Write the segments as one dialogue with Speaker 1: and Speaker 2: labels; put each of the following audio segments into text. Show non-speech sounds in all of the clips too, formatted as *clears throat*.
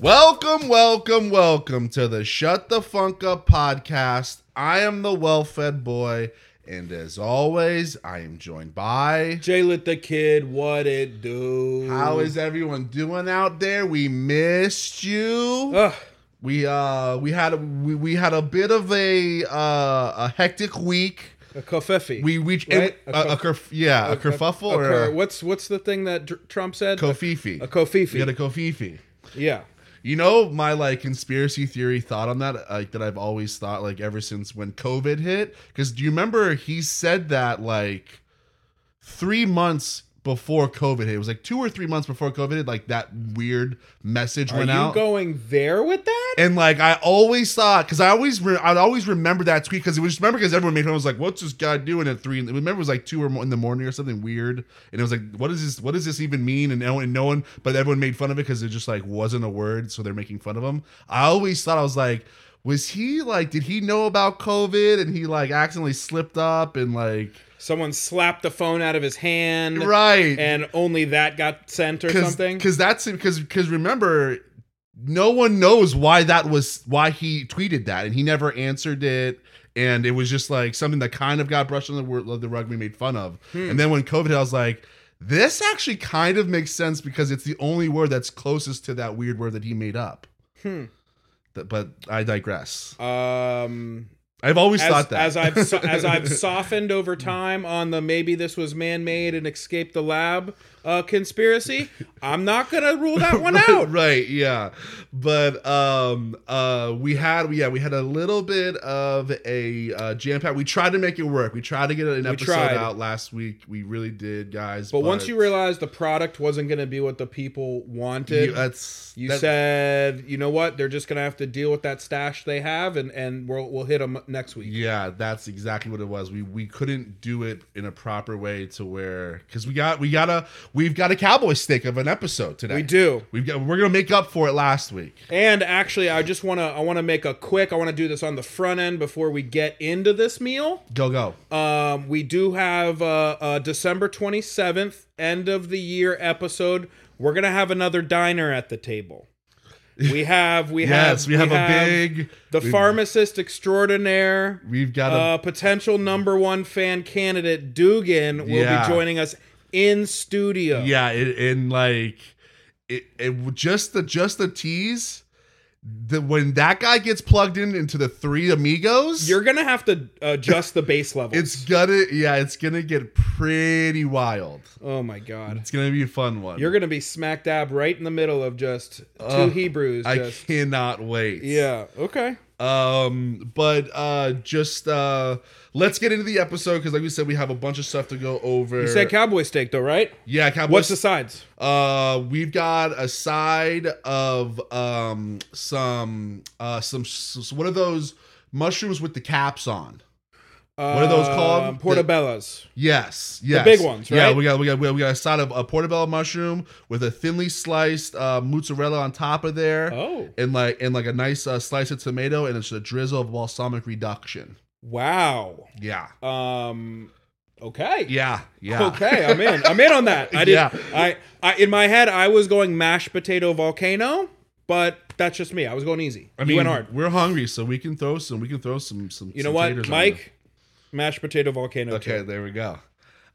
Speaker 1: Welcome, welcome, welcome to the Shut the Funk Up podcast. I am the well fed boy, and as always, I am joined by.
Speaker 2: Jay lit the kid. What it do?
Speaker 1: How is everyone doing out there? We missed you.
Speaker 2: Ugh,
Speaker 1: we uh we had a, we, we had a bit of a uh a hectic week.
Speaker 2: a kofefi.
Speaker 1: We reached
Speaker 2: Right?
Speaker 1: a,
Speaker 2: A
Speaker 1: a, kerf- yeah a, kerfuffle
Speaker 2: A
Speaker 1: or
Speaker 2: cur-
Speaker 1: a
Speaker 2: what's what's the thing that Dr- Trump said?
Speaker 1: kofifi.
Speaker 2: a
Speaker 1: we had a kofifi.
Speaker 2: kofefi. yeah.
Speaker 1: You know my like conspiracy theory thought on that, like that I've always thought like ever since when COVID hit. Because do you remember he said that like three months before COVID hit? It was like two or three months before COVID hit. Like that weird message
Speaker 2: Are
Speaker 1: went
Speaker 2: you
Speaker 1: out.
Speaker 2: going there with that?
Speaker 1: and like I always thought, because I always re- I'd always remember that tweet because it was remember because everyone made fun. I was like, "What's this guy doing at three? in the-" Remember it was like two or more in the morning or something weird, and it was like, "What is this? What does this even mean?" And no one, no one, but everyone made fun of it because it just like wasn't a word, so they're making fun of him. I always thought I was like, was he like, did he know about COVID and he like accidentally slipped up and like
Speaker 2: Someone slapped the phone out of his hand,
Speaker 1: right
Speaker 2: and only that got sent or something.
Speaker 1: Because that's because because remember, no one knows why that was why he tweeted that, and he never answered it. And it was just like something that kind of got brushed under the, wor- the rug. We made fun of,
Speaker 2: Hmm.
Speaker 1: and then when COVID, hit, I was like, "This actually kind of makes sense because it's the only word that's closest to that weird word that he made up."
Speaker 2: Hmm.
Speaker 1: Th- But I digress.
Speaker 2: Um,
Speaker 1: I've always
Speaker 2: as,
Speaker 1: thought that
Speaker 2: as I've so- as I've
Speaker 1: *laughs*
Speaker 2: softened over time on the maybe this was man made and escaped the lab uh, conspiracy, I'm not gonna
Speaker 1: *laughs*
Speaker 2: rule that one out.
Speaker 1: right yeah but um uh we had yeah we had a little bit of a uh, jam pack we tried to make it work we tried to get an episode
Speaker 2: tried.
Speaker 1: out last week we really did guys
Speaker 2: But once you realized the product wasn't going to be what the people wanted,
Speaker 1: you,
Speaker 2: you,
Speaker 1: that's that-
Speaker 2: said, you know what? They're just going to have to deal with that stash they have, and and we'll we'll hit them next week.
Speaker 1: yeah that's exactly what it was we we couldn't do it in a proper way to where because we got we got a we've got a cowboy stick of an episode today
Speaker 2: We do.
Speaker 1: we've got we're gonna make up for it last week
Speaker 2: And actually, I just want to I want to make a quick. I want to do this on the front end before we get into this meal.
Speaker 1: go go
Speaker 2: Um, we do have uh, uh, December 27th, end of the year episode. We're gonna have another diner at the table. We have we
Speaker 1: *laughs* yes
Speaker 2: have
Speaker 1: we have a big
Speaker 2: the
Speaker 1: we've-
Speaker 2: pharmacist extraordinaire.
Speaker 1: we've got a
Speaker 2: uh, potential number one fan candidate Dugan will
Speaker 1: Yeah.
Speaker 2: be joining us in studio.
Speaker 1: Yeah, it, and like it, it just the just the tease. The, when that guy gets plugged in into the three amigos,
Speaker 2: you're gonna have to adjust the base level.
Speaker 1: it's gonna yeah, it's gonna get pretty wild.
Speaker 2: oh my god,
Speaker 1: It's gonna be a fun one.
Speaker 2: you're gonna be smack dab right in the middle of just two
Speaker 1: Ugh,
Speaker 2: Hebrews.
Speaker 1: I
Speaker 2: Just,
Speaker 1: cannot wait.
Speaker 2: yeah, okay.
Speaker 1: Um, but uh, just uh, let's get into the episode because, like we said, we have a bunch of stuff to go over.
Speaker 2: You said cowboy steak though, right?
Speaker 1: yeah, Cowboys.
Speaker 2: What's the sides?
Speaker 1: Uh, we've got a side of um some uh some s- what are those mushrooms with the caps on?
Speaker 2: What
Speaker 1: are those called?
Speaker 2: Um, Portobellas.
Speaker 1: Yes, yes,
Speaker 2: big ones,
Speaker 1: Yeah,
Speaker 2: right?
Speaker 1: we got we got we got- we got a side of a portobello mushroom with a thinly sliced uh, mozzarella on top of there,
Speaker 2: oh
Speaker 1: and like and like a nice uh, slice of tomato, and it's a drizzle of balsamic reduction.
Speaker 2: wow.
Speaker 1: Yeah,
Speaker 2: Um, okay.
Speaker 1: yeah, yeah.
Speaker 2: Okay, I'm in. I'm in on that. I did.
Speaker 1: *laughs* Yeah.
Speaker 2: I, I in my head I was going mashed potato volcano, but that's just me. I was going easy.
Speaker 1: I
Speaker 2: You
Speaker 1: mean,
Speaker 2: went hard.
Speaker 1: we're hungry, so we can throw some. We can throw some some.
Speaker 2: You know
Speaker 1: some
Speaker 2: what,
Speaker 1: taters on there.
Speaker 2: Mike? Mashed potato volcano.
Speaker 1: Okay,
Speaker 2: too.
Speaker 1: there we go.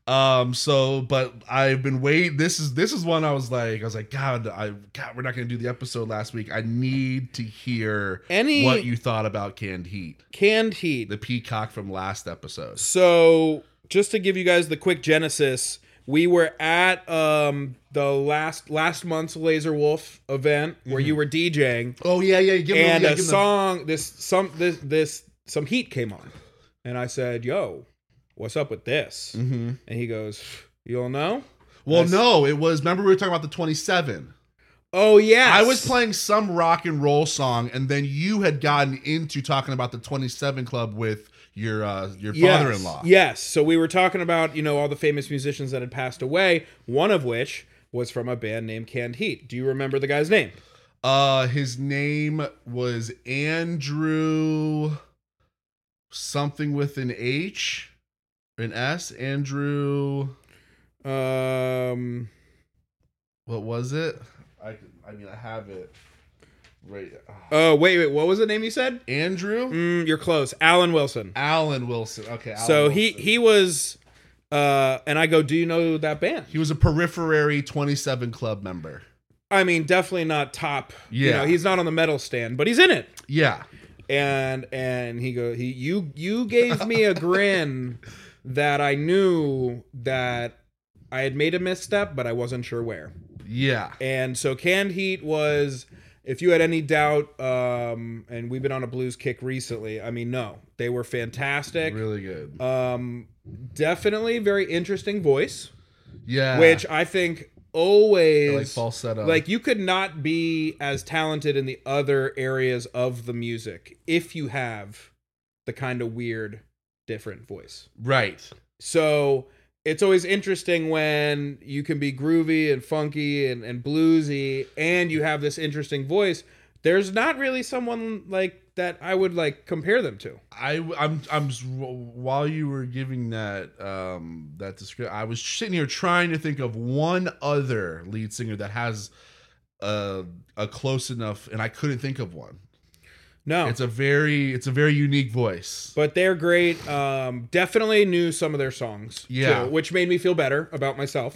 Speaker 1: Um, so but I've been wait. This is this is one I was like, I was like, God, I God, we're not gonna do the episode last week. I need to hear
Speaker 2: Any-
Speaker 1: what you thought about canned heat,
Speaker 2: Canned heat.
Speaker 1: the peacock from last episode.
Speaker 2: So just to give you guys the quick genesis, we were at um the last last month's Laser Wolf event where
Speaker 1: Mm-hmm.
Speaker 2: you were DJing,
Speaker 1: Oh yeah, yeah. Give
Speaker 2: and
Speaker 1: yeah,
Speaker 2: a song this some this this some heat came on, and I said, "Yo, what's up with this?"
Speaker 1: hmm
Speaker 2: And he goes, "You'll know."
Speaker 1: Well,
Speaker 2: Nice.
Speaker 1: no, it was. Remember we were talking about the twenty seven.
Speaker 2: Oh yeah,
Speaker 1: I was playing some rock and roll song, and then you had gotten into talking about the twenty seven club with your uh your father in law.
Speaker 2: Yes. yes. So we were talking about you know all the famous musicians that had passed away. One of which was from a band named Canned Heat. Do you remember the guy's name?
Speaker 1: Uh, his name was Andrew something with an H, an S. Andrew,
Speaker 2: Um,
Speaker 1: what was it? I I mean I have it. Right. uh,
Speaker 2: Oh, wait, wait. What was the name you said?
Speaker 1: Andrew
Speaker 2: Mm, you're close. Alan Wilson.
Speaker 1: Allen Wilson. Okay. Alan
Speaker 2: so he
Speaker 1: Wilson.
Speaker 2: he was, uh, and I go, do you know that band?
Speaker 1: he was a periphery 27 club member.
Speaker 2: I mean, definitely not top. You
Speaker 1: Yeah.
Speaker 2: know, he's not on the metal stand, but he's in it.
Speaker 1: Yeah.
Speaker 2: And and he go, he you you gave me a grin that I knew that I had made a misstep, but I wasn't sure where.
Speaker 1: Yeah.
Speaker 2: And so canned heat was if you had any doubt, um, and we've been on a blues kick recently. I mean, no, they were fantastic.
Speaker 1: Really good.
Speaker 2: Um, definitely very interesting voice,
Speaker 1: Yeah.
Speaker 2: which I think always
Speaker 1: like falsetto.
Speaker 2: like you could not be as talented in the other areas of the music if you have the kind of weird, different voice.
Speaker 1: right.
Speaker 2: So it's always interesting when you can be groovy and funky and, and bluesy and you have this interesting voice. There's not really someone like that I would like compare them to.
Speaker 1: I I'm I'm s- while you were giving that um that description, I was sitting here trying to think of one other lead singer that has a a close enough, and I couldn't think of one.
Speaker 2: No.
Speaker 1: It's a very it's a very unique voice.
Speaker 2: but they're great. Um, definitely knew some of their songs.
Speaker 1: Yeah. Mm-hmm.
Speaker 2: too, which made me feel better about myself.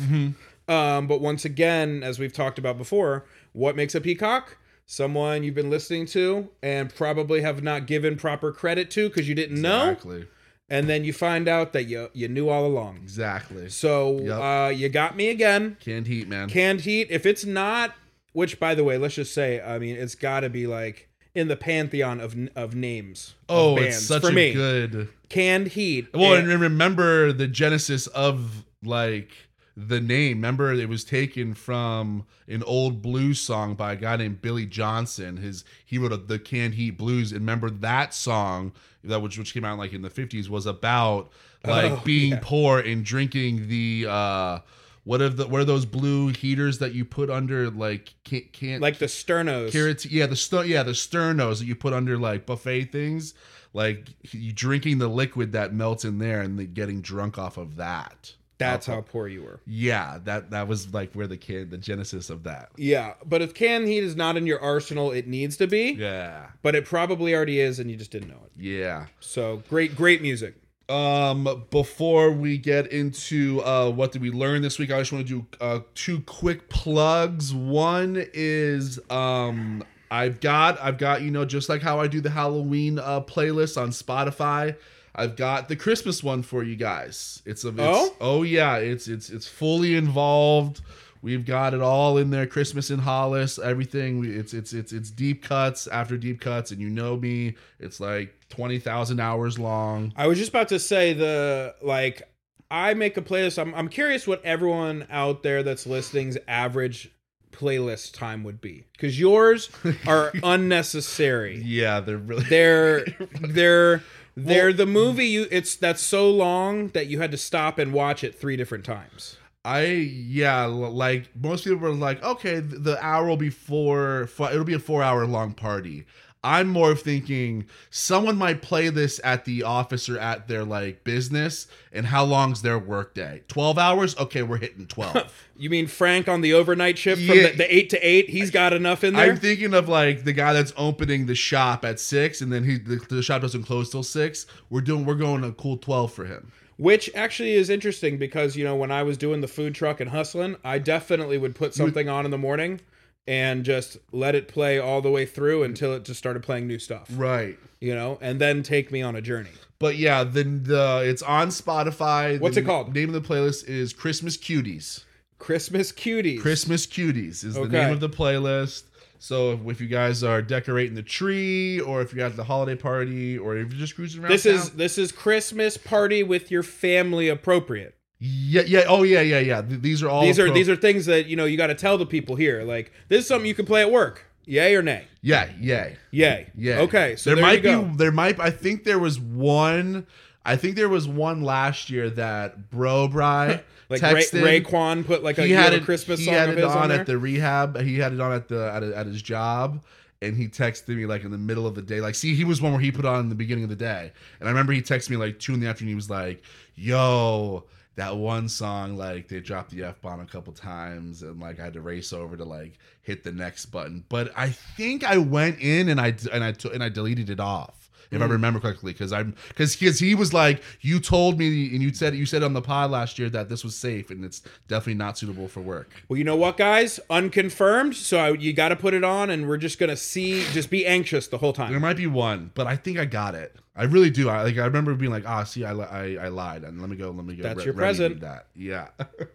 Speaker 2: Um, but once again, as we've talked about before, what makes a peacock? Someone you've been listening to and probably have not given proper credit to because you didn't know.
Speaker 1: Exactly.
Speaker 2: And then you find out that you you knew all along.
Speaker 1: Exactly.
Speaker 2: So
Speaker 1: Yep.
Speaker 2: uh, you got me again.
Speaker 1: Canned heat, man.
Speaker 2: Canned heat. If it's not, which by the way, let's just say, I mean, it's got to be like in the pantheon of of names. of
Speaker 1: oh,
Speaker 2: bands
Speaker 1: it's such
Speaker 2: for
Speaker 1: a
Speaker 2: me.
Speaker 1: good.
Speaker 2: Canned heat.
Speaker 1: Well,
Speaker 2: And-
Speaker 1: and, remember the genesis of like the name. Remember, it was taken from an old blues song by a guy named Billy Johnson. His he wrote a, the Canned Heat Blues, and remember that song that which which came out like in the fifties was about like
Speaker 2: *laughs* Oh,
Speaker 1: being
Speaker 2: yeah.
Speaker 1: poor and drinking the. uh what are the what are those blue heaters that you put under like can't can't
Speaker 2: like the sternos.
Speaker 1: carrots yeah the sto- yeah the sternos that you put under like buffet things like you drinking the liquid that melts in there and then getting drunk off of that
Speaker 2: That's how poor you were.
Speaker 1: yeah that that was like where the kid the genesis of that
Speaker 2: Yeah, but if canned heat is not in your arsenal, it needs to be.
Speaker 1: yeah
Speaker 2: But it probably already is, and you just didn't know it.
Speaker 1: yeah
Speaker 2: So great, great music.
Speaker 1: um before we get into uh what did we learn this week i just want to do uh two quick plugs one is um i've got i've got you know just like how i do the halloween uh playlist on spotify i've got the christmas one for you guys it's a it's,
Speaker 2: Oh?
Speaker 1: oh yeah it's it's it's fully involved we've got it all in there christmas in hollis everything We- it's it's it's it's deep cuts after deep cuts and you know me it's like 20000 hours long
Speaker 2: I was just about to say the like I make a playlist. I'm I'm curious what everyone out there that's listening's average playlist time would be because yours
Speaker 1: *laughs*
Speaker 2: are unnecessary.
Speaker 1: Yeah, they're really
Speaker 2: They're they're they're the movie you it's that's so long that you had to stop and watch it three different times.
Speaker 1: I yeah, l- like most people are like, okay, th- the hour will be four, four. It'll be a four-hour long party. I'm more of thinking someone might play this at the office or at their like business, and how long's their workday? Twelve hours? Okay, we're hitting twelve.
Speaker 2: You mean Frank on the overnight shift from
Speaker 1: Yeah.
Speaker 2: the, the eight to eight? He's got enough in there.
Speaker 1: I'm thinking of like the guy that's opening the shop at six, and then he the, the shop doesn't close till six. We're doing we're going a cool twelve for him.
Speaker 2: Which actually is interesting because you know when I was doing the food truck and hustling, I definitely would put something on in the morning and just let it play all the way through until it just started playing new stuff,
Speaker 1: Right.
Speaker 2: you know, and then take me on a journey.
Speaker 1: But yeah, the the it's on Spotify.
Speaker 2: What's
Speaker 1: The
Speaker 2: it called?
Speaker 1: Name of the playlist is Christmas Cuties.
Speaker 2: Christmas cuties.
Speaker 1: Christmas Cuties is the
Speaker 2: Okay.
Speaker 1: name of the playlist. So if, if you guys are decorating the tree, or if you're at the holiday party, or if you're just cruising around,
Speaker 2: this
Speaker 1: town,
Speaker 2: is this is Christmas party with your family appropriate.
Speaker 1: yeah, yeah, oh yeah, yeah, yeah. Th- These are all
Speaker 2: These are
Speaker 1: pro-
Speaker 2: these are things that you know you got to tell the people here. Like this is something you can play at work. Yay or nay?
Speaker 1: yeah, yeah,
Speaker 2: Yay.
Speaker 1: yeah.
Speaker 2: Okay. So
Speaker 1: there,
Speaker 2: there,
Speaker 1: might
Speaker 2: you go.
Speaker 1: be there might I think there was one. I think there was one last year that Bro Bry
Speaker 2: *laughs* like
Speaker 1: texted.
Speaker 2: Ray, Rayquan put like a,
Speaker 1: he had
Speaker 2: had a
Speaker 1: it,
Speaker 2: Christmas
Speaker 1: he
Speaker 2: song
Speaker 1: had
Speaker 2: of
Speaker 1: it
Speaker 2: his
Speaker 1: on,
Speaker 2: on, there.
Speaker 1: at the rehab. He had it on at the at, at his job, and he texted me like in the middle of the day. Like, see, he was one where he put on in the beginning of the day, and I remember he texted me like two in the afternoon. He was like, "Yo." That one song, like they dropped the f bomb a couple times, and like I had to race over to like hit the next button. But I think I went in and I and I took and I deleted it off. If I
Speaker 2: Mm.
Speaker 1: remember correctly, because I'm because because he was like, you told me and you said you said on the pod last year that this was safe and it's definitely not suitable for work.
Speaker 2: Well, you know what, guys? Unconfirmed. So I, you got to put it on, and we're just gonna see. Just be anxious the whole
Speaker 1: There
Speaker 2: time.
Speaker 1: might be one, but I think I got it. I really do. I like. I remember being like, "Ah, see, I, li- I, I lied," and let me go. Let me go.
Speaker 2: That's
Speaker 1: re-
Speaker 2: your
Speaker 1: remedy
Speaker 2: present.
Speaker 1: That yeah.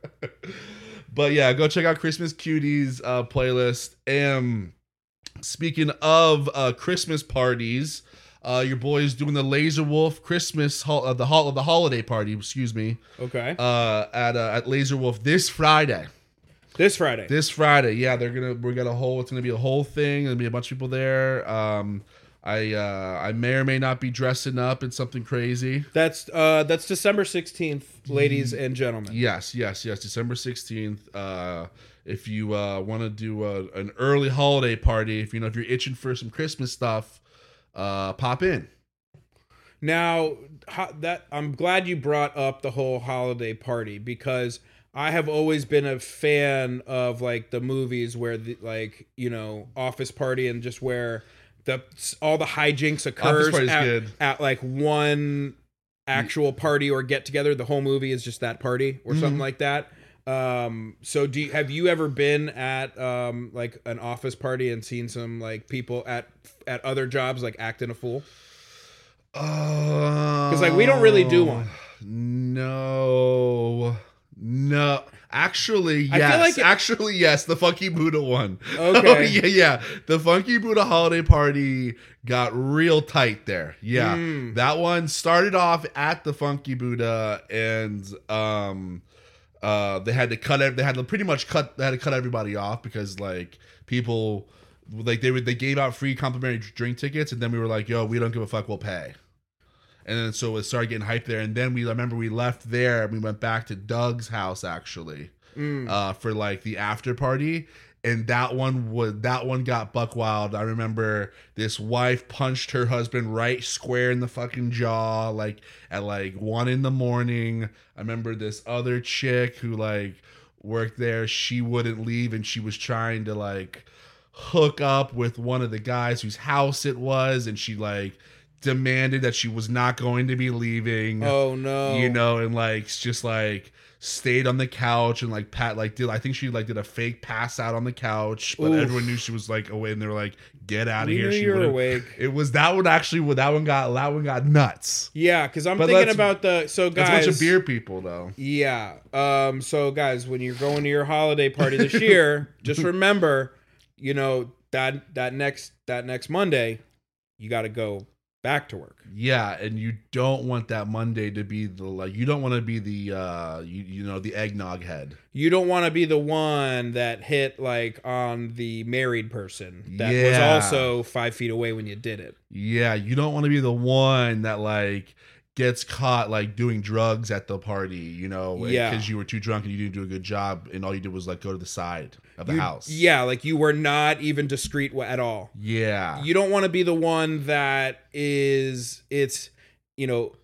Speaker 1: *laughs* but yeah, go check out Christmas Cuties uh, playlist. And speaking of uh, Christmas parties, uh, your boy is doing the Laser Wolf Christmas hall of the hall of the holiday party. Excuse me.
Speaker 2: Okay.
Speaker 1: Uh, at uh, at Laser Wolf this Friday.
Speaker 2: this Friday.
Speaker 1: This Friday, yeah, they're gonna we're gonna whole it's gonna be a whole thing. There'll be a bunch of people there. Um, I uh, I may or may not be dressing up in something crazy.
Speaker 2: that's uh that's December sixteenth, ladies and gentlemen.
Speaker 1: Yes, yes, yes. December sixteenth. Uh, if you uh, want to do a, an early holiday party, if you know if you're itching for some Christmas stuff, uh, pop in.
Speaker 2: Now ho- that I'm glad you brought up the whole holiday party because I have always been a fan of like the movies where the, like you know office party and just where the all the hijinks occurs
Speaker 1: Party's
Speaker 2: at,
Speaker 1: good.
Speaker 2: at like one actual party or get together. The whole movie is just that party
Speaker 1: Mm-hmm.
Speaker 2: or something like that. Um, so do you, have you ever been at um like an office party and seen some like people at at other jobs like acting a fool?
Speaker 1: Because
Speaker 2: like, we don't really do one.
Speaker 1: No, no. Actually,
Speaker 2: I feel
Speaker 1: yes.
Speaker 2: like it-
Speaker 1: Actually, yes. The funky Buddha one. *laughs*
Speaker 2: Okay.
Speaker 1: Oh, yeah, yeah. The funky Buddha holiday party got real tight there. Yeah,
Speaker 2: Mm.
Speaker 1: that one started off at the funky Buddha, and um, uh, they had to cut. ev- They had to pretty much cut. They had to cut everybody off because like people. Like they would, they gave out free complimentary drink tickets, and then we were like, "Yo, we don't give a fuck. We'll pay." And then so it started getting hyped there. And then we I remember we left there and we went back to Doug's house actually
Speaker 2: Mm.
Speaker 1: uh, for like the after party. And that one would that one got buck wild. I remember this wife punched her husband right square in the fucking jaw, like at like one in the morning. I remember this other chick who like worked there. She wouldn't leave, and she was trying to like hook up with one of the guys whose house it was, and she like demanded that she was not going to be leaving
Speaker 2: Oh no!
Speaker 1: you know, and like s- just like stayed on the couch and like pat like did I think she like did a fake pass out on the couch, but
Speaker 2: Oof.
Speaker 1: everyone knew she was like away, and they were like, "Get out of
Speaker 2: We
Speaker 1: here!"
Speaker 2: knew
Speaker 1: She
Speaker 2: you were
Speaker 1: wouldn't-
Speaker 2: awake.
Speaker 1: It was that one actually. Well, that one got that one got nuts.
Speaker 2: Yeah, because I'm
Speaker 1: But
Speaker 2: thinking
Speaker 1: let's-
Speaker 2: about the so guys.
Speaker 1: That's a bunch of beer people though.
Speaker 2: Yeah. Um. So guys, when you're going to your holiday party this
Speaker 1: *laughs*
Speaker 2: year, just remember, you know that that next that next Monday, you got to go back to work.
Speaker 1: Yeah, and you don't want that Monday to be the like you don't want to be the uh you you know the eggnog head.
Speaker 2: You don't want to be the one that hit like on the married person that was
Speaker 1: Yeah.
Speaker 2: also five feet away when you did it.
Speaker 1: Yeah, you don't want to be the one that like gets caught like doing drugs at the party, you know,
Speaker 2: Yeah.
Speaker 1: because you were too drunk and you didn't do a good job, and all you did was like go to the side of the
Speaker 2: You-
Speaker 1: house.
Speaker 2: Yeah, like you were not even discreet wa- at all.
Speaker 1: yeah,
Speaker 2: you don't want to be the one that is it's you know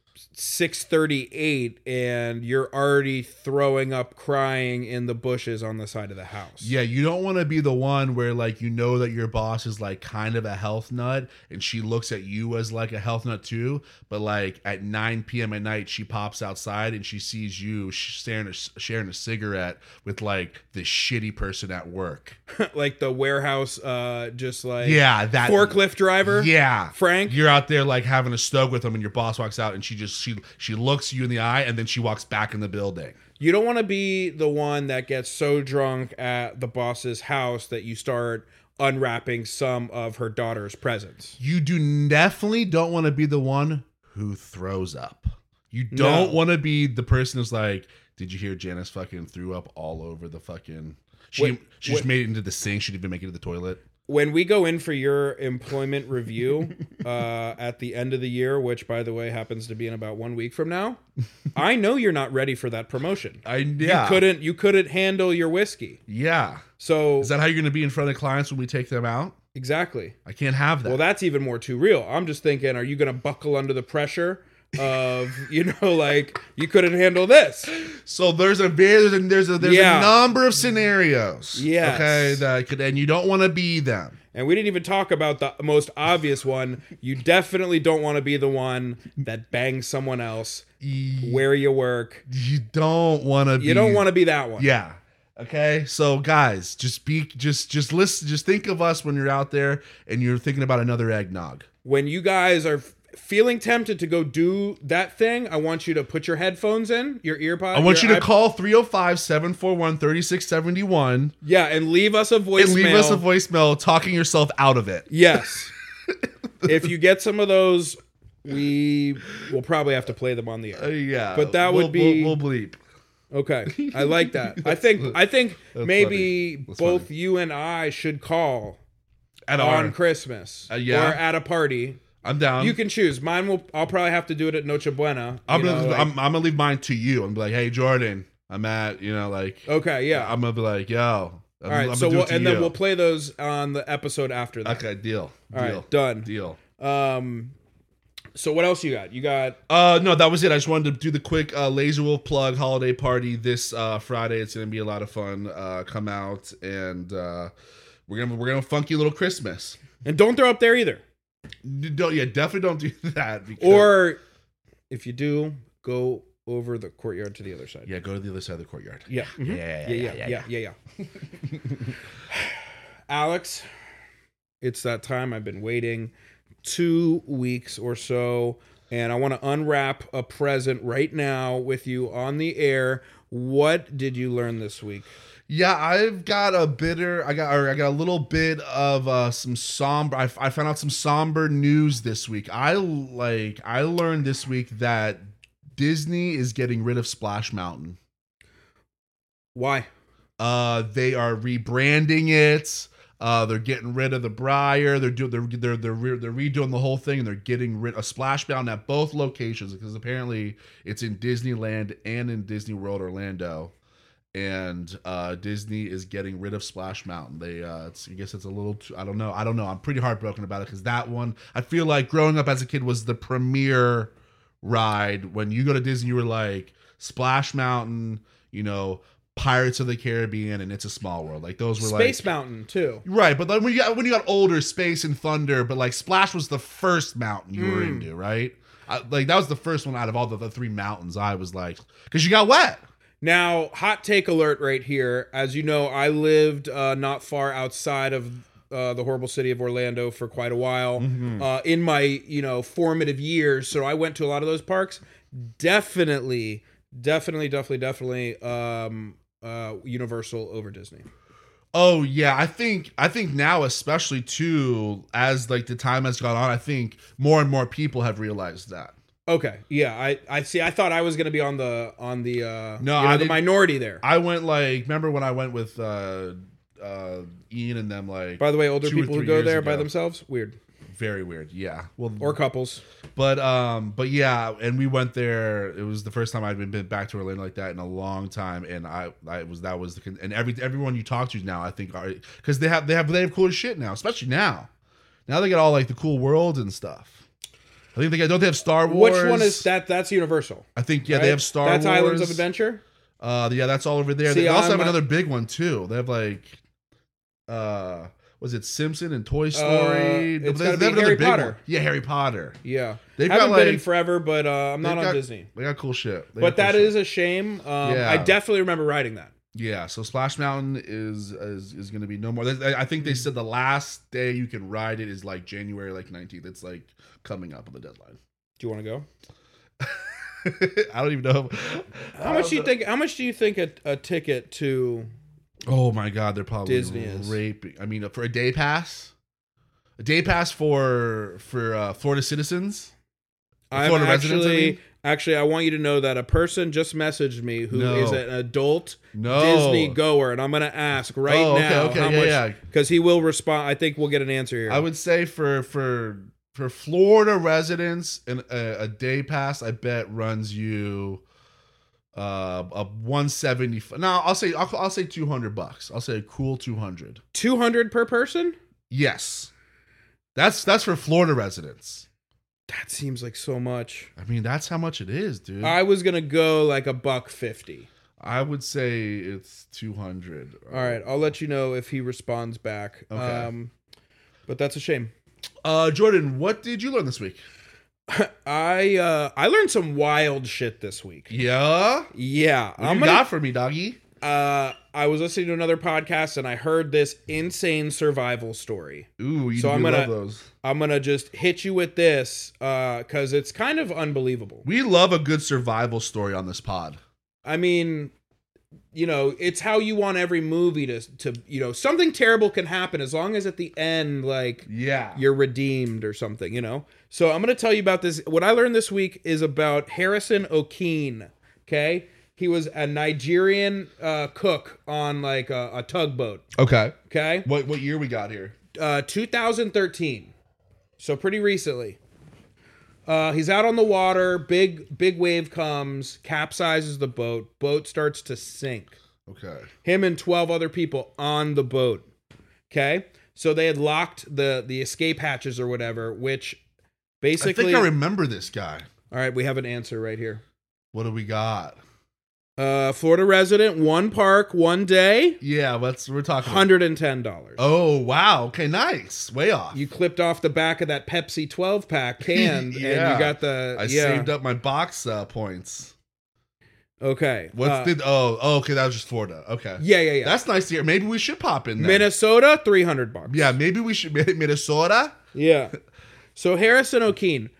Speaker 2: 638 and you're already throwing up crying in the bushes on the side of the house
Speaker 1: yeah. You don't want to be the one where like you know that your boss is like kind of a health nut, and she looks at you as like a health nut too. But like at 9 p.m. at night, she pops outside and she sees you sh- staring, a, sharing a cigarette with like the shitty person at work.
Speaker 2: *laughs* like the warehouse uh just like
Speaker 1: yeah, that
Speaker 2: forklift driver
Speaker 1: Yeah,
Speaker 2: frank
Speaker 1: you're out there like having a stove with them and your boss walks out and she just she she looks you in the eye and then she walks back in the building
Speaker 2: you don't want to be the one that gets so drunk at the boss's house that you start unwrapping some of her daughter's presents
Speaker 1: you do definitely don't want to be the one who throws up you don't
Speaker 2: No.
Speaker 1: want to be the person who's like did you hear janice fucking threw up all over the fucking she
Speaker 2: Wait,
Speaker 1: she just
Speaker 2: wait.
Speaker 1: made it into the sink she didn't even make it to the toilet
Speaker 2: when we go in for your employment review uh, at the end of the year, which by the way happens to be in about one week from now, I know you're not ready for that promotion.
Speaker 1: i yeah
Speaker 2: You couldn't you couldn't handle your whiskey.
Speaker 1: yeah
Speaker 2: So
Speaker 1: is that how you're gonna be in front of clients when we take them out
Speaker 2: exactly.
Speaker 1: i can't have that
Speaker 2: Well, that's even more too real. I'm just thinking, are you going to buckle under the pressure of you know like you couldn't handle this.
Speaker 1: So there's a very there's a there's a, there's
Speaker 2: Yeah.
Speaker 1: a number of scenarios.
Speaker 2: Yes.
Speaker 1: Okay, that could and you don't want to be them.
Speaker 2: And we didn't even talk about the most obvious one. You definitely don't want to be the one that bangs someone else
Speaker 1: You,
Speaker 2: where you work.
Speaker 1: you don't want to.
Speaker 2: You don't want to be that one.
Speaker 1: Yeah. Okay. So guys, just be just just listen just think of us when you're out there and you're thinking about another eggnog.
Speaker 2: When you guys are f- feeling tempted to go do that thing, I want you to put your headphones in, your earpods.
Speaker 1: I want you
Speaker 2: your
Speaker 1: to
Speaker 2: iP-
Speaker 1: call 305-741-3671
Speaker 2: Yeah, and leave us a voicemail.
Speaker 1: and leave us a voicemail talking yourself out of it.
Speaker 2: Yes. if you get some of those, we will probably have to play them on the
Speaker 1: Uh,
Speaker 2: air.
Speaker 1: yeah.
Speaker 2: But that would
Speaker 1: We'll-
Speaker 2: be-
Speaker 1: we'll, we'll bleep.
Speaker 2: Okay, I like that. I think I think
Speaker 1: That's
Speaker 2: maybe
Speaker 1: funny. That's
Speaker 2: both you and I should call
Speaker 1: At
Speaker 2: on
Speaker 1: our,
Speaker 2: Christmas
Speaker 1: Uh, yeah.
Speaker 2: or at a party.
Speaker 1: I'm down.
Speaker 2: you can choose. Mine will. I'll probably have to do it at Noche Buena.
Speaker 1: I'm
Speaker 2: you
Speaker 1: gonna,
Speaker 2: know, like-
Speaker 1: I'm, I'm gonna leave mine to you and be like, hey Jordan, I'm at, you know, like
Speaker 2: okay, yeah.
Speaker 1: I'm gonna be like, yo. I'm,
Speaker 2: Oh. All right,
Speaker 1: I'm
Speaker 2: so
Speaker 1: gonna do
Speaker 2: we'll,
Speaker 1: it to
Speaker 2: and then
Speaker 1: you.
Speaker 2: we'll play those on the episode after that.
Speaker 1: Okay, deal.
Speaker 2: All right,
Speaker 1: deal.
Speaker 2: done.
Speaker 1: Deal.
Speaker 2: Um, so what else you got? You got
Speaker 1: Uh, no, that was it. I just wanted to do the quick uh, Laser Wolf plug holiday party this uh, Friday. It's gonna be a lot of fun. Uh, come out and uh, we're gonna we're gonna have a funky little Christmas.
Speaker 2: and don't throw up there either.
Speaker 1: D- Don't yeah, definitely don't do *laughs* that. Because,
Speaker 2: Or if you do, go over the courtyard to the other side.
Speaker 1: yeah, go to the other side of the courtyard.
Speaker 2: Yeah. mhm.
Speaker 1: Yeah,
Speaker 2: Yeah, yeah, yeah, yeah, yeah. *sighs* Alex, it's that time I've been waiting two weeks or so, and I want to unwrap a present right now with you on the air. What did you learn this week?
Speaker 1: Yeah, I've got a bitter. I got. Or I got a little bit of uh, some somber. I, I found out some somber news this week. I like. I learned this week that Disney is getting rid of Splash Mountain.
Speaker 2: Why?
Speaker 1: Uh, they are rebranding it. Uh, they're getting rid of the Briar. They're doing. They're they're they're, re- they're redoing the whole thing, and they're getting rid of Splash Mountain at both locations because apparently it's in Disneyland and in Disney World Orlando, and uh, Disney is getting rid of Splash Mountain. They, uh, it's, I guess, it's a little. Too, I don't know. I don't know. I'm pretty heartbroken about it because that one. I feel like growing up as a kid was the premier ride. When you go to Disney, you were like Splash Mountain. You know. Pirates of the Caribbean and It's a Small World, like those were like
Speaker 2: Space Mountain too.
Speaker 1: Right, but like when you got when you got older, Space and Thunder, but like Splash was the first mountain you were
Speaker 2: Mm.
Speaker 1: into, right? I, like that was the first one out of all the, the three mountains I was like, because you got wet.
Speaker 2: Now, hot take alert right here. As you know, I lived uh, not far outside of uh, the horrible city of Orlando for quite a while
Speaker 1: Mm-hmm.
Speaker 2: uh, in my you know formative years. So I went to a lot of those parks. Definitely, definitely, definitely, definitely. Um, uh, Universal over Disney.
Speaker 1: Oh yeah, I think I think now especially too, as like the time has gone on, I think more and more people have realized that.
Speaker 2: Okay, yeah, I I see. I thought I was gonna be on the on the uh,
Speaker 1: No,
Speaker 2: you know,
Speaker 1: I
Speaker 2: the
Speaker 1: didn't-
Speaker 2: minority there.
Speaker 1: I went like, remember when I went with uh, uh, Ian and them, like
Speaker 2: By the way, older
Speaker 1: two or
Speaker 2: people who
Speaker 1: three
Speaker 2: go
Speaker 1: years
Speaker 2: there by
Speaker 1: ago.
Speaker 2: themselves, weird,
Speaker 1: very weird. Yeah, well,
Speaker 2: or couples.
Speaker 1: But um, but yeah, and we went there. It was the first time I'd been been back to Orlando like that in a long time, and I, I was that was the con- and every everyone you talk to now, I think are because they have they have they have cool as shit now, especially now. Now they got all like the cool worlds and stuff. I think they got don't they have Star Wars?
Speaker 2: Which one is that? That's Universal.
Speaker 1: I think yeah,
Speaker 2: right?
Speaker 1: they have Star
Speaker 2: That's
Speaker 1: Wars.
Speaker 2: Islands of Adventure.
Speaker 1: Uh, yeah, that's all over there.
Speaker 2: See,
Speaker 1: they also
Speaker 2: I'm uh,
Speaker 1: have
Speaker 2: a-
Speaker 1: another big one too. They have like, uh, was it Simpson and Toy Story?
Speaker 2: Uh, it's
Speaker 1: But
Speaker 2: gotta be
Speaker 1: another
Speaker 2: Harry
Speaker 1: big one.
Speaker 2: Potter.
Speaker 1: Yeah, Harry Potter.
Speaker 2: Yeah,
Speaker 1: They've
Speaker 2: haven't
Speaker 1: got,
Speaker 2: been in
Speaker 1: like-
Speaker 2: forever, but uh, I'm not
Speaker 1: They've
Speaker 2: on
Speaker 1: got-
Speaker 2: Disney.
Speaker 1: They got cool shit. They
Speaker 2: But
Speaker 1: got cool
Speaker 2: that
Speaker 1: shit.
Speaker 2: is a shame. Um, I
Speaker 1: Yeah.
Speaker 2: definitely remember riding that.
Speaker 1: Yeah, so Splash Mountain is is, is going to be no more. They- I think they said the last day you can ride it is like January like 19th. It's like coming up on the deadline. *laughs*
Speaker 2: Do you want to go?
Speaker 1: I don't even know.
Speaker 2: How much do you think? How much do you think a, a ticket to?
Speaker 1: Oh my god, they're probably
Speaker 2: Disney is?
Speaker 1: raping. I mean, for a day pass, a day pass for for uh, Florida citizens.
Speaker 2: I'm
Speaker 1: Florida residents, I
Speaker 2: actually,
Speaker 1: mean?
Speaker 2: actually, I want you to know that a person just messaged me who is
Speaker 1: No.
Speaker 2: an adult
Speaker 1: No
Speaker 2: Disney goer, and I'm going to ask right
Speaker 1: Oh, okay,
Speaker 2: now
Speaker 1: okay,
Speaker 2: how
Speaker 1: yeah,
Speaker 2: much
Speaker 1: yeah.
Speaker 2: because he will respond. I think we'll get an answer here.
Speaker 1: I would say for for for Florida residents, and a, a day pass I bet runs you uh a 175 no i'll say I'll, I'll say 200 bucks i'll say a cool 200
Speaker 2: Two hundred per person.
Speaker 1: yes that's that's for florida residents
Speaker 2: That seems like so much.
Speaker 1: I mean, that's how much it is, dude. I,
Speaker 2: I was gonna go like a buck fifty.
Speaker 1: would say it's two hundred.
Speaker 2: All right, I'll let you know if he responds back.
Speaker 1: Okay.
Speaker 2: Um, but that's a shame. *laughs*
Speaker 1: Uh, Jordan, what did you learn this week?
Speaker 2: I uh, I learned some wild shit this week.
Speaker 1: Yeah,
Speaker 2: Yeah,
Speaker 1: what
Speaker 2: I'm
Speaker 1: you
Speaker 2: gonna
Speaker 1: got for me, doggy?
Speaker 2: uh, I was listening to another podcast and I heard this insane survival story.
Speaker 1: Ooh, you
Speaker 2: So
Speaker 1: do
Speaker 2: I'm gonna-
Speaker 1: love those.
Speaker 2: I'm gonna just hit you with this because it's kind of unbelievable.
Speaker 1: We love a good survival story on this pod.
Speaker 2: I mean, you know, it's how you want every movie to to you know something terrible can happen as long as at the end like
Speaker 1: Yeah.
Speaker 2: you're redeemed or something, you know? So I'm going to tell you about this. What I learned this week is about Harrison Okeen. Okay. He was a Nigerian uh, cook on like a, a tugboat.
Speaker 1: Okay.
Speaker 2: Okay.
Speaker 1: What what year we got here?
Speaker 2: Uh, 2013. So pretty recently. Uh, he's out on the water. Big, big wave comes, capsizes the boat. Boat starts to sink
Speaker 1: Okay.
Speaker 2: him and 12 other people on the boat okay so they had locked the the escape hatches or whatever which
Speaker 1: I
Speaker 2: basically
Speaker 1: think I remember this guy.
Speaker 2: all right we have an answer right here
Speaker 1: What do we got?
Speaker 2: uh florida resident one park one day
Speaker 1: Yeah, let's we're talking.
Speaker 2: $110
Speaker 1: Oh wow. Okay, nice. Way off.
Speaker 2: you clipped off the back of that pepsi 12
Speaker 1: *laughs*
Speaker 2: pack can and
Speaker 1: Yeah.
Speaker 2: you got the
Speaker 1: I
Speaker 2: yeah
Speaker 1: saved up my box uh, points.
Speaker 2: okay
Speaker 1: What's
Speaker 2: Uh,
Speaker 1: the oh, oh okay, that was just Florida. Okay.
Speaker 2: yeah yeah yeah
Speaker 1: That's nice to hear. Maybe we should pop in there.
Speaker 2: minnesota 300 bucks
Speaker 1: yeah, maybe we should *laughs* Minnesota.
Speaker 2: Yeah. So Harrison O'Keen,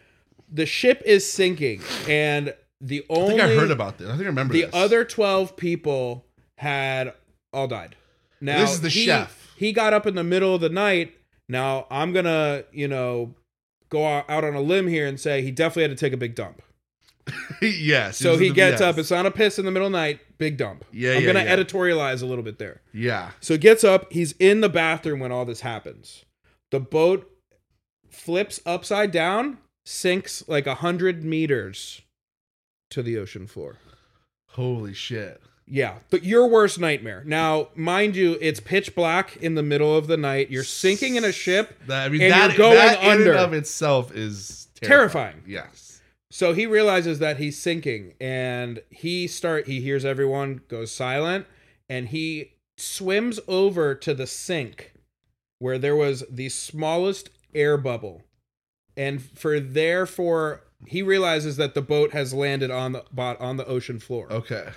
Speaker 2: the ship is sinking, and the
Speaker 1: I
Speaker 2: only
Speaker 1: think I heard about this. I think I remember
Speaker 2: the
Speaker 1: this.
Speaker 2: other twelve people had all died. Now
Speaker 1: This is the
Speaker 2: he-
Speaker 1: chef.
Speaker 2: He got up in the middle of the night. Now I'm gonna, you know, go out out on a limb here and say he definitely had to take a big dump.
Speaker 1: *laughs* yes.
Speaker 2: So
Speaker 1: this is
Speaker 2: he
Speaker 1: the-
Speaker 2: gets
Speaker 1: yes.
Speaker 2: up. It's not a piss in the middle of the night. Big dump.
Speaker 1: Yeah,
Speaker 2: I'm
Speaker 1: yeah,
Speaker 2: gonna
Speaker 1: yeah.
Speaker 2: editorialize a little bit there.
Speaker 1: Yeah.
Speaker 2: So he gets up, he's in the bathroom when all this happens. The boat flips upside down, sinks like a hundred meters to the ocean floor.
Speaker 1: Holy shit.
Speaker 2: Yeah, but your worst nightmare. Now, mind you, it's pitch black in the middle of the night. You're sinking in a ship.
Speaker 1: That, I mean,
Speaker 2: And
Speaker 1: that,
Speaker 2: you're going
Speaker 1: that in
Speaker 2: under.
Speaker 1: and of itself is
Speaker 2: Terrifying.
Speaker 1: terrifying. Yes.
Speaker 2: So he realizes that he's sinking and he start he hears everyone goes silent and he swims over to the sink where there was the smallest air bubble. And for therefore he realizes that the boat has landed on the bot on the ocean floor.
Speaker 1: Okay.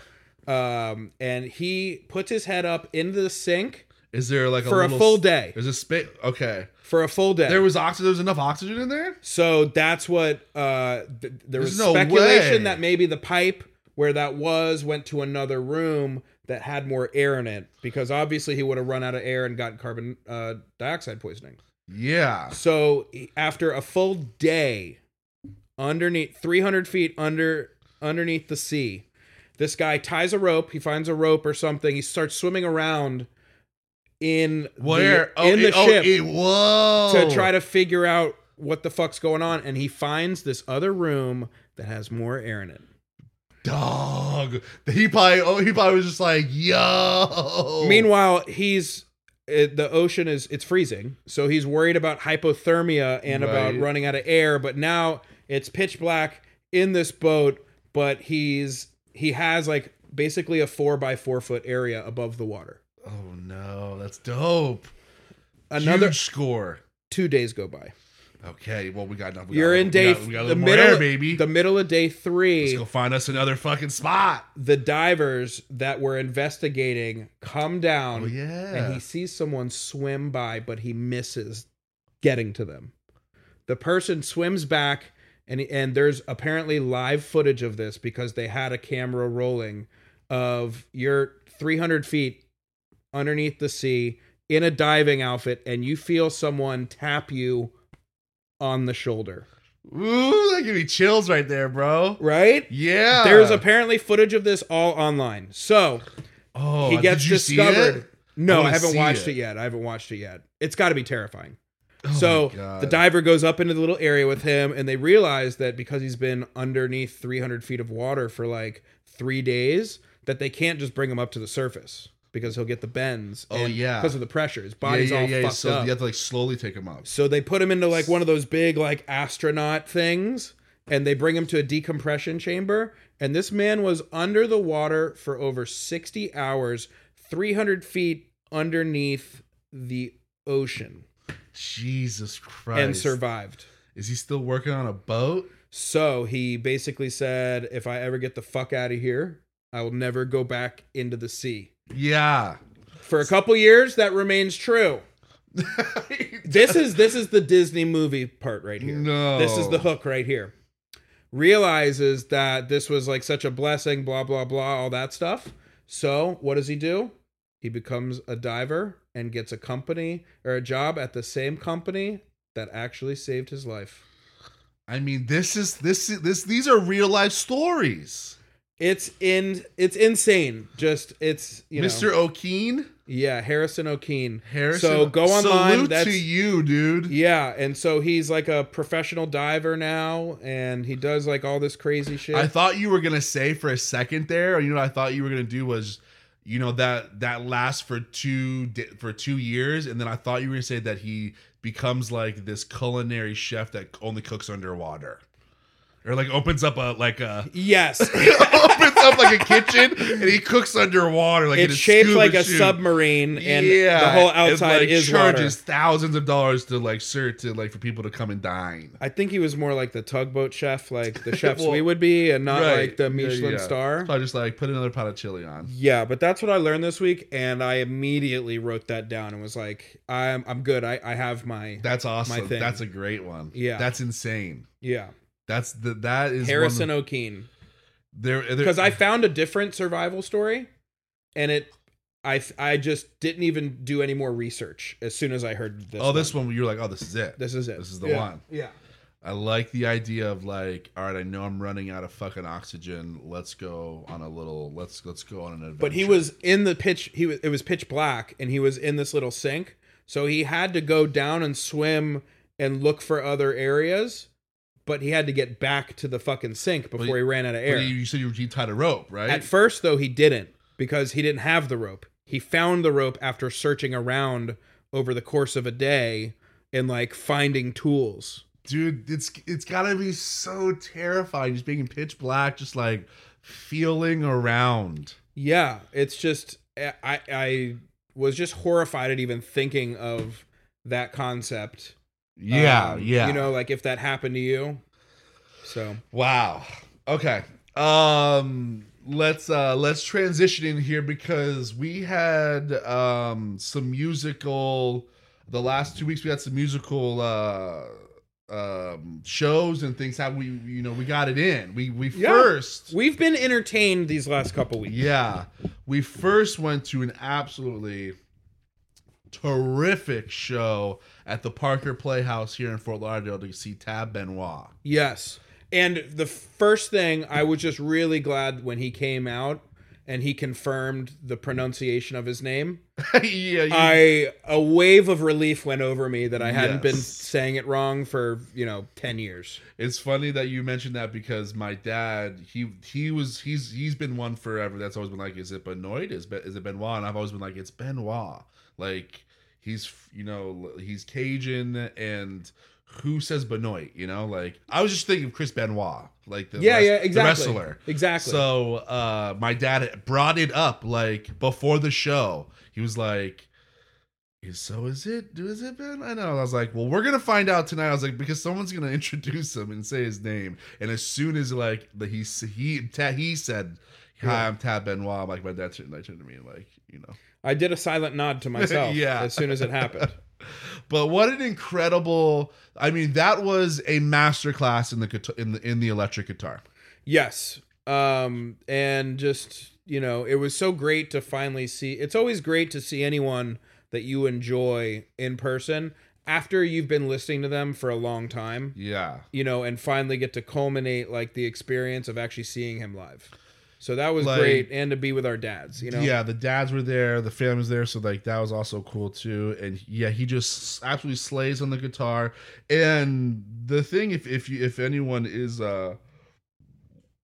Speaker 2: Um and he puts his head up into the sink
Speaker 1: Is there like
Speaker 2: for
Speaker 1: a,
Speaker 2: a
Speaker 1: little
Speaker 2: full
Speaker 1: s-
Speaker 2: day.
Speaker 1: There's a space. Okay.
Speaker 2: For a full day.
Speaker 1: There was oxygen. There was enough oxygen in there.
Speaker 2: So that's what uh, th- there was
Speaker 1: There's no
Speaker 2: speculation
Speaker 1: way.
Speaker 2: that maybe the pipe where that was went to another room that had more air in it because obviously he would have run out of air and gotten carbon uh, dioxide poisoning.
Speaker 1: Yeah.
Speaker 2: So he- after a full day underneath 300 feet under underneath the sea, this guy ties a rope. He finds a rope or something. He starts swimming around in the-
Speaker 1: Where? oh,
Speaker 2: in the
Speaker 1: it- oh,
Speaker 2: ship
Speaker 1: it- whoa.
Speaker 2: to try to figure out what the fuck's going on and he finds this other room that has more air in it
Speaker 1: Dog. He probably. Oh, he probably was just like, yo.
Speaker 2: meanwhile he's it, the ocean is it's freezing so he's worried about hypothermia and about
Speaker 1: Right.
Speaker 2: running out of air but now it's pitch black in this boat but he's he has like basically a four by four foot area above the water
Speaker 1: Oh no, that's dope.
Speaker 2: another
Speaker 1: Huge score.
Speaker 2: two days go by
Speaker 1: Okay. Well, we got enough. We
Speaker 2: you're
Speaker 1: got,
Speaker 2: in
Speaker 1: we
Speaker 2: day
Speaker 1: got- we got a
Speaker 2: the
Speaker 1: little more
Speaker 2: middle
Speaker 1: air, baby.
Speaker 2: the middle of day three
Speaker 1: Let's go find us another fucking spot.
Speaker 2: the divers that were investigating come down
Speaker 1: Oh yeah.
Speaker 2: and he sees someone swim by but he misses getting to them the person swims back and and there's apparently live footage of this because they had a camera rolling of you're 300 feet underneath the sea in a diving outfit and you feel someone tap you on the shoulder
Speaker 1: Ooh, that give me chills right there, bro.
Speaker 2: right
Speaker 1: Yeah.
Speaker 2: there's apparently footage of this all online so
Speaker 1: Oh,
Speaker 2: he gets
Speaker 1: did you see it?
Speaker 2: discovered. No,
Speaker 1: wanna
Speaker 2: I, haven't
Speaker 1: see
Speaker 2: watched it.
Speaker 1: it.
Speaker 2: yet. I haven't watched it yet. It's got to be terrifying.
Speaker 1: Oh my
Speaker 2: so
Speaker 1: God.
Speaker 2: the diver goes up into the little area with him, and they realize that because he's been underneath 300 feet of water for like three days, that they can't just bring him up to the surface. because he'll get the bends.
Speaker 1: Oh, yeah.
Speaker 2: because of the pressure, his body's
Speaker 1: yeah, yeah,
Speaker 2: all
Speaker 1: yeah.
Speaker 2: fucked
Speaker 1: So
Speaker 2: up.
Speaker 1: you have to like slowly take him out.
Speaker 2: So they put him into like one of those big like astronaut things and they bring him to a decompression chamber and this man was under the water for over 60 hours 300 feet underneath the ocean
Speaker 1: Jesus Christ.
Speaker 2: and survived
Speaker 1: Is he still working on a boat?
Speaker 2: so he basically said if i ever get the fuck out of here i will never go back into the sea *laughs*
Speaker 1: Yeah.
Speaker 2: for a couple years that remains true this is this is the disney movie part right here
Speaker 1: no.
Speaker 2: This is the hook right here. Realizes that this was like such a blessing, blah, blah, blah, all that stuff. So what does he do? He becomes a diver and gets a company or a job at the same company that actually saved his life.
Speaker 1: I mean, this is this is this. These are real life stories.
Speaker 2: It's in it's insane. Just it's you
Speaker 1: Mr.
Speaker 2: know
Speaker 1: O'Keen,
Speaker 2: yeah Harrison O'Keen.
Speaker 1: Harrison.
Speaker 2: So go online.
Speaker 1: Salute
Speaker 2: that's
Speaker 1: to you, dude.
Speaker 2: yeah, and so he's like a professional diver now, and he does like all this crazy shit.
Speaker 1: I thought you were gonna say for a second there, or you know, what I thought you were gonna do was, you know, that that lasts for two di- for two years, and then I thought you were gonna say that he becomes like this culinary chef that only cooks underwater, or like opens up a *coughs* like a *laughs*
Speaker 2: yes,
Speaker 1: opens up like a kitchen and he cooks underwater like in
Speaker 2: it's shaped
Speaker 1: scuba
Speaker 2: like a
Speaker 1: suit.
Speaker 2: submarine, and
Speaker 1: yeah,
Speaker 2: the whole
Speaker 1: and,
Speaker 2: outside
Speaker 1: like,
Speaker 2: is
Speaker 1: charges *laughs*
Speaker 2: water.
Speaker 1: thousands of dollars to like sir to like for people to come and dine.
Speaker 2: I think he was more like the tugboat chef, like
Speaker 1: *laughs*
Speaker 2: the chefs
Speaker 1: Well,
Speaker 2: we would be, and not
Speaker 1: Right.
Speaker 2: like the
Speaker 1: Yeah,
Speaker 2: Michelin
Speaker 1: yeah.
Speaker 2: star.
Speaker 1: So I just like put another pot of chili on.
Speaker 2: Yeah, but that's what I learned this week, and I immediately wrote that down and was like, "I'm I'm good. I, I have my
Speaker 1: That's awesome.
Speaker 2: thing.
Speaker 1: That's a great one.
Speaker 2: Yeah.
Speaker 1: that's insane.
Speaker 2: yeah."
Speaker 1: That's the that is
Speaker 2: Harrison
Speaker 1: one of-
Speaker 2: O'Keen,
Speaker 1: there there- *laughs*
Speaker 2: because I found a different survival story, and it I I just didn't even do any more research as soon as I heard this.
Speaker 1: oh this one you were like oh this is it.
Speaker 2: This is it.
Speaker 1: This is the
Speaker 2: Yeah.
Speaker 1: one.
Speaker 2: Yeah.
Speaker 1: I like the idea of like all right I know I'm running out of fucking oxygen. Let's go on a little let's let's go on an adventure.
Speaker 2: But he was in the pitch. He was. It was pitch black, and he was in this little sink. So he had to go down and swim and look for other areas. But he had to get back to the fucking sink before
Speaker 1: he-
Speaker 2: he ran out of
Speaker 1: But
Speaker 2: air.
Speaker 1: You, you said you, you tied a rope right?
Speaker 2: At first, though, he didn't because he didn't have the rope. He found the rope after searching around over the course of a day and like finding tools.
Speaker 1: dude it's it's gotta be so terrifying just being in pitch black just like feeling around
Speaker 2: Yeah, it's just eh, I I was just horrified at even thinking of that concept. Um, You know, like if that happened to you. So
Speaker 1: wow okay um let's uh let's transition in here because we had um some musical the last two weeks we had some musical uh um shows and things how we you know we got it in we we
Speaker 2: Yeah.
Speaker 1: first
Speaker 2: we've been entertained these last couple weeks.
Speaker 1: Yeah. We first went to an absolutely terrific show at the Parker Playhouse here in Fort Lauderdale to see Tab Benoit. *laughs*
Speaker 2: Yes. And the first thing I was just really glad when he came out and he confirmed the pronunciation of his name.
Speaker 1: yeah, you,
Speaker 2: I a wave of relief went over me that I hadn't been
Speaker 1: Yes.
Speaker 2: saying it wrong for, you know, 10 years.
Speaker 1: it's funny that you mentioned that because my dad, he he was he's he's been one forever. That's always been like, is it Benoit? Is Be- is it Benoit? And I've always been like, it's Benoit. Like he's you know he's Cajun and. Who says Benoit? You know, like I was just thinking of Chris Benoit, like the,
Speaker 2: yeah,
Speaker 1: wres-
Speaker 2: yeah,
Speaker 1: the
Speaker 2: exactly.
Speaker 1: wrestler.
Speaker 2: Exactly.
Speaker 1: So uh, my dad brought it up like before the show. He was like, "Is- "So is it? Is it Ben?" I know. I was like, "Well, we're gonna find out tonight." I was like, "Because someone's gonna *laughs* introduce him and say his name." And as soon as like the, he s- he ta- he said, "Hi, I'm Tab Benoit," I'm like my dad turned, like, turned to me and like you know.
Speaker 2: I did a silent nod to myself
Speaker 1: *laughs* Yeah.
Speaker 2: as soon as it happened.
Speaker 1: But what an incredible! I mean, that was a masterclass in the guitar, in the in the electric guitar.
Speaker 2: Yes. Um and just, you know, it was so great to finally see. It's always great to see anyone that you enjoy in person after you've been listening to them for a long time,
Speaker 1: Yeah.
Speaker 2: you know, and finally get to culminate like the experience of actually seeing him live. So that was
Speaker 1: Like-
Speaker 2: great and to be with our dads, you know.
Speaker 1: yeah the dads were there the family was there so like that was also cool too and yeah he just absolutely slays on the guitar and the thing if if you if anyone is uh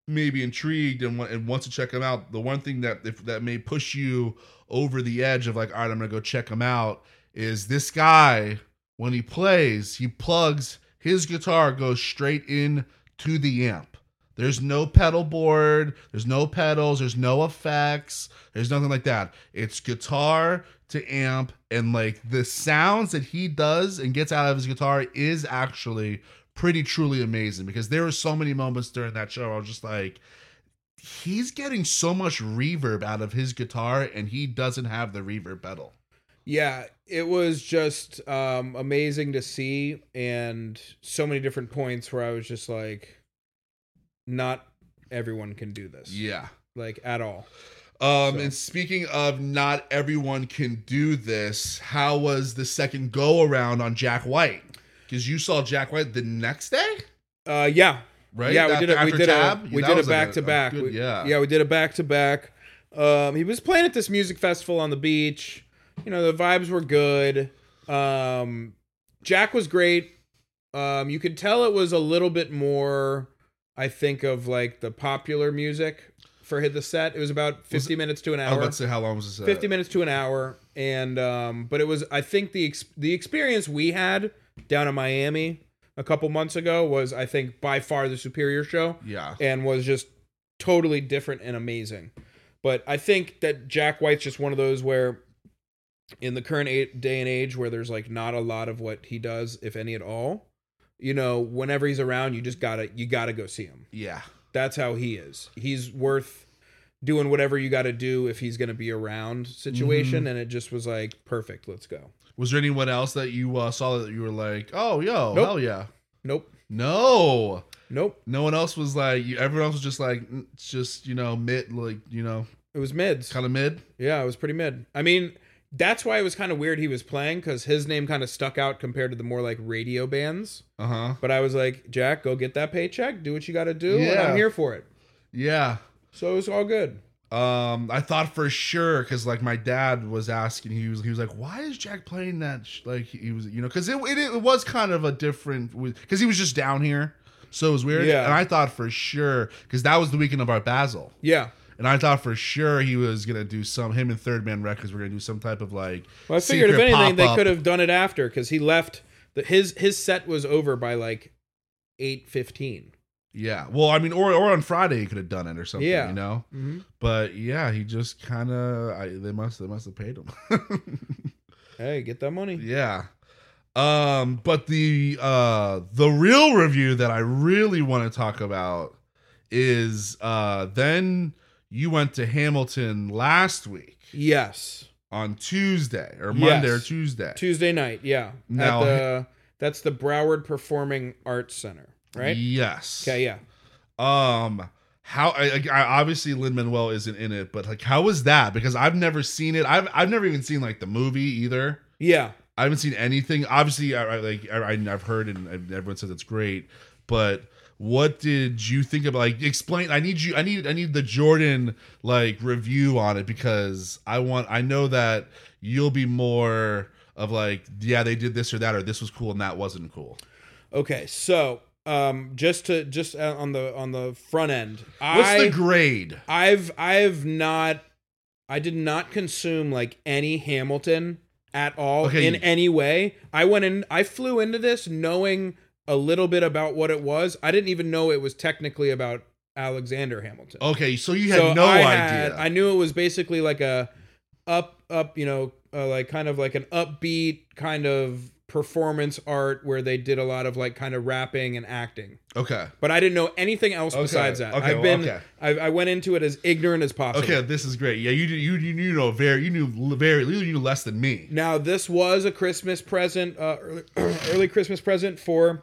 Speaker 1: maybe intrigued and, wa- and wants to check them out, the one thing that if that may push you over the edge of like, all right, I'm gonna go check them out, is this guy when he plays, he plugs his guitar goes straight in to the amp. There's no pedal board. There's no pedals. There's no effects. There's nothing like that. It's guitar to amp, and like the sounds that he does and gets out of his guitar is actually pretty truly amazing because there were so many moments during that show I was just like, he's getting so much reverb out of his guitar, and he doesn't have the reverb pedal.
Speaker 2: Yeah, it was just um, amazing to see, and so many different points where I was just like, not everyone can do this,
Speaker 1: Yeah.
Speaker 2: like at all.
Speaker 1: Um,
Speaker 2: So-
Speaker 1: And speaking of not everyone can do this, how was the second go around on Jack White? Because you saw Jack White the next day,
Speaker 2: Uh, yeah,
Speaker 1: right?
Speaker 2: Yeah, we
Speaker 1: After-
Speaker 2: did a we
Speaker 1: after
Speaker 2: did a
Speaker 1: Tab? Yeah,
Speaker 2: we
Speaker 1: that
Speaker 2: did a
Speaker 1: was like
Speaker 2: back to back.
Speaker 1: good-
Speaker 2: We-
Speaker 1: Yeah.
Speaker 2: yeah, we did a back to back. Um, he was playing at this music festival on the beach. You know, the vibes were good. Um, Jack was great. Um, you could tell it was a little bit more. I think of like the popular music for hit the set. It was about fifty minutes to an
Speaker 1: I was
Speaker 2: hour.
Speaker 1: about to say how long was this? uh,
Speaker 2: 50 minutes to an hour and um but it was i think the ex- the experience we had down in miami a couple months ago was i think by far the superior show
Speaker 1: Yeah.
Speaker 2: and was just totally different and amazing but i think that jack white's just one of those where in the current a- day and age where there's like not a lot of what he does if any at all you know whenever he's around you just gotta you gotta go see him
Speaker 1: Yeah.
Speaker 2: that's how he is. He's worth doing whatever you got to do if he's going to be around situation. And it just was like, perfect, let's go.
Speaker 1: Was there anyone else that you uh, saw that you were like, oh, yo,
Speaker 2: Nope.
Speaker 1: hell yeah?
Speaker 2: Nope.
Speaker 1: No.
Speaker 2: Nope.
Speaker 1: No one else was like, you, everyone else was just like, mm, it's just, you know, mid, like, you know,
Speaker 2: It was mids.
Speaker 1: kind of mid.
Speaker 2: Yeah, it was pretty mid. I mean, that's why it was kind of weird he was playing because his name kind of stuck out compared to the more like radio bands.
Speaker 1: Uh huh.
Speaker 2: But I was like, Jack, go get that paycheck. Do what you got to do. And
Speaker 1: Yeah.
Speaker 2: I'm here for it.
Speaker 1: Yeah.
Speaker 2: So it was all good.
Speaker 1: Um, I thought for sure because like my dad was asking, he was he was like, "Why is Jack playing that?" Sh-? Like he was, you know, because it, it it was kind of a different because he was just down here, so it was weird.
Speaker 2: Yeah.
Speaker 1: and I thought for sure because that was the weekend of our Basel,
Speaker 2: Yeah.
Speaker 1: and I thought for sure he was gonna do some him and Third Man Records were gonna do some type of like.
Speaker 2: Well, I figured if
Speaker 1: secret
Speaker 2: anything, they
Speaker 1: pop-up.
Speaker 2: could have done it after because he left. The, his his set was over by like eight fifteen.
Speaker 1: Yeah, well, I mean, or or on Friday he could have done it or something,
Speaker 2: Yeah.
Speaker 1: you know.
Speaker 2: Mm-hmm.
Speaker 1: But yeah, he just kind of they must they must have paid him. *laughs*
Speaker 2: Hey, get that money.
Speaker 1: Yeah. Um, but the uh the real review that I really want to talk about is uh then you went to Hamilton last week
Speaker 2: Yes.
Speaker 1: on Tuesday or
Speaker 2: Yes.
Speaker 1: Monday or Tuesday.
Speaker 2: Tuesday night, yeah.
Speaker 1: Now-
Speaker 2: At the that's the Broward Performing Arts Center, right?
Speaker 1: Yes.
Speaker 2: Okay, yeah.
Speaker 1: Um how I, I obviously Lin Manuel isn't in it, but like how was that? Because I've never seen it. I've I've never even seen like the movie either.
Speaker 2: Yeah.
Speaker 1: I haven't seen anything. Obviously, I, I like I, I- I've heard and I've- everyone says it's great, but what did you think about? Like, explain. I need you. I need. I need the Jordan like review on it because I want. I know that you'll be more of like, yeah, they did this or that, or this was cool and that wasn't cool.
Speaker 2: Okay, so um just to just uh, on the on the front end.
Speaker 1: What's
Speaker 2: I
Speaker 1: the grade?
Speaker 2: I've I've not I did not consume like any Hamilton at all
Speaker 1: Okay.
Speaker 2: in any way. I went in I flew into this knowing a little bit about what it was. I didn't even know it was technically about Alexander Hamilton.
Speaker 1: Okay, so you had no
Speaker 2: I
Speaker 1: idea.
Speaker 2: I knew it was basically like a up up, you know, uh, like kind of like an upbeat kind of performance art where they did a lot of like kind of rapping and acting.
Speaker 1: okay,
Speaker 2: But I didn't know anything else
Speaker 1: Okay,
Speaker 2: besides that.
Speaker 1: okay,
Speaker 2: I've
Speaker 1: well,
Speaker 2: been
Speaker 1: okay.
Speaker 2: I, I went into it as ignorant as possible.
Speaker 1: okay, this is great. Yeah, you did- you you, you know very you knew very you knew less than me.
Speaker 2: Now this was a Christmas present, uh, early, *clears throat* early Christmas present for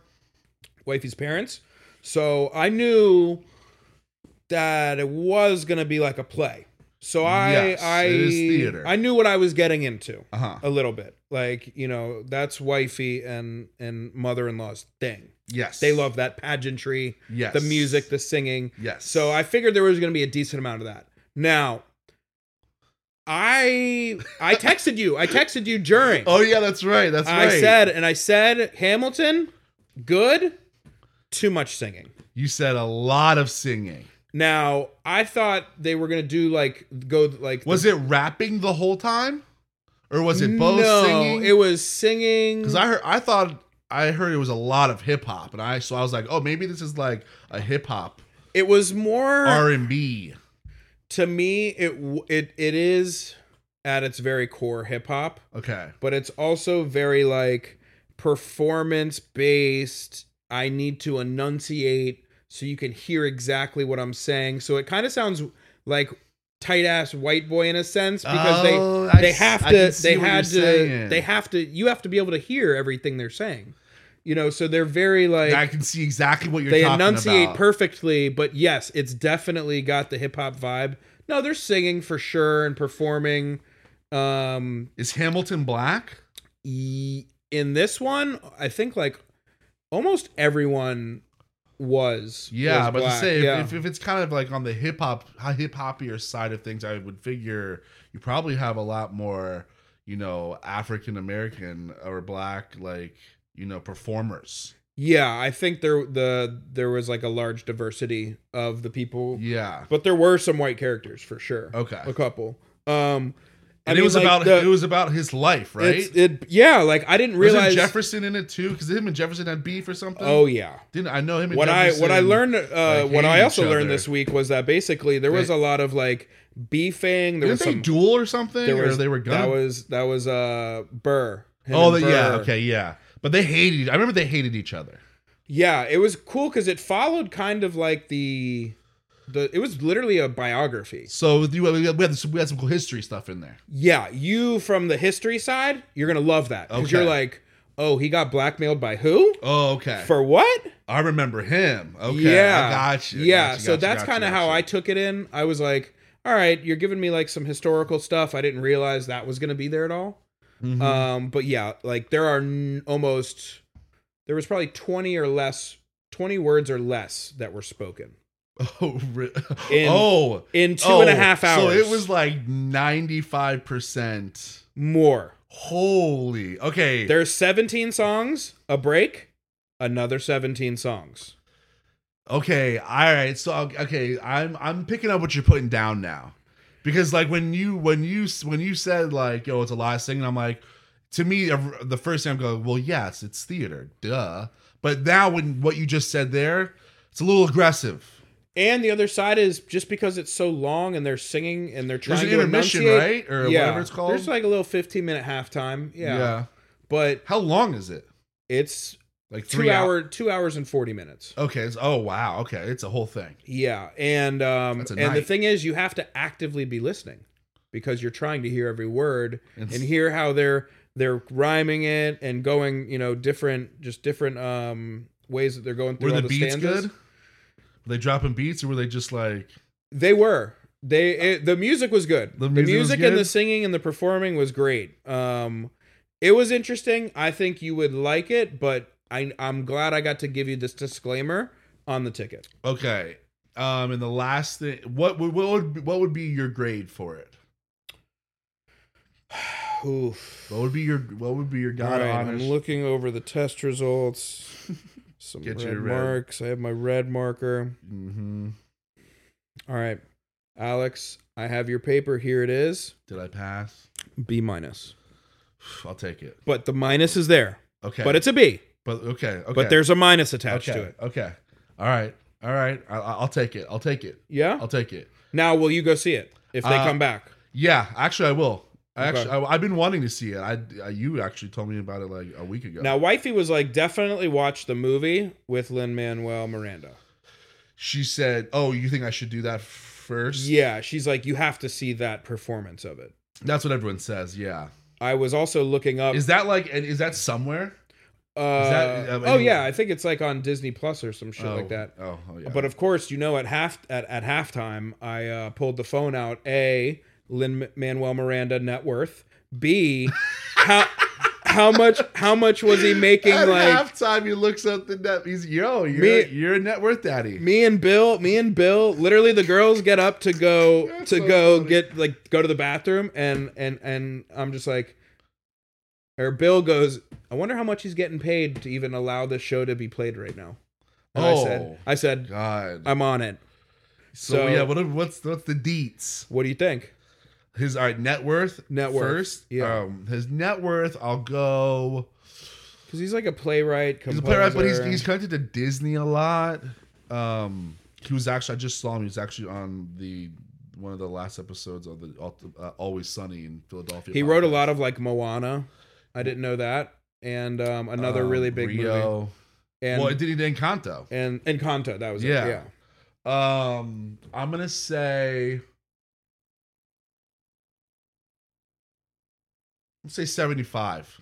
Speaker 2: wifey's parents. So I knew that it was gonna be like a play. So I,
Speaker 1: Yes,
Speaker 2: I,
Speaker 1: it is theater.
Speaker 2: I knew what I was getting into
Speaker 1: Uh huh.
Speaker 2: a little bit. Like you know, that's wifey and and mother in law's thing.
Speaker 1: Yes,
Speaker 2: They love that pageantry,
Speaker 1: yes
Speaker 2: the music, the singing.
Speaker 1: Yes.
Speaker 2: So I figured there was going to be a decent amount of that. Now, I
Speaker 1: *laughs*
Speaker 2: I texted you. I texted you during.
Speaker 1: Oh yeah, that's right. That's
Speaker 2: I
Speaker 1: right.
Speaker 2: said and I said Hamilton, good, too much singing.
Speaker 1: you said a lot of singing.
Speaker 2: Now, I thought they were gonna do like go like
Speaker 1: Was it rapping the whole time, or was it both
Speaker 2: no,
Speaker 1: singing?
Speaker 2: it was singing.
Speaker 1: Because I heard, I thought, I heard it was a lot of hip hop, and I so I was like, oh, maybe this is like a hip hop
Speaker 2: it was more
Speaker 1: R and B.
Speaker 2: to me. It w- it it is at its very core hip hop,
Speaker 1: Okay,
Speaker 2: but it's also very like performance based. I need to enunciate so you can hear exactly what I'm saying. So it kind of sounds like tight ass white boy in a sense because they
Speaker 1: Oh, I
Speaker 2: they
Speaker 1: s-
Speaker 2: have
Speaker 1: I
Speaker 2: to
Speaker 1: can see
Speaker 2: they
Speaker 1: what
Speaker 2: had to
Speaker 1: you're saying.
Speaker 2: they have to you have to be able to hear everything they're saying you know so they're very like
Speaker 1: I can see exactly what you're.
Speaker 2: they
Speaker 1: talking
Speaker 2: enunciate
Speaker 1: about.
Speaker 2: perfectly but yes it's definitely got the hip-hop vibe no they're singing for sure and performing um
Speaker 1: Is Hamilton black?
Speaker 2: e- in this one i think like almost everyone was
Speaker 1: Yeah,
Speaker 2: was
Speaker 1: but to
Speaker 2: black.
Speaker 1: say if,
Speaker 2: Yeah.
Speaker 1: if, if it's kind of like on the hip hop hip hoppier side of things, I would figure you probably have a lot more, you know, African American or black like you know performers.
Speaker 2: yeah i think there the there was like a large diversity of the people
Speaker 1: Yeah,
Speaker 2: but there were some white characters for sure
Speaker 1: okay.
Speaker 2: a couple. Um, I
Speaker 1: And
Speaker 2: mean,
Speaker 1: it was
Speaker 2: like,
Speaker 1: about
Speaker 2: the-
Speaker 1: it was about his life, right?
Speaker 2: it's- It, yeah, like I didn't realize.
Speaker 1: Wasn't Jefferson in it too? Because him and Jefferson had beef or something.
Speaker 2: oh yeah.
Speaker 1: didn't I know him? And
Speaker 2: What I what I
Speaker 1: Jefferson-
Speaker 2: learned, uh,
Speaker 1: like,
Speaker 2: what I
Speaker 1: hated
Speaker 2: also
Speaker 1: each
Speaker 2: learned
Speaker 1: other.
Speaker 2: this week was that basically there was
Speaker 1: They-
Speaker 2: a lot of like beefing. There
Speaker 1: Didn't
Speaker 2: was
Speaker 1: they
Speaker 2: some.
Speaker 1: duel or something?
Speaker 2: there
Speaker 1: or
Speaker 2: was
Speaker 1: they were
Speaker 2: That
Speaker 1: gun.
Speaker 2: was that was uh Burr. Him
Speaker 1: oh,
Speaker 2: and
Speaker 1: the, yeah,
Speaker 2: Burr.
Speaker 1: okay, yeah. But they hated. I remember they hated each other.
Speaker 2: Yeah, it was cool because it followed kind of like the, the it was literally a biography.
Speaker 1: So you, we had we had some, we had some cool history stuff in there.
Speaker 2: Yeah, you from the history side, you're gonna love that because
Speaker 1: Okay.
Speaker 2: you're like, oh, he got blackmailed by who?
Speaker 1: Oh, okay.
Speaker 2: For what?
Speaker 1: I remember him. Okay,
Speaker 2: yeah,
Speaker 1: I got you.
Speaker 2: Yeah,
Speaker 1: Gotcha,
Speaker 2: so
Speaker 1: gotcha,
Speaker 2: that's
Speaker 1: gotcha,
Speaker 2: kind of how I
Speaker 1: gotcha.
Speaker 2: took it in. I was like, all right, you're giving me like some historical stuff. I didn't realize that was going to be there at all.
Speaker 1: Mhm.
Speaker 2: Um, but yeah, like there are n- almost there was probably twenty or less, twenty words or less that were spoken
Speaker 1: *laughs* oh, re-
Speaker 2: in
Speaker 1: oh,
Speaker 2: in two
Speaker 1: oh,
Speaker 2: and a half hours.
Speaker 1: So it was like ninety five percent.
Speaker 2: more.
Speaker 1: Holy. Okay.
Speaker 2: There's seventeen songs, a break, another seventeen songs.
Speaker 1: Okay, all right. So okay, I'm I'm picking up what you're putting down now, because like when you when you when you said like yo, it's a live singing, I'm like, to me ev- the first thing I'm going, well, yes, it's theater, duh. But now when what you just said there, it's a little aggressive.
Speaker 2: And the other side is just because it's so long and they're singing and they're trying
Speaker 1: There's an
Speaker 2: to
Speaker 1: intermission,
Speaker 2: enunciate,
Speaker 1: right, or whatever it's called.
Speaker 2: There's like a little 15 minute halftime. Yeah. But
Speaker 1: How long is it?
Speaker 2: it's
Speaker 1: Like three
Speaker 2: two
Speaker 1: hours.
Speaker 2: hour two hours and 40 minutes.
Speaker 1: Okay. It's, oh wow. Okay, it's a whole thing.
Speaker 2: Yeah. And um
Speaker 1: That's a
Speaker 2: and the
Speaker 1: night.
Speaker 2: thing is you have to actively be listening because you're trying to hear every word
Speaker 1: It's-
Speaker 2: and hear how they're they're rhyming it and going, you know, different just different um ways that they're going through
Speaker 1: Were
Speaker 2: all
Speaker 1: the
Speaker 2: the
Speaker 1: beats
Speaker 2: stanzas.
Speaker 1: good? Were they dropping beats or were they just like?
Speaker 2: They were. They it, the music was good.
Speaker 1: The
Speaker 2: The
Speaker 1: music
Speaker 2: music,
Speaker 1: was
Speaker 2: and
Speaker 1: good?
Speaker 2: the singing and the performing was great. Um, it was interesting. I think you would like it, but I I'm glad I got to give you this disclaimer on the ticket.
Speaker 1: Okay. Um, and the last thing, what would what would what would be your grade for it?
Speaker 2: Oof.
Speaker 1: What would be your what would be your
Speaker 2: All
Speaker 1: god
Speaker 2: right,
Speaker 1: honors?
Speaker 2: I'm looking over the
Speaker 1: *laughs*
Speaker 2: test results. Some
Speaker 1: Get your
Speaker 2: red
Speaker 1: red.
Speaker 2: marks. I have my red marker.
Speaker 1: Mhm.
Speaker 2: All right, Alex, I have your paper. Here it is.
Speaker 1: Did I pass?
Speaker 2: B minus,
Speaker 1: I'll take it.
Speaker 2: but the minus is there.
Speaker 1: Okay,
Speaker 2: But it's a B.
Speaker 1: but okay, okay,
Speaker 2: But there's a minus attached
Speaker 1: okay,
Speaker 2: to it.
Speaker 1: Okay, all right, all right. I, I- I'll take it. I'll take it.
Speaker 2: Yeah.
Speaker 1: I'll take it.
Speaker 2: Now, will you go see it if they
Speaker 1: Uh,
Speaker 2: come back?
Speaker 1: Yeah, actually, I will. I
Speaker 2: Okay.
Speaker 1: actually, I, I've been wanting to see it. I, I you actually told me about it like a week ago.
Speaker 2: Now, wifey was like, definitely watch the movie with Lin Manuel Miranda.
Speaker 1: she said, "Oh, you think I should do that first?
Speaker 2: Yeah, she's like, you have to see that performance of it.
Speaker 1: That's what everyone says. Yeah.
Speaker 2: I was also looking up.
Speaker 1: Is that like? and Is that somewhere?
Speaker 2: uh,
Speaker 1: that- um,
Speaker 2: oh yeah, I think it's like on Disney Plus or some shit
Speaker 1: oh,
Speaker 2: like that.
Speaker 1: Oh, oh, yeah.
Speaker 2: But of course, you know, at half at, at halftime, I uh, pulled the phone out. A. Lin Manuel Miranda net worth.
Speaker 1: *laughs*
Speaker 2: B. How how much how much was he making?
Speaker 1: At
Speaker 2: like
Speaker 1: halftime, he looks up the net. He's yo, you're
Speaker 2: Me-
Speaker 1: you're a net worth daddy.
Speaker 2: me and Bill, me and Bill, literally the girls get up to go
Speaker 1: That's
Speaker 2: to
Speaker 1: so
Speaker 2: go
Speaker 1: funny.
Speaker 2: get like go to the bathroom and and and I'm just like or Bill goes, I wonder how much he's getting paid to even allow this show to be played right now. And I said
Speaker 1: Oh.
Speaker 2: I said
Speaker 1: God,
Speaker 2: I'm on it.
Speaker 1: So,
Speaker 2: So-
Speaker 1: yeah, what are- what's what's the deets?
Speaker 2: What do you think?
Speaker 1: His all right, net worth.
Speaker 2: Net worth,
Speaker 1: First.
Speaker 2: yeah.
Speaker 1: Um, his net worth, I'll go.
Speaker 2: Because he's like a playwright.
Speaker 1: He's a
Speaker 2: Composer.
Speaker 1: playwright, but he's he's connected to Disney a lot. Um, he was actually I just saw him. He was actually on the one of the last episodes of the Al- uh, Always Sunny in Philadelphia.
Speaker 2: He wrote a
Speaker 1: podcast.
Speaker 2: lot of like Moana. I didn't know that. And um, another
Speaker 1: Um,
Speaker 2: really big movie.
Speaker 1: Rio.
Speaker 2: And
Speaker 1: well, it did he did Encanto.
Speaker 2: and and Encanto. That was
Speaker 1: Yeah.
Speaker 2: it. Yeah.
Speaker 1: Um, I'm gonna say. Let's say 75.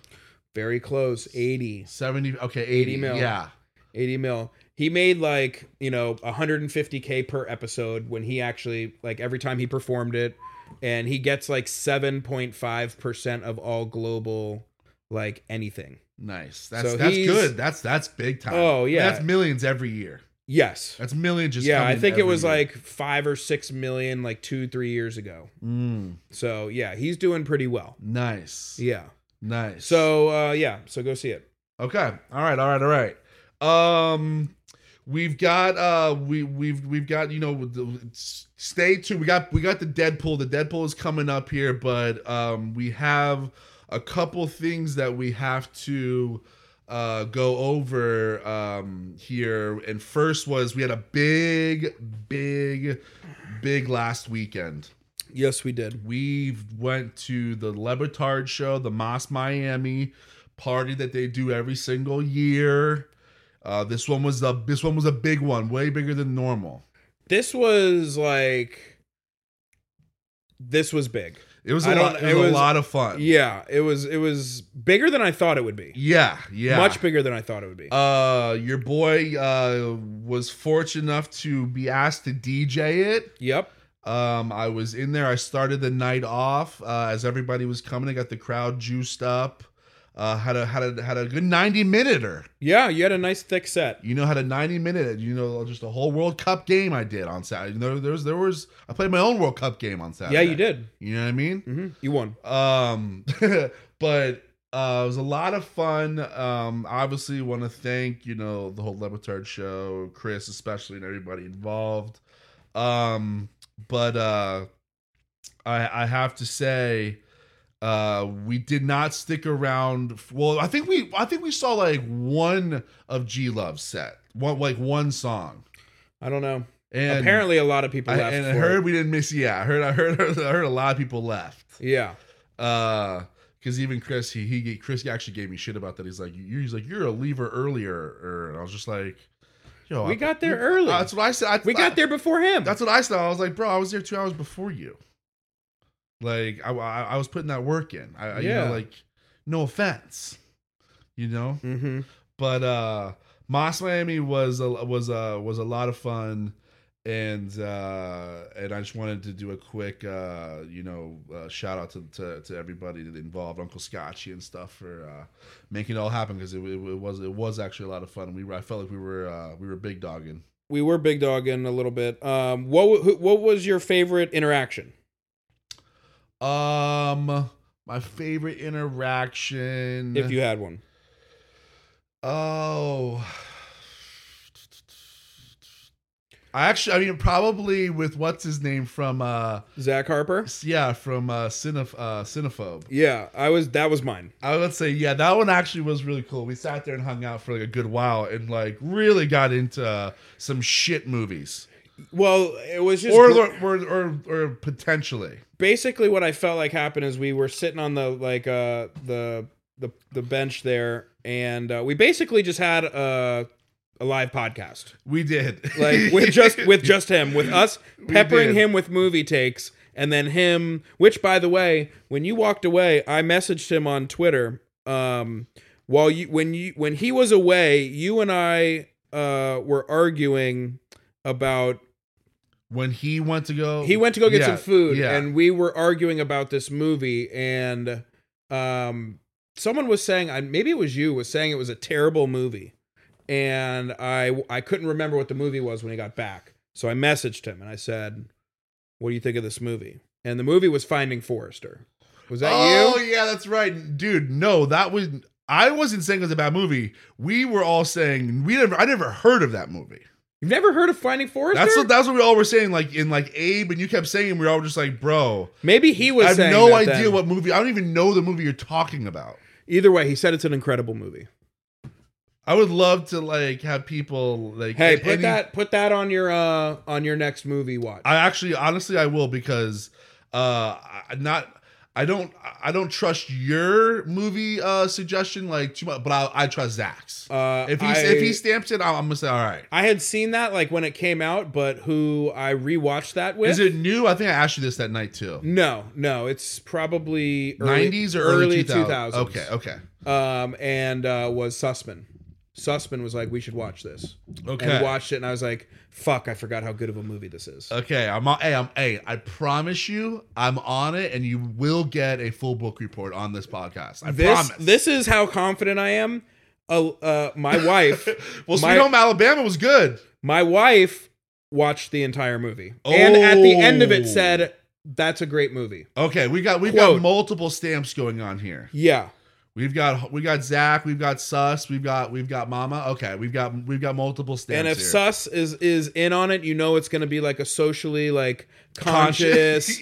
Speaker 2: Very close. 80.
Speaker 1: 70 okay 80,
Speaker 2: 80 mil.
Speaker 1: yeah
Speaker 2: 80 mil. He made like, you know, 150k per episode when he actually like every time he performed it and he gets like 7.5% of all global like anything.
Speaker 1: nice that's
Speaker 2: So
Speaker 1: that's
Speaker 2: he's-
Speaker 1: good that's that's big time
Speaker 2: Oh,
Speaker 1: I mean,
Speaker 2: yeah.
Speaker 1: that's millions every year
Speaker 2: Yes.
Speaker 1: that's millions just
Speaker 2: yeah,
Speaker 1: coming
Speaker 2: I think it
Speaker 1: every
Speaker 2: was
Speaker 1: year.
Speaker 2: like 5 or 6 million like 2 3 years ago.
Speaker 1: Mm,
Speaker 2: So, yeah, he's doing pretty well.
Speaker 1: nice
Speaker 2: Yeah.
Speaker 1: nice
Speaker 2: So, uh yeah, so go see it.
Speaker 1: okay all right all right all right um we've got uh we we've we've got you know with the- stay tuned we got we got the deadpool the deadpool is coming up here but um we have a couple things that we have to uh go over um here and first was we had a big big big last weekend
Speaker 2: Yes, we did.
Speaker 1: we went to the Lebertard show, the Moss Miami party that they do every single year. Uh, this one was a this one was a big one, way bigger than normal.
Speaker 2: This was like this was big.
Speaker 1: It was
Speaker 2: I
Speaker 1: a
Speaker 2: don't-
Speaker 1: lot. It was,
Speaker 2: it was-
Speaker 1: a lot of fun. Yeah,
Speaker 2: Yeah, it was it was bigger than I thought it would be.
Speaker 1: yeah, yeah.
Speaker 2: Much bigger than I thought it would be.
Speaker 1: Uh, your boy uh was fortunate enough to be asked to DJ it.
Speaker 2: yep.
Speaker 1: Um, I was in there. I started the night off uh, as everybody was coming. I got the crowd juiced up. Uh, had a had a had a good ninety minuter.
Speaker 2: Yeah, you had a nice thick set.
Speaker 1: You know, had a 90 minute, you know, just a whole World Cup game I did on Saturday. There, there was, there was, I played my own World Cup game on Saturday.
Speaker 2: Yeah, you did.
Speaker 1: You know what I mean?
Speaker 2: hmm You won.
Speaker 1: Um, *laughs* but uh, it was a lot of fun. Um, obviously, want to thank you know the whole Lebatard show, Chris especially, and everybody involved. Um, but uh, I I have to say, uh, we did not stick around. f- Well, I think we I think we saw like one of G Love's set, one like one song,
Speaker 2: I don't know.
Speaker 1: and
Speaker 2: Apparently, a lot of people
Speaker 1: I,
Speaker 2: left.
Speaker 1: and I
Speaker 2: for
Speaker 1: heard we didn't miss. Yeah, I heard I heard *laughs* I heard a lot of people left.
Speaker 2: it. Yeah.
Speaker 1: Uh, because even Chris, he he Chris actually gave me shit about that. He's like, you he's like, you're a lever earlier, er, and I was just like, yo,
Speaker 2: We
Speaker 1: I-
Speaker 2: got there
Speaker 1: we-
Speaker 2: early.
Speaker 1: That's what I said. I,
Speaker 2: We got there before him.
Speaker 1: That's what I said. I was like, bro, I was there two hours before you. Like I I, I was putting that work in. I I- you
Speaker 2: Yeah.
Speaker 1: know, like no offense, you know.
Speaker 2: mm-hmm.
Speaker 1: But uh, Moss Miami was a was a was a lot of fun. And uh, and I just wanted to do a quick, uh, you know, uh, shout out to, to, to everybody that involved, Uncle Scotchy and stuff for uh, making it all happen because it, it, it was it was actually a lot of fun. We were, I felt like we were uh, we were big dogging.
Speaker 2: We were big dogging a little bit. Um, what wa- who- what was your favorite interaction?
Speaker 1: Um, my favorite interaction.
Speaker 2: If you had one,
Speaker 1: Oh. I actually, I mean, probably with what's his name from, uh,
Speaker 2: Zach Harper.
Speaker 1: yeah, from uh, Cinef- uh Cinephobe.
Speaker 2: Yeah, I was. That was mine.
Speaker 1: I would say, yeah, that one actually was really cool. We sat there and hung out for like a good while and like really got into uh, some shit movies,
Speaker 2: Well, it was just
Speaker 1: or
Speaker 2: gr-
Speaker 1: or, or or or potentially.
Speaker 2: basically what I felt like happened is we were sitting on the like uh the the the bench there and uh, we basically just had a a live podcast
Speaker 1: We did
Speaker 2: like *laughs* with just with just him with us peppering
Speaker 1: did.
Speaker 2: him with movie takes and then him which by the way when you walked away I messaged him on Twitter um while you when you when he was away you and I uh were arguing about
Speaker 1: *laughs* when he went to go,
Speaker 2: he went to go get
Speaker 1: Yeah,
Speaker 2: some food
Speaker 1: yeah.
Speaker 2: and we were arguing about this movie and um someone was saying I maybe it was you was saying it was a terrible movie and I I couldn't remember what the movie was when he got back so I messaged him and I said what do you think of this movie and the movie was Finding Forrester was that
Speaker 1: oh
Speaker 2: you
Speaker 1: yeah, that's right, dude. No, that was I wasn't saying it was a bad movie. We were all saying we never. I never heard of that movie.
Speaker 2: You've never heard of Finding Forrester?
Speaker 1: That's what that's what we all were saying, like in like Abe, and you kept saying we were all just like, bro,
Speaker 2: Maybe he was.
Speaker 1: I have
Speaker 2: saying
Speaker 1: no
Speaker 2: that
Speaker 1: idea
Speaker 2: then.
Speaker 1: what movie. I don't even know the movie you're talking about.
Speaker 2: Either way, he said it's an incredible movie.
Speaker 1: I would love to like have people like
Speaker 2: Hey,
Speaker 1: at
Speaker 2: put
Speaker 1: any-
Speaker 2: that put that on your uh on your next movie watch.
Speaker 1: I actually, honestly, I will because uh, I not. I don't. I don't trust your movie uh suggestion like too much, but I, I trust Zach's.
Speaker 2: uh,
Speaker 1: if he
Speaker 2: I,
Speaker 1: if he stamps it, I'm, I'm gonna say all right.
Speaker 2: I had seen that like when it came out, but who I rewatched that with?
Speaker 1: Is it new? I think I asked you this that night too.
Speaker 2: No, no, it's probably early,
Speaker 1: 90s or early 2000s.
Speaker 2: 2000s.
Speaker 1: Okay, okay,
Speaker 2: Um, and uh, was Sussman. Sussman was like, we should watch this.
Speaker 1: okay. Uh,
Speaker 2: And watched it, and I was like, fuck, I forgot how good of a movie this is.
Speaker 1: Okay, I'm on. Hey, I'm. Hey, I promise you, I'm on it, and you will get a full book report on this podcast. I
Speaker 2: this
Speaker 1: promise.
Speaker 2: this is how confident I am. Uh, uh, my
Speaker 1: *laughs*
Speaker 2: wife,
Speaker 1: *laughs* well,
Speaker 2: my-
Speaker 1: Sweet Home Alabama was good.
Speaker 2: my wife watched the entire movie, and at the end of it
Speaker 1: Oh.
Speaker 2: said, "That's a great movie."
Speaker 1: Okay, we got we've
Speaker 2: Quote.
Speaker 1: got multiple stamps going on here.
Speaker 2: Yeah,
Speaker 1: We've got we got Zach, we've got Sus, we've got we've got Mama. Okay, we've got we've got multiple stamps.
Speaker 2: and if
Speaker 1: here.
Speaker 2: Sus is is in on it, you know it's going to be like a socially like conscious,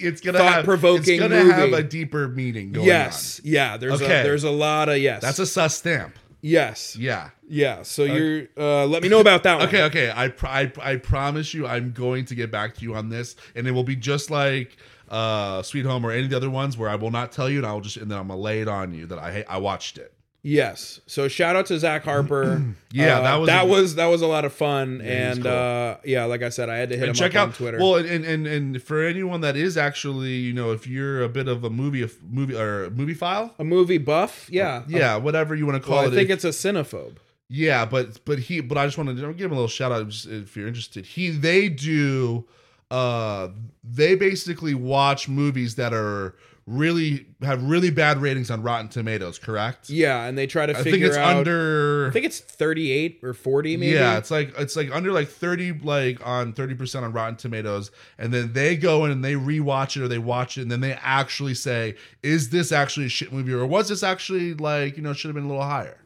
Speaker 1: *laughs* it's gonna
Speaker 2: thought
Speaker 1: have
Speaker 2: provoking
Speaker 1: It's gonna
Speaker 2: movie.
Speaker 1: have a deeper meaning going
Speaker 2: yes, yeah. There's a,
Speaker 1: Okay.
Speaker 2: there's a lot of yes.
Speaker 1: on. That's a Sus stamp.
Speaker 2: yes,
Speaker 1: Yeah.
Speaker 2: yeah. So you're uh, let me know
Speaker 1: *laughs*
Speaker 2: about that one.
Speaker 1: Okay, okay. I, pr- I I promise you, I'm going to get back to you on this, and it will be just like uh Sweet Home or any of the other ones where I will not tell you, and I'll just and then I'm gonna lay it on you that I I watched it.
Speaker 2: Yes. So shout out to Zach Harper.
Speaker 1: *clears throat* Yeah,
Speaker 2: Uh,
Speaker 1: that was
Speaker 2: that
Speaker 1: a-
Speaker 2: was that was a lot of fun,
Speaker 1: he's
Speaker 2: and
Speaker 1: cool.
Speaker 2: uh, yeah, like I said, I had to hit him
Speaker 1: and check
Speaker 2: up
Speaker 1: out
Speaker 2: on Twitter.
Speaker 1: Well, and, and and and for anyone that is actually, you know, if you're a bit of a movie movie or movie file,
Speaker 2: a movie buff, yeah,
Speaker 1: uh, yeah, whatever you want to call
Speaker 2: Um, Well,
Speaker 1: it.
Speaker 2: I think
Speaker 1: if-
Speaker 2: it's a cinephobe.
Speaker 1: Yeah, but but he but I just want to give him a little shout out just if you're interested. He they do uh they basically watch movies that are really have really bad ratings on Rotten Tomatoes, correct?
Speaker 2: Yeah, and they try to
Speaker 1: I
Speaker 2: figure
Speaker 1: think it's
Speaker 2: out.
Speaker 1: under
Speaker 2: I think it's thirty-eight or forty, maybe.
Speaker 1: Yeah, it's like it's like under like 30 like on 30% on Rotten Tomatoes and then they go in and they rewatch it or they watch it and then they actually say is this actually a shit movie or was this actually like, you know, should have been a little higher.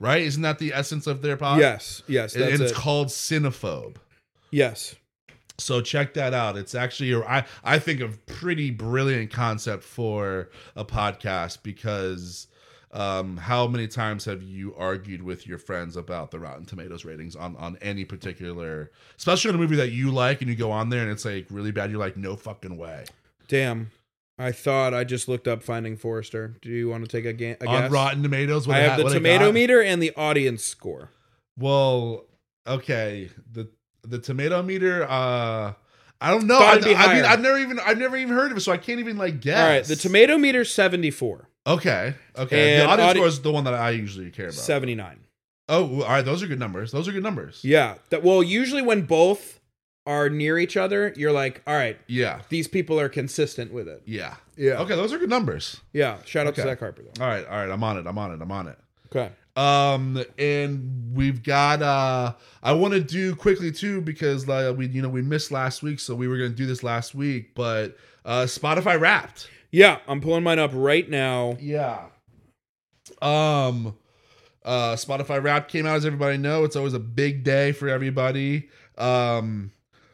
Speaker 1: Right? Isn't that the essence of their podcast?
Speaker 2: Yes. Yes.
Speaker 1: and,
Speaker 2: That's
Speaker 1: and it's
Speaker 2: it.
Speaker 1: called Cinephobe.
Speaker 2: yes.
Speaker 1: So check that out. It's actually a, I I think a pretty brilliant concept for a podcast because um, how many times have you argued with your friends about the Rotten Tomatoes ratings on on any particular, especially on a movie that you like, and you go on there and it's like really bad. You're like, no fucking way.
Speaker 2: Damn. I thought I just looked up Finding Forrester. Do you want to take a, ga- a
Speaker 1: on
Speaker 2: guess?
Speaker 1: Rotten Tomatoes, what
Speaker 2: I
Speaker 1: it
Speaker 2: have
Speaker 1: ha-
Speaker 2: the
Speaker 1: what it
Speaker 2: tomato
Speaker 1: got?
Speaker 2: meter and the audience score.
Speaker 1: Well, okay. The the tomato meter. uh I don't know.
Speaker 2: Thought
Speaker 1: I,
Speaker 2: it'd be
Speaker 1: I mean,
Speaker 2: higher.
Speaker 1: I've never even I've never even heard of it, so I can't even like guess.
Speaker 2: All right, the tomato meter seventy-four,
Speaker 1: Okay. Okay.
Speaker 2: And
Speaker 1: the audience
Speaker 2: audi-
Speaker 1: score is the one that I usually care about.
Speaker 2: seventy-nine.
Speaker 1: Oh, all right. Those are good numbers. Those are good numbers.
Speaker 2: Yeah. That well, usually when both are near each other, you're like, all right,
Speaker 1: Yeah.
Speaker 2: these people are consistent with it.
Speaker 1: Yeah.
Speaker 2: Yeah.
Speaker 1: Okay. Those are good numbers.
Speaker 2: Yeah. Shout out to
Speaker 1: Okay.
Speaker 2: Zach Harper though.
Speaker 1: All right. All right. I'm on it. I'm on it. I'm on it.
Speaker 2: Okay.
Speaker 1: Um, and we've got uh I want to do quickly too because like we you know we missed last week, so we were gonna do this last week, but uh Spotify Wrapped.
Speaker 2: Yeah, I'm pulling mine up right now.
Speaker 1: Yeah. Um uh Spotify Wrapped came out as everybody know. It's always a big day for everybody. Um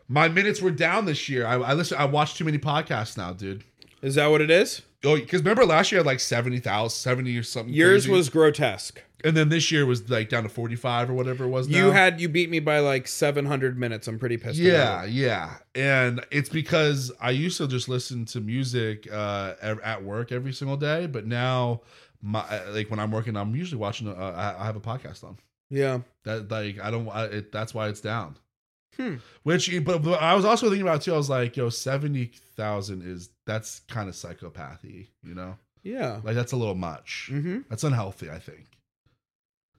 Speaker 1: my minutes were down this year. I, I listen I watch too many podcasts now, dude.
Speaker 2: Is that what it is?
Speaker 1: Oh, because remember last year I had like 70,000, 70 or something.
Speaker 2: Yours
Speaker 1: crazy.
Speaker 2: was grotesque.
Speaker 1: and then this year was like down to 45 or whatever it was.
Speaker 2: You
Speaker 1: now.
Speaker 2: had you beat me by like 700 minutes. I'm pretty pissed.
Speaker 1: yeah,
Speaker 2: about it.
Speaker 1: yeah, and it's because I used to just listen to music uh, ev- at work every single day, but now, my uh, like when I'm working, I'm usually watching. Uh, I- I have a podcast on.
Speaker 2: Yeah.
Speaker 1: That like I don't. I, it, that's why it's down.
Speaker 2: Hmm.
Speaker 1: Which, but, but I was also thinking about it too. I was like, yo, seventy thousand is that's kind of psychopathy. You know,
Speaker 2: Yeah.
Speaker 1: like that's a little much.
Speaker 2: Mm-hmm.
Speaker 1: That's unhealthy. I think.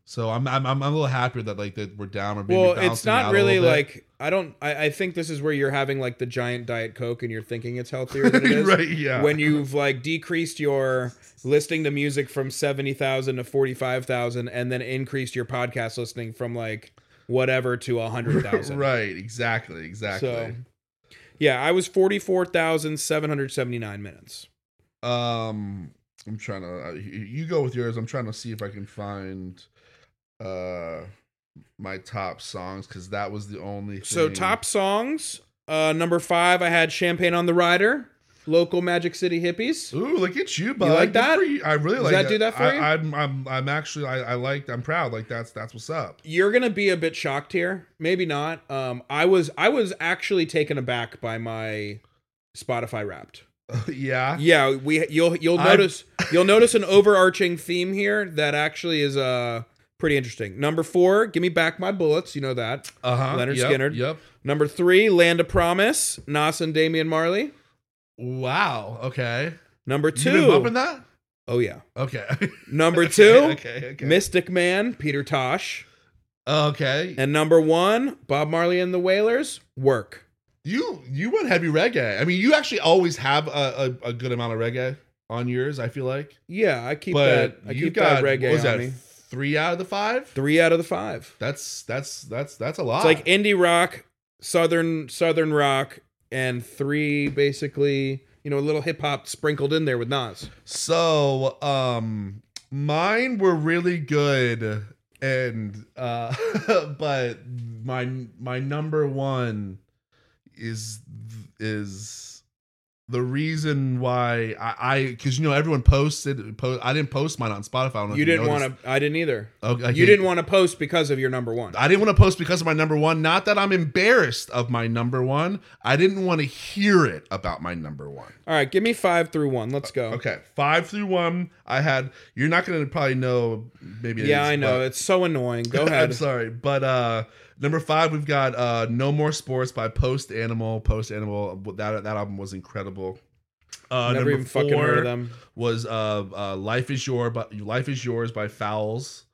Speaker 1: So I'm I'm I'm a little happier that like that we're down. Or maybe
Speaker 2: Well,
Speaker 1: balancing
Speaker 2: it's not
Speaker 1: out a little
Speaker 2: really
Speaker 1: bit.
Speaker 2: like I don't. I, I think this is where you're having like the giant diet coke and you're thinking it's
Speaker 1: *laughs*
Speaker 2: healthier than it is.
Speaker 1: right. Yeah. *laughs*
Speaker 2: when you've like decreased your listening to music from 70,000 to 45,000 and then increased your podcast listening from like whatever to
Speaker 1: *laughs*
Speaker 2: 100,000.
Speaker 1: right. Exactly. Exactly.
Speaker 2: Yeah, I was 44,779 minutes.
Speaker 1: Um, I'm trying to. Uh, you you go with yours. I'm trying to see if I can find. Uh, my top songs because that was the only.
Speaker 2: So
Speaker 1: thing.
Speaker 2: top songs. Uh, number five, I had Champagne on the Rider, local Magic City Hippies.
Speaker 1: Ooh, look at you, bud!
Speaker 2: like
Speaker 1: Good
Speaker 2: that?
Speaker 1: for you. I really
Speaker 2: Does
Speaker 1: like
Speaker 2: that do that for
Speaker 1: I,
Speaker 2: you?
Speaker 1: I'm, I'm, I'm actually, I, I like, I'm proud. Like that's, that's what's up.
Speaker 2: You're gonna be a bit shocked here, maybe not. Um, I was I was actually taken aback by my Spotify Wrapped.
Speaker 1: *laughs* yeah.
Speaker 2: Yeah, we you'll you'll
Speaker 1: I'm-
Speaker 2: notice you'll notice an overarching theme here that actually is uh pretty interesting. Number four, give me back my bullets. You know that.
Speaker 1: Uh huh.
Speaker 2: Leonard
Speaker 1: yep,
Speaker 2: Skinner.
Speaker 1: Yep.
Speaker 2: Number three, Land of Promise, Nas and Damian Marley.
Speaker 1: Wow. Okay.
Speaker 2: Number
Speaker 1: You been bumping
Speaker 2: two,
Speaker 1: that?
Speaker 2: oh yeah.
Speaker 1: Okay.
Speaker 2: Number
Speaker 1: *laughs* Okay,
Speaker 2: two,
Speaker 1: Okay. Okay.
Speaker 2: Mystic Man, Peter Tosh.
Speaker 1: okay.
Speaker 2: And number one, Bob Marley and the Wailers, Work.
Speaker 1: You you went heavy reggae. I mean, you actually always have a, a, a good amount of reggae on yours. I feel like,
Speaker 2: Yeah, I keep
Speaker 1: but
Speaker 2: that. I
Speaker 1: you
Speaker 2: keep
Speaker 1: got
Speaker 2: that reggae
Speaker 1: what was
Speaker 2: on
Speaker 1: that
Speaker 2: me.
Speaker 1: three out of the five?
Speaker 2: Three out of the five.
Speaker 1: That's that's that's that's a lot.
Speaker 2: It's like indie rock, southern southern rock, and three basically, you know, a little hip hop sprinkled in there with Nas.
Speaker 1: so. Um, mine were really good, and uh, *laughs* but my my number one is is the reason why I I because you know everyone posted post, I didn't post mine on Spotify. I don't know if
Speaker 2: You didn't
Speaker 1: noticed.
Speaker 2: want to. I didn't either.
Speaker 1: Okay, I
Speaker 2: You
Speaker 1: can't-
Speaker 2: didn't want to post because of your number one.
Speaker 1: I didn't want to post because of my number one. Not that I'm embarrassed of my number one. I didn't want to hear it about my number one.
Speaker 2: All right, give me five through one. Let's go.
Speaker 1: Uh, Okay, five through one. I had. You're not going to probably know. Maybe. it
Speaker 2: Yeah,
Speaker 1: is,
Speaker 2: I know
Speaker 1: but-
Speaker 2: it's so annoying.
Speaker 1: *laughs*
Speaker 2: Go
Speaker 1: I'm
Speaker 2: ahead.
Speaker 1: sorry, but uh, number five we've got uh, "No More Sports" by Post Animal. Post Animal. That that album was incredible. Uh,
Speaker 2: Never
Speaker 1: number
Speaker 2: even fucking heard
Speaker 1: four
Speaker 2: of them.
Speaker 1: Was uh, uh, "Life Is Your" but "Life Is Yours" by Fowls,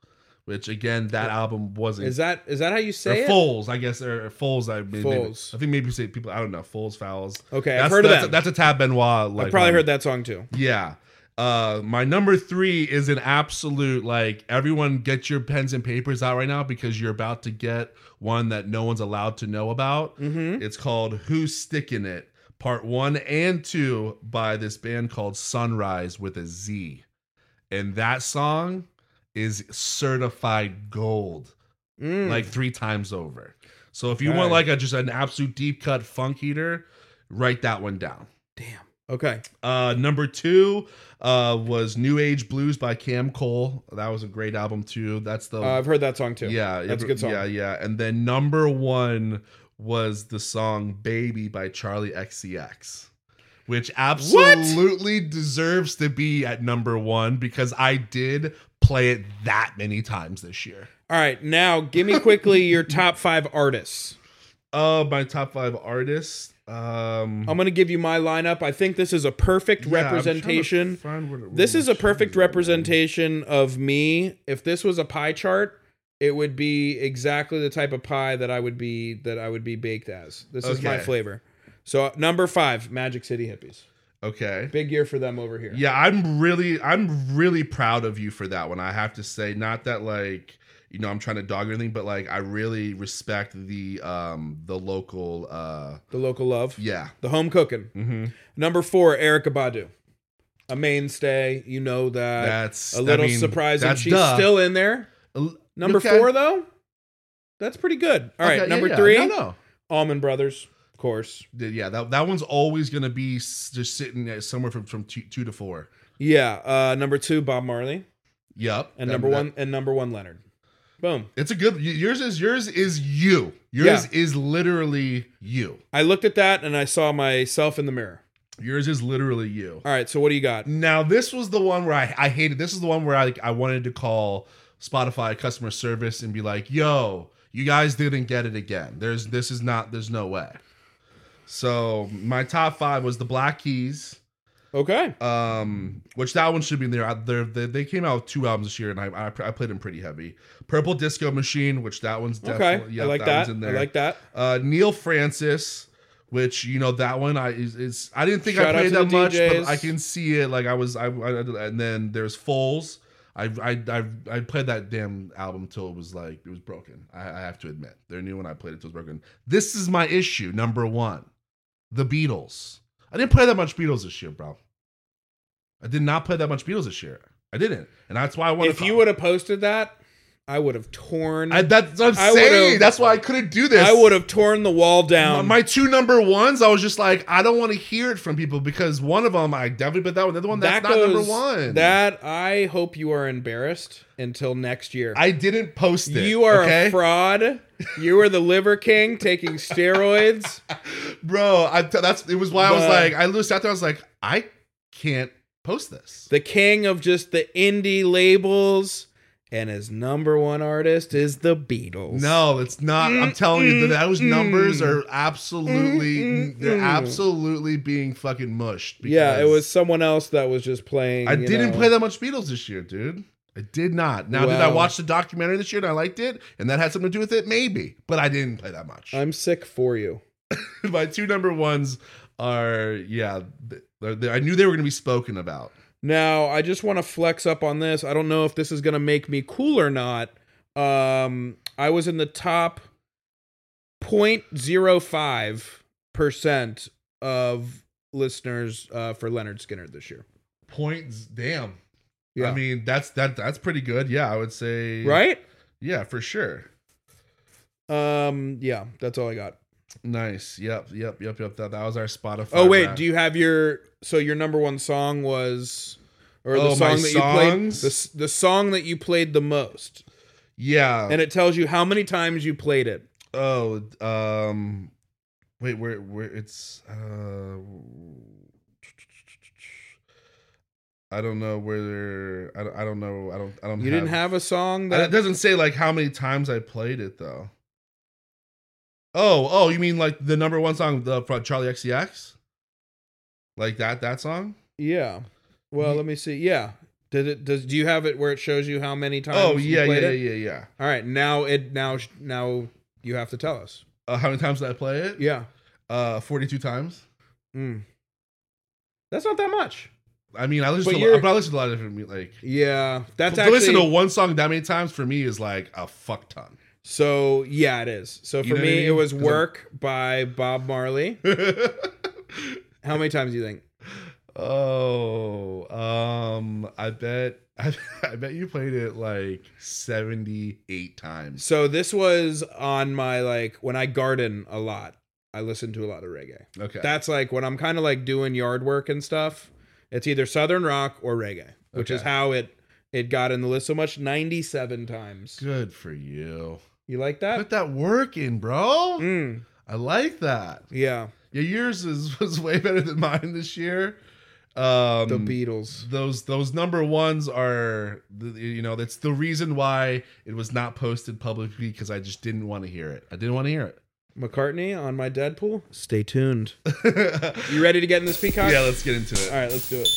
Speaker 1: which again that album wasn't.
Speaker 2: Is that is that how you say
Speaker 1: or
Speaker 2: it?
Speaker 1: foals, I guess, or foals. I mean, maybe-
Speaker 2: Foals.
Speaker 1: I think maybe you say people. I don't know. Foals, fouls.
Speaker 2: Okay,
Speaker 1: That's,
Speaker 2: I've heard of
Speaker 1: that's,
Speaker 2: that.
Speaker 1: That's a Tab Benoit. Like,
Speaker 2: I've probably
Speaker 1: one.
Speaker 2: heard that song too.
Speaker 1: Yeah. Uh, my number three is an absolute like everyone get your pens and papers out right now because you're about to get one that no one's allowed to know about.
Speaker 2: Mm-hmm.
Speaker 1: It's called Who's Sticking It, Part One and Two by this band called Sunrise with a Z, and that song is certified gold
Speaker 2: Mm.
Speaker 1: like three times over. So if you want
Speaker 2: Okay.
Speaker 1: like a just an absolute deep cut funk eater, write that one down.
Speaker 2: damn. Okay.
Speaker 1: Uh, number two uh, was New Age Blues by Cam Cole. That was a great album too. That's the
Speaker 2: Uh, I've heard that song too.
Speaker 1: oh. yeah,
Speaker 2: That's a good song.
Speaker 1: Yeah, yeah. And then number one was the song "Baby" by Charlie XCX, which absolutely deserves to be at number one because I did play it that many times this year.
Speaker 2: All right, now give me
Speaker 1: *laughs*
Speaker 2: quickly your top five artists.
Speaker 1: Uh, my top five artists. Um,
Speaker 2: I'm going to give you my lineup. I think this is a perfect
Speaker 1: yeah, I'm trying to
Speaker 2: representation.
Speaker 1: find where it-
Speaker 2: This
Speaker 1: where
Speaker 2: is a
Speaker 1: it
Speaker 2: perfect
Speaker 1: shows.
Speaker 2: representation of me. If this was a pie chart, it would be exactly the type of pie that I would be that I would be baked as. This is my
Speaker 1: Okay.
Speaker 2: flavor. So uh, number five, Magic City Hippies.
Speaker 1: Okay.
Speaker 2: Big year for them over here.
Speaker 1: Yeah, I'm really, I'm really proud of you for that one. I have to say, not that like you know I'm trying to dog or anything, but like I really respect the um the local uh
Speaker 2: The local love,
Speaker 1: yeah.
Speaker 2: the home cooking.
Speaker 1: Mm-hmm.
Speaker 2: Number four, Erica Badu, a mainstay. You know that.
Speaker 1: That's
Speaker 2: a little
Speaker 1: I mean,
Speaker 2: surprising.
Speaker 1: that's
Speaker 2: She's
Speaker 1: duh.
Speaker 2: still in there.
Speaker 1: L-
Speaker 2: Number
Speaker 1: okay.
Speaker 2: four, though, that's pretty good. All right,
Speaker 1: Okay, yeah,
Speaker 2: number
Speaker 1: yeah.
Speaker 2: three,
Speaker 1: No, no.
Speaker 2: Almond Brothers, of course.
Speaker 1: Th- Yeah, that, that one's always gonna be s- just sitting at somewhere from from two, two to four.
Speaker 2: Yeah, uh, number two, Bob Marley,
Speaker 1: Yep.
Speaker 2: and
Speaker 1: That-
Speaker 2: number
Speaker 1: that-
Speaker 2: one, and number one, Leonard. Boom.
Speaker 1: it's a good. y- Yours is yours is you. Yours is literally you.
Speaker 2: I looked at that and I saw myself in the mirror.
Speaker 1: Yours is literally you.
Speaker 2: All right, so what do you got?
Speaker 1: Now this was the one where I, I hated. This is the one where I I wanted to call Spotify customer service and be like, "Yo, you guys didn't get it again. There's this is not. There's no way." So my top five was the Black Keys,
Speaker 2: Okay,
Speaker 1: um, which that one should be in there. I- They're, they they came out with two albums this year, and I, I I played them pretty heavy. Purple Disco Machine, which that one's
Speaker 2: okay,
Speaker 1: definitely yeah,
Speaker 2: I like
Speaker 1: one's
Speaker 2: that. I like that.
Speaker 1: uh, Neil Francis, which you know that one I is, is I didn't think
Speaker 2: Shout out
Speaker 1: I played
Speaker 2: to the
Speaker 1: that much,
Speaker 2: DJs.
Speaker 1: but I can see it. Like I was, I, I and then there's Foles. I I I, I played that damn album till it was like it was broken. I, I have to admit, their new one I played it till it was broken. This is my issue number one, the Beatles. I didn't play that much Beatles this year, bro. I did not play that much Beatles this year. I didn't, and that's why I want.
Speaker 2: If you would have posted that, I would have torn.
Speaker 1: I,
Speaker 2: I,
Speaker 1: that's what I'm
Speaker 2: I
Speaker 1: saying.
Speaker 2: would've-
Speaker 1: That's why I couldn't do this.
Speaker 2: would have torn the wall
Speaker 1: My,
Speaker 2: down.
Speaker 1: my two number ones, I was just like, I don't want to hear it from people because one of them I definitely put that one. The other one that's
Speaker 2: That
Speaker 1: not number
Speaker 2: goes-
Speaker 1: one.
Speaker 2: That I hope you are embarrassed until next year.
Speaker 1: I didn't post it.
Speaker 2: you are
Speaker 1: okay?
Speaker 2: a fraud. You are the liver king taking steroids.
Speaker 1: bro. I, that's it was why I was
Speaker 2: But-
Speaker 1: like, I literally sat there. I was like, I can't post this.
Speaker 2: the king of just the indie labels, and his number one artist is the Beatles.
Speaker 1: No, it's not. I'm
Speaker 2: Mm,
Speaker 1: telling you that
Speaker 2: mm,
Speaker 1: those numbers
Speaker 2: mm.
Speaker 1: are absolutely
Speaker 2: Mm, mm,
Speaker 1: they're
Speaker 2: mm.
Speaker 1: absolutely being fucking mushed.
Speaker 2: yeah, it
Speaker 1: because
Speaker 2: was someone else that was just playing.
Speaker 1: I
Speaker 2: you
Speaker 1: didn't
Speaker 2: know.
Speaker 1: play that much Beatles this year, dude. I did not. Now, did I
Speaker 2: Well.
Speaker 1: watch the documentary this year and I liked it, and that had something to do with it? Maybe, but I didn't play that much.
Speaker 2: I'm sick for you.
Speaker 1: *laughs* My two number ones are yeah. th- they're- they're- I knew they were going to be spoken about.
Speaker 2: Now, I just want to flex up on this. I don't know if this is going to make me cool or not. Um, I was in the top 0.05% of listeners uh, for Leonard Skinner this year.
Speaker 1: Points, damn.
Speaker 2: Yeah.
Speaker 1: I mean, that's that that's pretty good. Yeah, I would say
Speaker 2: right?
Speaker 1: Yeah, for sure.
Speaker 2: Um, yeah, that's all I got.
Speaker 1: Nice. Yep. Yep. Yep. Yep. That, that was our Spotify.
Speaker 2: Oh, wait,
Speaker 1: wrap.
Speaker 2: do you have your so your number one song was or
Speaker 1: Oh,
Speaker 2: the song
Speaker 1: my
Speaker 2: that you played
Speaker 1: songs?
Speaker 2: the, s- the song that you played the most
Speaker 1: yeah.
Speaker 2: and it tells you how many times you played it.
Speaker 1: oh, um, wait. Where? Where? It's. Uh, I don't know where. I don't, I don't know. I don't. I don't.
Speaker 2: You didn't have a song
Speaker 1: It
Speaker 2: that
Speaker 1: doesn't say like how many times I played it though. Oh, oh, you mean like the number one song the from Charlie XCX? Like that that song?
Speaker 2: Yeah. Well,
Speaker 1: Ye-
Speaker 2: let me see. Yeah. Did it does do you have it where it shows you how many times?
Speaker 1: Oh
Speaker 2: you
Speaker 1: yeah, yeah,
Speaker 2: played
Speaker 1: yeah,
Speaker 2: it?
Speaker 1: yeah, yeah.
Speaker 2: All right, now it now sh- now you have to tell us.
Speaker 1: Uh, how many times did I play it?
Speaker 2: Yeah.
Speaker 1: Uh, forty-two times.
Speaker 2: Mm. That's not that much.
Speaker 1: I mean, I listen.
Speaker 2: But
Speaker 1: To,
Speaker 2: you're-
Speaker 1: but I listen to a lot of different mu- like.
Speaker 2: Yeah. That's
Speaker 1: to
Speaker 2: actually
Speaker 1: listen to one song that many times for me is like a fuck ton. *laughs*
Speaker 2: so yeah, it is. So
Speaker 1: You
Speaker 2: for
Speaker 1: know
Speaker 2: me
Speaker 1: what I mean?
Speaker 2: it was
Speaker 1: 'Cause I'm-
Speaker 2: Work by Bob Marley. How many times do you think?
Speaker 1: oh, um, I bet, *laughs* I, I bet you played it like seventy-eight times.
Speaker 2: So this was on my like when I garden a lot. I listen to a lot of reggae.
Speaker 1: Okay,
Speaker 2: That's like when I'm kind of like doing yard work and stuff. It's either southern rock or reggae, which is
Speaker 1: Okay.
Speaker 2: how it it got in the list so much 97 times.
Speaker 1: good for you.
Speaker 2: You like that?
Speaker 1: Put that work in, bro.
Speaker 2: Mm,
Speaker 1: I like that.
Speaker 2: yeah,
Speaker 1: Yeah, yours is *laughs* was way better than mine this year. Um,
Speaker 2: the Beatles.
Speaker 1: those those number ones are the- you know that's the reason why it was not posted publicly because i just didn't want to hear it i didn't want to hear it
Speaker 2: McCartney on my Deadpool.
Speaker 1: *laughs*
Speaker 2: Stay tuned. You ready to get in this peacock?
Speaker 1: yeah let's get into it
Speaker 2: All right, let's do it.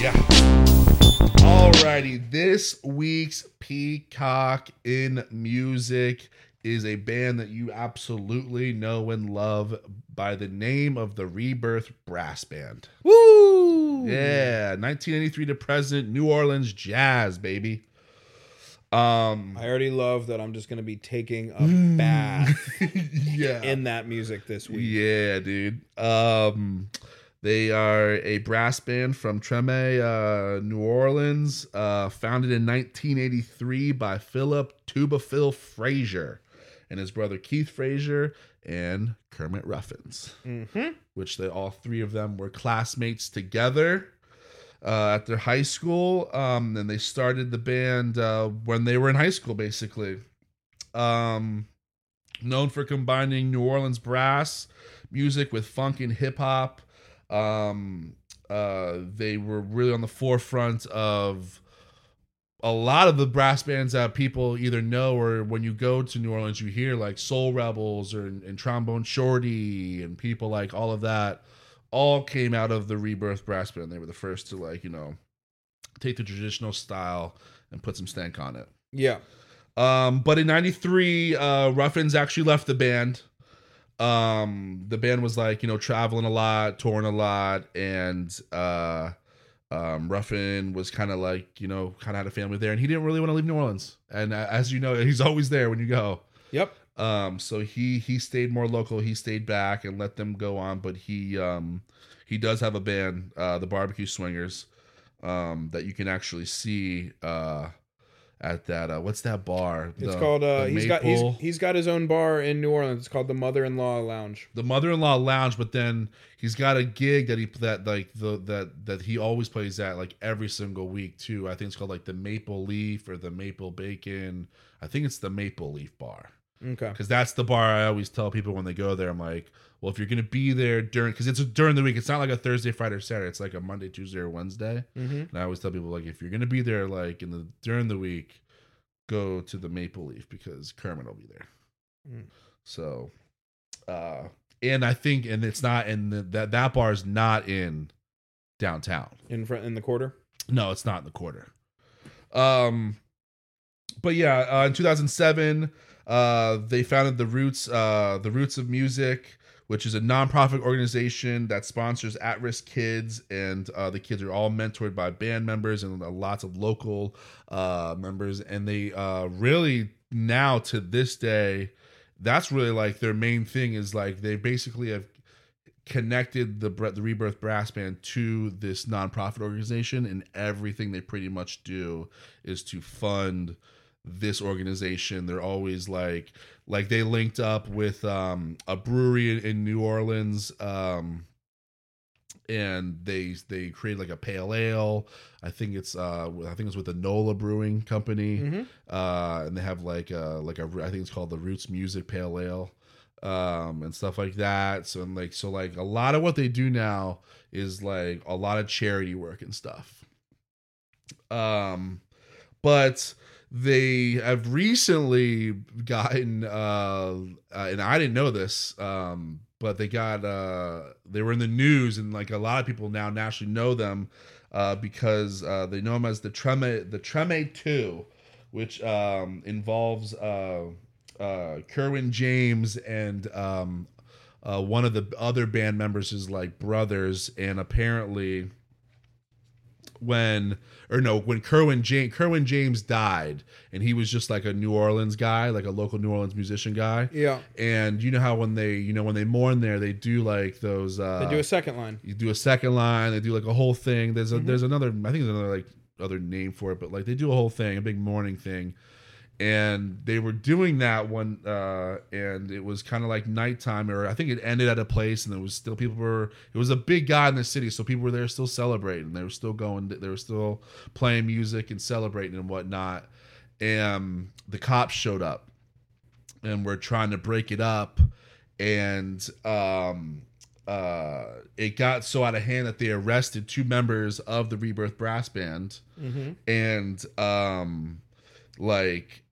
Speaker 1: yeah alrighty this week's peacock in music is a band that you absolutely know and love by the name of the rebirth brass band
Speaker 2: Woo!
Speaker 1: yeah 1983 to present new orleans jazz baby um *laughs*
Speaker 2: I already love that I'm just going to be taking
Speaker 1: Mm.
Speaker 2: a bath
Speaker 1: *laughs*
Speaker 2: *laughs*
Speaker 1: yeah
Speaker 2: in that music this week.
Speaker 1: Yeah, dude. Um, they are a brass band from Treme, uh, New Orleans, uh, founded in 1983 by Philip Tuba Phil Frazier and his brother Keith Frazier and Kermit Ruffins,
Speaker 2: hmm
Speaker 1: which they all three of them were classmates together. Uh, at their high school, um, and they started the band uh, when they were in high school, basically. Um, known for combining New Orleans brass music with funk and hip hop. Um, uh, they were really on the forefront of a lot of the brass bands that people either know or when you go to New Orleans, you hear like Soul Rebels or and Trombone Shorty and people like all of that. All came out of the Rebirth Brass Band. They were the first to like you know take the traditional style and put some stank on it.
Speaker 2: Yeah.
Speaker 1: Um, but in '93, uh, Ruffins actually left the band. Um, the band was like you know traveling a lot, touring a lot, and uh, um, Ruffin was kind of like you know kind of had a family there, and he didn't really want to leave New Orleans. And uh, as you know, he's always there when you go.
Speaker 2: Yep.
Speaker 1: Um, so he he stayed more local. He stayed back and let them go on, but he um he does have a band, uh, the Barbecue Swingers, um that you can actually see uh at that uh what's that bar?
Speaker 2: It's
Speaker 1: The-
Speaker 2: called uh
Speaker 1: the
Speaker 2: he's got he's
Speaker 1: Maple-
Speaker 2: he's got his own bar in New Orleans. It's called the Mother-in-Law Lounge.
Speaker 1: the mother-in-law lounge, but then he's got a gig that he that like the that that he always plays at like every single week too. I think it's called like the Maple Leaf or the Maple Bacon. I think it's the Maple Leaf Bar.
Speaker 2: Okay.
Speaker 1: because that's the bar I always tell people when they go there. I'm like, well, if you're gonna be there during, because it's during the week, it's not like a Thursday, Friday, or Saturday. It's like a Monday, Tuesday, or Wednesday.
Speaker 2: Mm-hmm.
Speaker 1: And I always tell people like, if you're gonna be there like in the during the week, go to the Maple Leaf because Kermit will be there.
Speaker 2: Mm.
Speaker 1: So, uh, and I think, and it's not, and the, that that bar is not in downtown.
Speaker 2: In front in the quarter.
Speaker 1: No, it's not in the quarter. Um, but yeah, uh, in 2007, uh, they founded the Roots, uh, the Roots of Music, which is a nonprofit organization that sponsors at-risk kids, and uh, the kids are all mentored by band members and uh, lots of local uh, members, and they uh, really now to this day, that's really like their main thing is like they basically have connected the Bre- the Rebirth Brass Band to this nonprofit organization, and everything they pretty much do is to fund this organization. They're always like like they linked up with um, a brewery in, in New Orleans. Um, and they they created like a pale ale. I think it's uh I think it's with the Nola Brewing Company
Speaker 2: Mm-hmm.
Speaker 1: uh, and they have like a like a I think it's called the Roots Music Pale Ale, um, and stuff like that. So and like so like a lot of what they do now is like a lot of charity work and stuff. Um, but they have recently gotten uh, uh and I didn't know this um but they got uh they were in the news and like a lot of people now nationally know them uh because uh they know them as the Treme the Treme 2 which um, involves uh, uh, Kerwin James and um, uh, one of the other band members is like brothers, and apparently when or no when Kerwin James Kerwin James died, and he was just like a New Orleans guy, like a local New Orleans musician guy.
Speaker 2: Yeah.
Speaker 1: And you know how when they you know when they mourn there, they do like those uh,
Speaker 2: They do a second line.
Speaker 1: you do a second line they do like a whole thing there's a there's another i think there's another like other name for it but like they do a whole thing a big morning thing and they were doing that one uh and it was kind of like nighttime or i think it ended at a place and there was still people were it was a big guy in the city so people were there still celebrating they were still going they were still playing music and celebrating and whatnot and the cops showed up and we're trying to break it up and um uh it got so out of hand that they arrested two members of the rebirth brass band
Speaker 2: Mm-hmm.
Speaker 1: and um like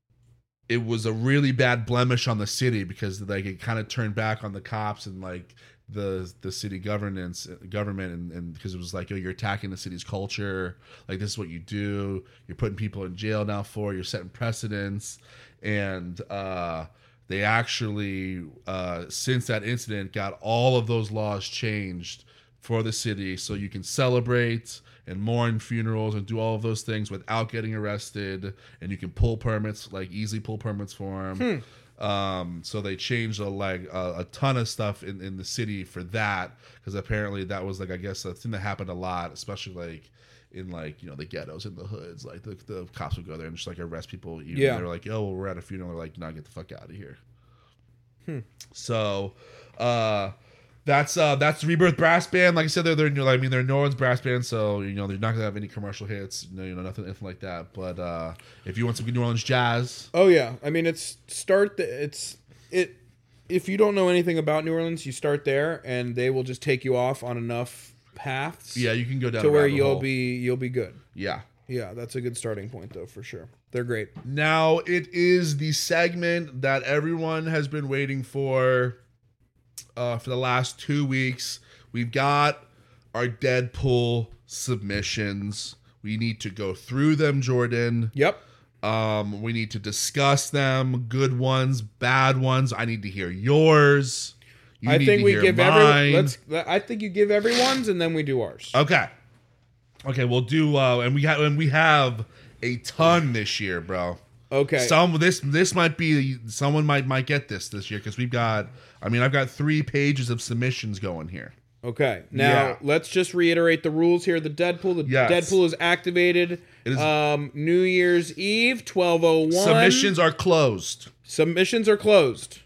Speaker 1: it was a really bad blemish on the city because like it kind of turned back on the cops and like the the city governance government and and because it was like yo you're attacking the city's culture like this is what you do you're putting people in jail now for you're setting precedents and uh they actually uh since that incident got all of those laws changed for the city so you can celebrate and mourn funerals and do all of those things without getting arrested and you can pull permits like easily pull permits for them um, so they changed a, like a, a ton of stuff in, in the city for that because apparently that was like i guess a thing that happened a lot especially like in like you know the ghettos in the hoods like the, the cops would go there and just like arrest people even
Speaker 2: Yeah.
Speaker 1: they're like oh well, we're at a funeral They're like no get the fuck out of here
Speaker 2: Hmm.
Speaker 1: so uh that's uh that's Rebirth Brass Band. Like I said, they're they're new. I mean, they're New Orleans brass band, so you know they're not gonna have any commercial hits. No, you know nothing, nothing like that. But uh if you want some good New Orleans jazz,
Speaker 2: Oh yeah. I mean, it's start. The, it's it. If you don't know anything about New Orleans, you start there, and they will just take you off on enough paths.
Speaker 1: yeah, you can go down
Speaker 2: To
Speaker 1: a
Speaker 2: where
Speaker 1: rabbit
Speaker 2: you'll
Speaker 1: hole.
Speaker 2: be you'll be good.
Speaker 1: Yeah.
Speaker 2: Yeah, that's a good starting point though for sure. They're great.
Speaker 1: Now it is the segment that everyone has been waiting for uh for the last two weeks. We've got our Deadpool submissions. We We need to go through them, Jordan.
Speaker 2: Yep.
Speaker 1: Um, we need to discuss them, good ones, bad ones. I need to hear yours. You
Speaker 2: I
Speaker 1: need
Speaker 2: think
Speaker 1: to
Speaker 2: we
Speaker 1: hear
Speaker 2: give
Speaker 1: mine. Uh,
Speaker 2: every. Let's. I think you give everyone's, and then we do ours.
Speaker 1: Okay. Okay, we'll do uh and we have and we have a ton this year, bro.
Speaker 2: Okay.
Speaker 1: Some this this might be someone might might get this this year cuz we've got I mean, I've got 3 pages of submissions going here.
Speaker 2: Okay. Now
Speaker 1: Yeah.
Speaker 2: let's just reiterate the rules here. The Deadpool, the
Speaker 1: Yes.
Speaker 2: Deadpool is activated.
Speaker 1: It is-
Speaker 2: um, New Year's Eve, twelve oh one.
Speaker 1: Submissions are closed.
Speaker 2: Submissions are closed.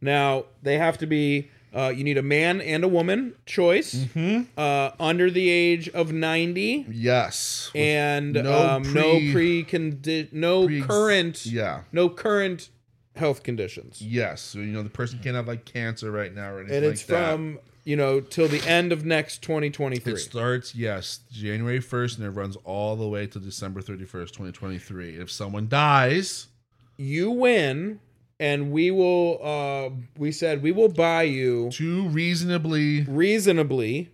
Speaker 2: Now they have to be. Uh, you need a man and a woman choice.
Speaker 1: Mm-hmm.
Speaker 2: Uh, under the age of ninety
Speaker 1: Yes. With
Speaker 2: and
Speaker 1: no
Speaker 2: um, no
Speaker 1: pre-
Speaker 2: precondi- no
Speaker 1: pre-
Speaker 2: current,
Speaker 1: Yeah.
Speaker 2: no current health conditions.
Speaker 1: Yes. So, you know, the person can't have like cancer right now or anything
Speaker 2: and it's
Speaker 1: like that.
Speaker 2: from you know till the end of next 2023
Speaker 1: It starts, yes, January 1st and it runs all the way to December 31st, 2023. If someone dies,
Speaker 2: you win and we will uh we said we will buy you
Speaker 1: two reasonably
Speaker 2: reasonably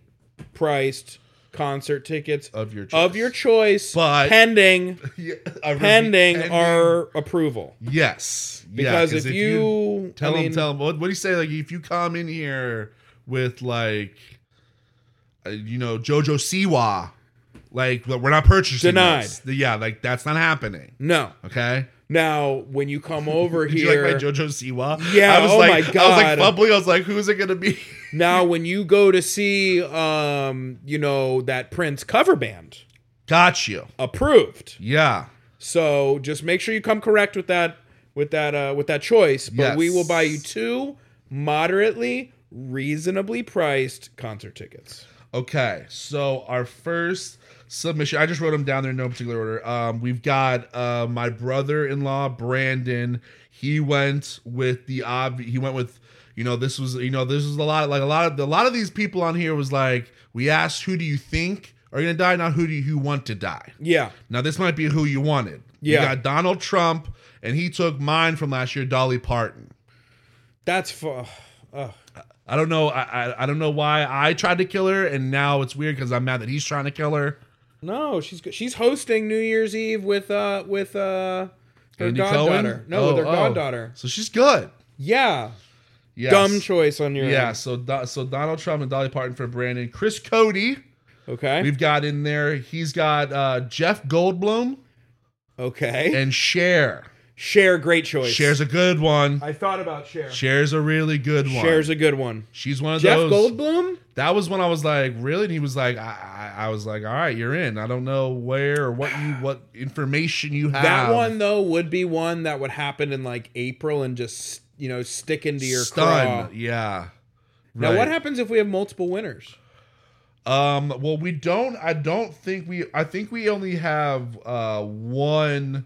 Speaker 2: priced concert tickets
Speaker 1: of your choice.
Speaker 2: of your choice
Speaker 1: But- *laughs*
Speaker 2: pending
Speaker 1: Yeah, a review-
Speaker 2: pending our approval
Speaker 1: yes Yeah,
Speaker 2: because if, you,
Speaker 1: tell
Speaker 2: I
Speaker 1: them,
Speaker 2: mean,
Speaker 1: tell them what, what do you say like if you come in here with like uh, you know jojo siwa like we're not purchasing
Speaker 2: Denied.
Speaker 1: this. yeah like that's not happening
Speaker 2: no
Speaker 1: okay
Speaker 2: now when
Speaker 1: *laughs*
Speaker 2: you come over
Speaker 1: Did
Speaker 2: here
Speaker 1: you like my jojo siwa
Speaker 2: Yeah,
Speaker 1: i was
Speaker 2: oh
Speaker 1: like
Speaker 2: my
Speaker 1: i was like
Speaker 2: God.
Speaker 1: bubbling i was like who's it gonna be *laughs*
Speaker 2: now when you go to see um you know that prince cover band
Speaker 1: got you
Speaker 2: approved
Speaker 1: yeah
Speaker 2: So just make sure you come correct with that with that uh with that choice. But we
Speaker 1: Yes.
Speaker 2: will buy you two moderately, reasonably priced concert tickets.
Speaker 1: Okay, so our first submission, I just wrote them down there in no particular order. Um, we've got uh, my brother-in-law Brandon. He went with the ob. He went with you know this was you know this was a lot like a lot of a lot of these people on here was like we asked who do you think are gonna die, not who do you who want to die.
Speaker 2: Yeah.
Speaker 1: Now this might be who you wanted. You
Speaker 2: Yeah.
Speaker 1: got Donald Trump, and he took mine from last year, Dolly Parton.
Speaker 2: That's for oh,
Speaker 1: I don't know. I, I I don't know why I tried to kill her, and now it's weird because I'm mad that he's trying to kill her.
Speaker 2: no, she's go- she's hosting New Year's Eve with uh with uh her
Speaker 1: Andy
Speaker 2: goddaughter.
Speaker 1: Cohen?
Speaker 2: No, with her
Speaker 1: Oh, oh.
Speaker 2: goddaughter.
Speaker 1: So she's good.
Speaker 2: Yeah.
Speaker 1: Yes.
Speaker 2: Dumb choice on your
Speaker 1: yeah. So Do- so Donald Trump and Dolly Parton for Brandon. Chris Cody,
Speaker 2: end. Okay.
Speaker 1: we've got in there. He's got uh, Jeff Goldblum
Speaker 2: okay.
Speaker 1: and Cher.
Speaker 2: Share great choice.
Speaker 1: Cher's a good one.
Speaker 2: I thought about share.
Speaker 1: Cher's a really good one.
Speaker 2: Share's a good one.
Speaker 1: She's one of
Speaker 2: Jeff
Speaker 1: those.
Speaker 2: Goldblum?
Speaker 1: That was when I was like, really? And he was like, I, I, I was like, all right, you're in. I don't know where or what you what information you have.
Speaker 2: That one though would be one that would happen in like April and just you know stick into your
Speaker 1: stun.
Speaker 2: craw.
Speaker 1: Yeah.
Speaker 2: Now
Speaker 1: Right.
Speaker 2: what happens if we have multiple winners?
Speaker 1: Um, well, we don't. I don't think we. I think we only have uh one.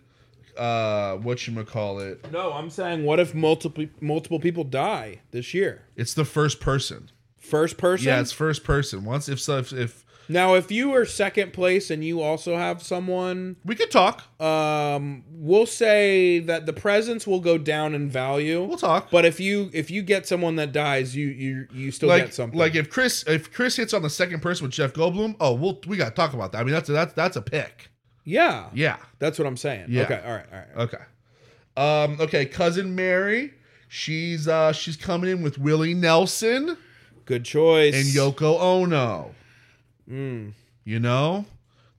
Speaker 1: Uh, what you call it?
Speaker 2: No, I'm saying what if multiple multiple people die this year?
Speaker 1: It's the first person.
Speaker 2: First person.
Speaker 1: Yeah, it's first person. Once if so, if, if
Speaker 2: Now if you are second place and you also have someone,
Speaker 1: we could talk,
Speaker 2: um, we'll say that the presents will go down in value.
Speaker 1: we'll talk.
Speaker 2: But if you if you get someone that dies, you you you still
Speaker 1: like
Speaker 2: get something.
Speaker 1: like if Chris if Chris hits on the second person with Jeff Goldblum, oh, we'll we gotta talk about that. I mean, that's a, that's that's a pick.
Speaker 2: yeah,
Speaker 1: Yeah.
Speaker 2: that's what I'm saying.
Speaker 1: Yeah.
Speaker 2: Okay, all right, all right.
Speaker 1: Okay. Um. Okay. Cousin Mary. She's uh she's coming in with Willie Nelson
Speaker 2: Good choice.
Speaker 1: and Yoko Ono.
Speaker 2: Mm.
Speaker 1: You know,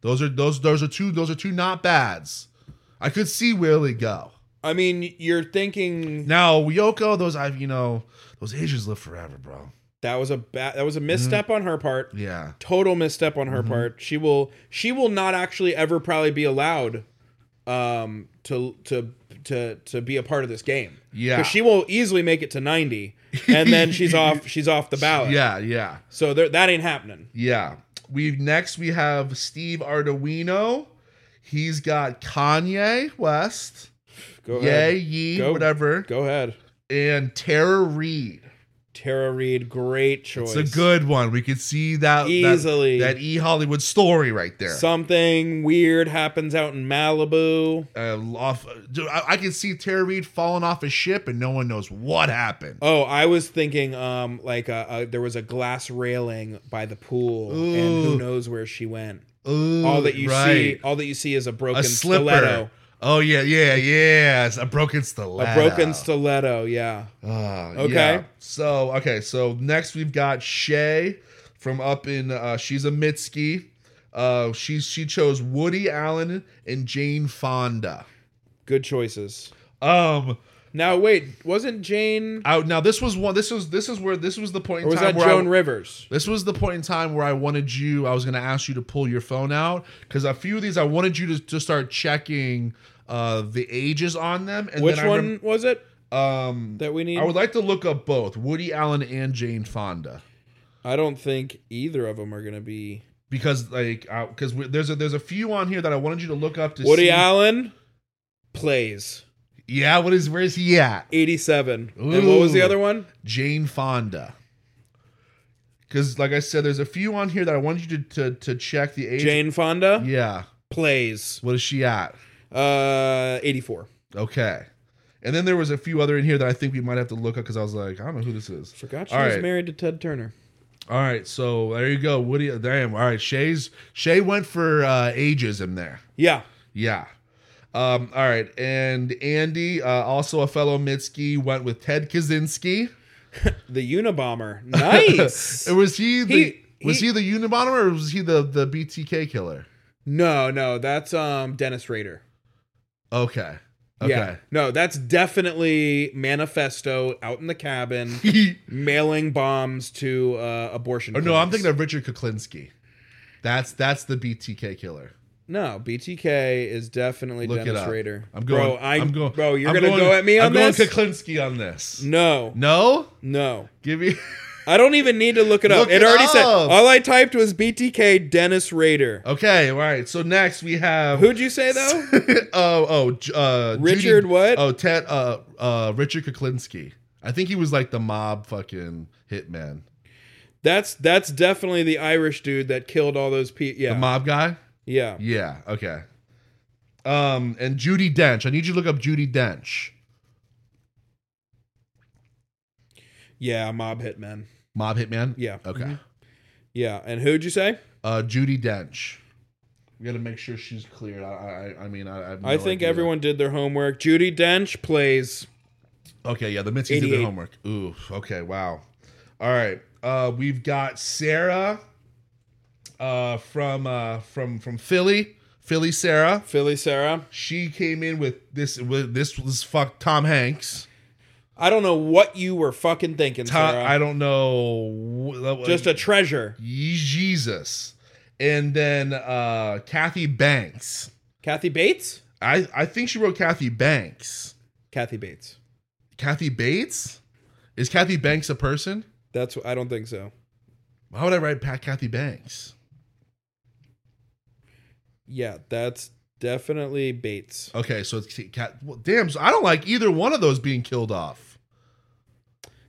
Speaker 1: those are those those are two those are two not bads. I could see Willie go.
Speaker 2: I mean, you're thinking
Speaker 1: Now Yoko, those I've you know those Asians live forever, bro.
Speaker 2: that was a ba- that was a misstep
Speaker 1: Mm-hmm.
Speaker 2: on her part.
Speaker 1: Yeah,
Speaker 2: Total misstep on
Speaker 1: Mm-hmm.
Speaker 2: her part. She will she will not actually ever probably be allowed um to to to to be a part of this game.
Speaker 1: Yeah.
Speaker 2: 'Cause she will easily make it to 90 and
Speaker 1: *laughs*
Speaker 2: then she's off she's off the ballot.
Speaker 1: yeah, yeah,
Speaker 2: So there, that ain't happening.
Speaker 1: yeah. We next we have Steve Arduino. He's got Kanye West,
Speaker 2: Go
Speaker 1: Yay
Speaker 2: ahead.
Speaker 1: Yee,
Speaker 2: Go.
Speaker 1: whatever,
Speaker 2: Go ahead.
Speaker 1: and Tara Reed.
Speaker 2: Tara Reed, great choice.
Speaker 1: It's a good one. We could see that that-
Speaker 2: Easily.
Speaker 1: that e Hollywood story right there.
Speaker 2: Something weird happens out in Malibu.
Speaker 1: uh, off. Dude, I, I can see Tara Reid falling off a ship, and no one knows what happened.
Speaker 2: Oh, I was thinking, um, like uh uh there was a glass railing by the pool, and
Speaker 1: Ooh.
Speaker 2: who knows where she went.
Speaker 1: Ooh,
Speaker 2: all that you
Speaker 1: right.
Speaker 2: see, all that you see is a broken
Speaker 1: a slipper.
Speaker 2: stiletto,
Speaker 1: Oh yeah, yeah, yeah. It's a broken stiletto.
Speaker 2: a broken stiletto. Yeah,
Speaker 1: Ah,
Speaker 2: Okay.
Speaker 1: yeah. So okay, so next we've got Shay from up in uh she's a Mitski. Uh she's she chose Woody Allen and Jane Fonda.
Speaker 2: good choices.
Speaker 1: Um
Speaker 2: Now wait, wasn't Jane
Speaker 1: I, now this was one this was this is where this was the point in
Speaker 2: or was
Speaker 1: time
Speaker 2: that
Speaker 1: where I-
Speaker 2: Joan Rivers?
Speaker 1: This was the point in time where I wanted you, I was going to ask you to pull your phone out because a few of these I wanted you to, to start checking uh the ages on them and
Speaker 2: Which
Speaker 1: then I
Speaker 2: one
Speaker 1: rem-
Speaker 2: was it
Speaker 1: um
Speaker 2: that we need?
Speaker 1: I would like to look up both Woody Allen and Jane Fonda.
Speaker 2: I don't think either of them are gonna be
Speaker 1: because like because we there's a there's a few on here that I wanted you to look up to
Speaker 2: Woody
Speaker 1: see.
Speaker 2: Allen plays
Speaker 1: Yeah, what is where is he at?
Speaker 2: 87. And what was the
Speaker 1: Ooh.
Speaker 2: other one?
Speaker 1: Jane Fonda. Because like I said, there's a few on here that I wanted you to to, to check the age.
Speaker 2: Jane Fonda
Speaker 1: Yeah,
Speaker 2: plays
Speaker 1: what is she at?
Speaker 2: uh 84.
Speaker 1: Okay, and then there was a few other in here that I think we might have to look up because I was like, I don't know who this is.
Speaker 2: Forgot she
Speaker 1: All
Speaker 2: was
Speaker 1: right.
Speaker 2: married to Ted Turner.
Speaker 1: All right, so there you go, Woody. Damn. All right, Shay's Shay went for uh, ages in there.
Speaker 2: Yeah.
Speaker 1: Yeah. Um, all right. And Andy, uh, also a fellow Mitski, went with Ted Kaczynski. *laughs*
Speaker 2: The Unabomber. Nice.
Speaker 1: Or was he the
Speaker 2: He-
Speaker 1: was
Speaker 2: he-
Speaker 1: he the Unabomber or was he the the BTK killer?
Speaker 2: no, no, that's um Dennis Rader.
Speaker 1: Okay. Okay.
Speaker 2: No, that's definitely manifesto out in the cabin
Speaker 1: *laughs*
Speaker 2: mailing bombs to uh abortion.
Speaker 1: or Oh, no, I'm
Speaker 2: clinics.
Speaker 1: thinking of Richard Kuklinski. That's that's the BTK killer.
Speaker 2: No, BTK is definitely
Speaker 1: Look it
Speaker 2: Dennis
Speaker 1: up.
Speaker 2: Rader.
Speaker 1: I'm going.
Speaker 2: Bro, I,
Speaker 1: am going.
Speaker 2: Bro, you're
Speaker 1: I'm
Speaker 2: gonna
Speaker 1: going-
Speaker 2: go at me on
Speaker 1: I'm
Speaker 2: this?
Speaker 1: going Kuklinski on this.
Speaker 2: no,
Speaker 1: No,
Speaker 2: no.
Speaker 1: give me. *laughs*
Speaker 2: I don't even need to look it up.
Speaker 1: Look
Speaker 2: It,
Speaker 1: it
Speaker 2: already said.
Speaker 1: up.
Speaker 2: All I typed was BTK Dennis Rader.
Speaker 1: okay, all right. So next we have
Speaker 2: Who'd you say though?
Speaker 1: *laughs* oh, oh, J- uh, Judy-
Speaker 2: Richard what?
Speaker 1: Oh, Ted, uh, uh, Richard Kuklinski. I think he was like the mob fucking hitman,
Speaker 2: That's that's definitely the Irish dude that killed all those people. Yeah,
Speaker 1: the mob guy.
Speaker 2: yeah.
Speaker 1: Yeah. Okay. Um, and Judy Dench. I need you to look up Judy Dench,
Speaker 2: Yeah, mob hitmen.
Speaker 1: mob hitman.
Speaker 2: Yeah. Mm-hmm.
Speaker 1: Okay.
Speaker 2: Yeah, and who'd you say?
Speaker 1: Uh, Judy Dench. We got to make sure she's cleared. I, I, I mean, I, I, have
Speaker 2: I
Speaker 1: no
Speaker 2: think
Speaker 1: idea.
Speaker 2: everyone did their homework. Judy Dench plays.
Speaker 1: Okay. Yeah. The Mitzies did their
Speaker 2: 88.
Speaker 1: homework. Ooh. Okay. Wow. All right. Uh, we've got Sarah. Uh, from uh, from from Philly, Philly Sarah.
Speaker 2: Philly Sarah.
Speaker 1: she came in with this with this was fuck Tom Hanks.
Speaker 2: I don't know what you were fucking thinking,
Speaker 1: Tom,
Speaker 2: Sarah.
Speaker 1: I don't know.
Speaker 2: Just a treasure.
Speaker 1: Ye- Jesus, and then uh Kathy Banks.
Speaker 2: Kathy Bates?
Speaker 1: I I think she wrote Kathy Banks.
Speaker 2: Kathy Bates.
Speaker 1: Kathy Bates is Kathy Banks a person?
Speaker 2: That's I don't think so.
Speaker 1: Why would I write Pat Kathy Banks?
Speaker 2: Yeah, that's definitely Bates.
Speaker 1: Okay, so it's Cat. Well, damn, so I don't like either one of those being killed off.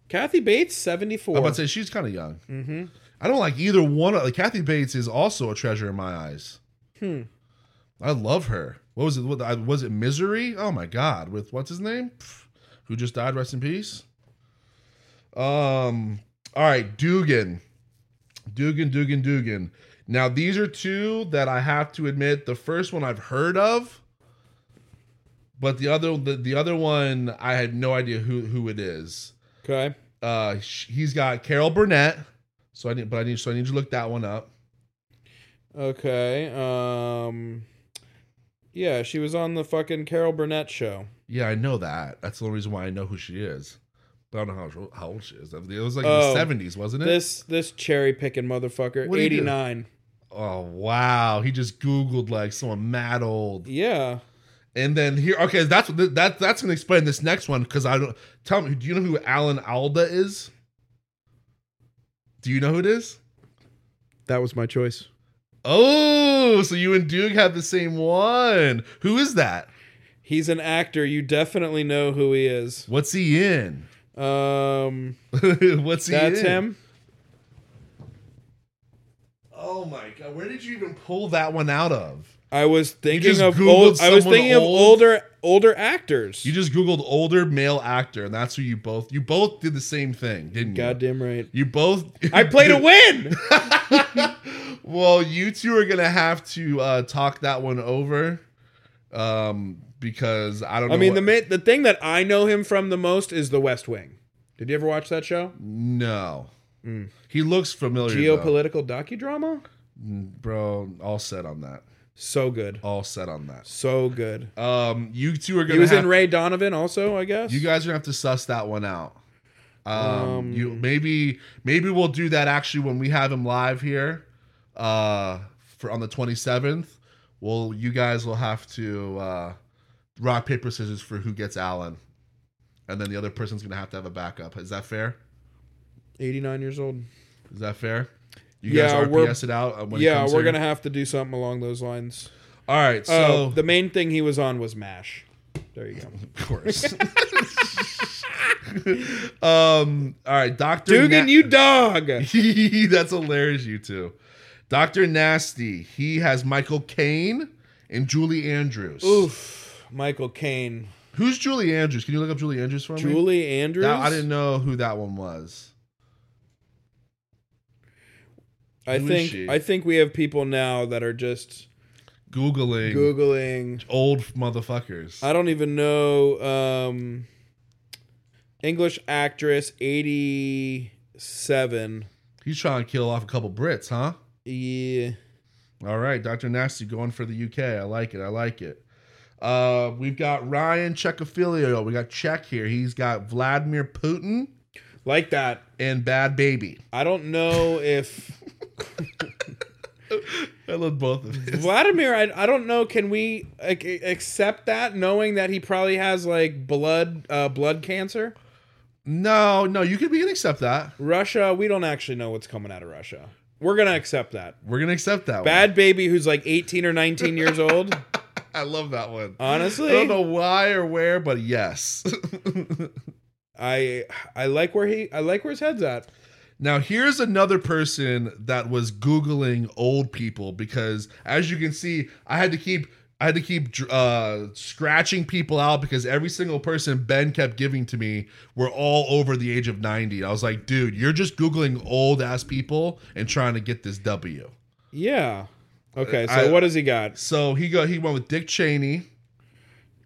Speaker 2: Kathy Bates, 74.
Speaker 1: I'm about to say she's kind of young.
Speaker 2: mm-hmm.
Speaker 1: I don't like either one. Of, like Kathy Bates is also a treasure in my eyes.
Speaker 2: Hmm.
Speaker 1: I love her. What was it? What I- was it? Misery? Oh my God! With what's his name? Pff, Who just died? Rest in peace. Um. All right, Dugan, Dugan, Dugan, Dugan. Now these are two that I have to admit. The first one I've heard of, but the other the, the other one I had no idea who who it is.
Speaker 2: Okay.
Speaker 1: Uh, sh- he's got Carol Burnett. So I need, but I need, so I need you to look that one up.
Speaker 2: Okay. Um Yeah, she was on the fucking Carol Burnett show.
Speaker 1: Yeah, I know that. That's the only reason why I know who she is. But I don't know how, how old she is. It was like in the
Speaker 2: Oh.
Speaker 1: seventies, wasn't it?
Speaker 2: This this cherry picking motherfucker,
Speaker 1: What'd he do?
Speaker 2: 89.
Speaker 1: oh wow, he just googled like someone mad old,
Speaker 2: Yeah.
Speaker 1: and then here. Okay, that's what th- that that's gonna explain this next one because I don't. Tell me, do you know who Alan Alda is? Do you know who it is?
Speaker 2: That was my choice.
Speaker 1: Oh, so you and Duke have the same one. Who is that?
Speaker 2: He's an actor. You definitely know who he is.
Speaker 1: What's he in? *laughs*
Speaker 2: Um
Speaker 1: What's he
Speaker 2: that's
Speaker 1: in?
Speaker 2: him.
Speaker 1: Oh my god, where did you even pull that one out of?
Speaker 2: I was
Speaker 1: just
Speaker 2: thinking of
Speaker 1: Googled
Speaker 2: old, I was
Speaker 1: someone
Speaker 2: thinking of
Speaker 1: old?
Speaker 2: older older actors.
Speaker 1: You just googled older male actor, and that's who you both you both did the same thing, didn't you?
Speaker 2: Goddamn right.
Speaker 1: You both
Speaker 2: I played a win.
Speaker 1: *laughs* Well, you two are gonna have to uh, talk that one over, um, because I don't. know
Speaker 2: I mean,
Speaker 1: what-
Speaker 2: the ma- the thing that I know him from the most is The West Wing. Did you ever watch that show?
Speaker 1: no.
Speaker 2: Mm.
Speaker 1: He looks familiar, though.
Speaker 2: Geopolitical docudrama.
Speaker 1: bro. All set on that.
Speaker 2: So good,
Speaker 1: All set on that.
Speaker 2: so good.
Speaker 1: Um, you two are gonna.
Speaker 2: He was
Speaker 1: have,
Speaker 2: in Ray Donovan, also, I guess.
Speaker 1: You guys are gonna have to suss that one out. Um, you maybe maybe we'll do that actually when we have him live here, uh, for on the twenty seventh. Well, you guys will have to uh, rock paper scissors for who gets Allen, and then the other person's gonna have to have a backup. Is that fair?
Speaker 2: eighty nine years old.
Speaker 1: Is that fair? You
Speaker 2: Yeah,
Speaker 1: guys
Speaker 2: we're-
Speaker 1: RPS it out. uh, When it
Speaker 2: yeah,
Speaker 1: comes
Speaker 2: we're
Speaker 1: here?
Speaker 2: gonna have to do something along those lines.
Speaker 1: All right. So
Speaker 2: oh, the main thing he was on was Mash. There you go.
Speaker 1: *laughs* of course. *laughs* um. All right, Doctor
Speaker 2: Dugan, you
Speaker 1: *laughs*
Speaker 2: dog.
Speaker 1: That's hilarious, you two. Dr. Nasty, he has Michael Caine and Julie Andrews.
Speaker 2: Oof, Michael Caine,
Speaker 1: Who's Julie Andrews? Can you look up Julie Andrews for me?
Speaker 2: Julie Andrews.
Speaker 1: That- I didn't know who that one was.
Speaker 2: I
Speaker 1: Who is
Speaker 2: think
Speaker 1: she?
Speaker 2: I think we have people now that are just
Speaker 1: Googling
Speaker 2: googling.
Speaker 1: old motherfuckers.
Speaker 2: I don't even know um English actress 87.
Speaker 1: He's trying to kill off a couple Brits, huh?
Speaker 2: Yeah.
Speaker 1: All right, Dr. Nasty going for the UK. I like it. I like it. Uh, we've got Ryan Checopilio. We got Czech here. He's got Vladimir Putin
Speaker 2: Like that.
Speaker 1: and Bad Baby.
Speaker 2: I don't know if
Speaker 1: I love both of them.
Speaker 2: Vladimir I, I don't know can we like, a- accept that knowing that he probably has like blood uh blood cancer?
Speaker 1: No, no, you can we can accept that.
Speaker 2: Russia, we don't actually know what's coming out of Russia. We're going to accept that.
Speaker 1: We're gonna accept that
Speaker 2: Bad baby who's like 18 or 19 years old.
Speaker 1: one. I love that one.
Speaker 2: Honestly,
Speaker 1: I don't know why or where, but yes. *laughs*
Speaker 2: I I like where he I like where his head's at.
Speaker 1: now here's another person that was googling old people because, as you can see, I had to keep I had to keep uh, scratching people out because every single person Ben kept giving to me were all over the age of ninety. I was like, dude, you're just googling old ass people and trying to get this W.
Speaker 2: Yeah. Okay, so
Speaker 1: I-
Speaker 2: what does he got?
Speaker 1: So he go he went with Dick Cheney.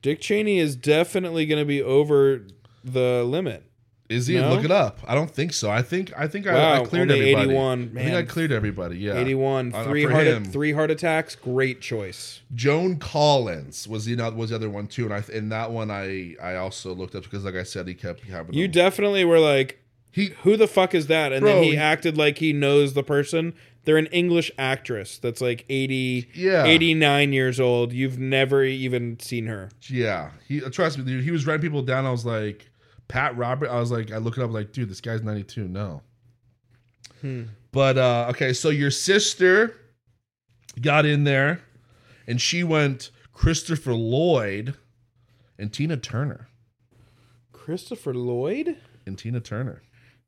Speaker 2: Dick Cheney is definitely going to be over the limit.
Speaker 1: Is he?
Speaker 2: No?
Speaker 1: Look it up. I don't think so. I think I think I- I,
Speaker 2: Wow,
Speaker 1: cleared
Speaker 2: only
Speaker 1: everybody.
Speaker 2: 81.
Speaker 1: I think I
Speaker 2: Man.
Speaker 1: cleared everybody. Yeah,
Speaker 2: 81,
Speaker 1: Uh,
Speaker 2: three
Speaker 1: for
Speaker 2: heart
Speaker 1: him.
Speaker 2: three heart attacks, great choice.
Speaker 1: Joan Collins was the was the other one too, and I and that one I I also looked up because like I said, he kept having
Speaker 2: You
Speaker 1: them.
Speaker 2: definitely were like,
Speaker 1: he
Speaker 2: who the fuck is that? And
Speaker 1: Bro,
Speaker 2: then he
Speaker 1: he-
Speaker 2: acted like he knows the person. They're an English actress that's like 80
Speaker 1: Yeah.
Speaker 2: 89 years old. You've never even seen her.
Speaker 1: yeah he uh, trust me dude he was writing people down. I was like Pat Robert. I was like I look it up like dude this guy's ninety two. No,
Speaker 2: Hmm.
Speaker 1: but uh okay, so your sister got in there, and she went Christopher Lloyd and Tina Turner
Speaker 2: Christopher Lloyd?
Speaker 1: and Tina Turner.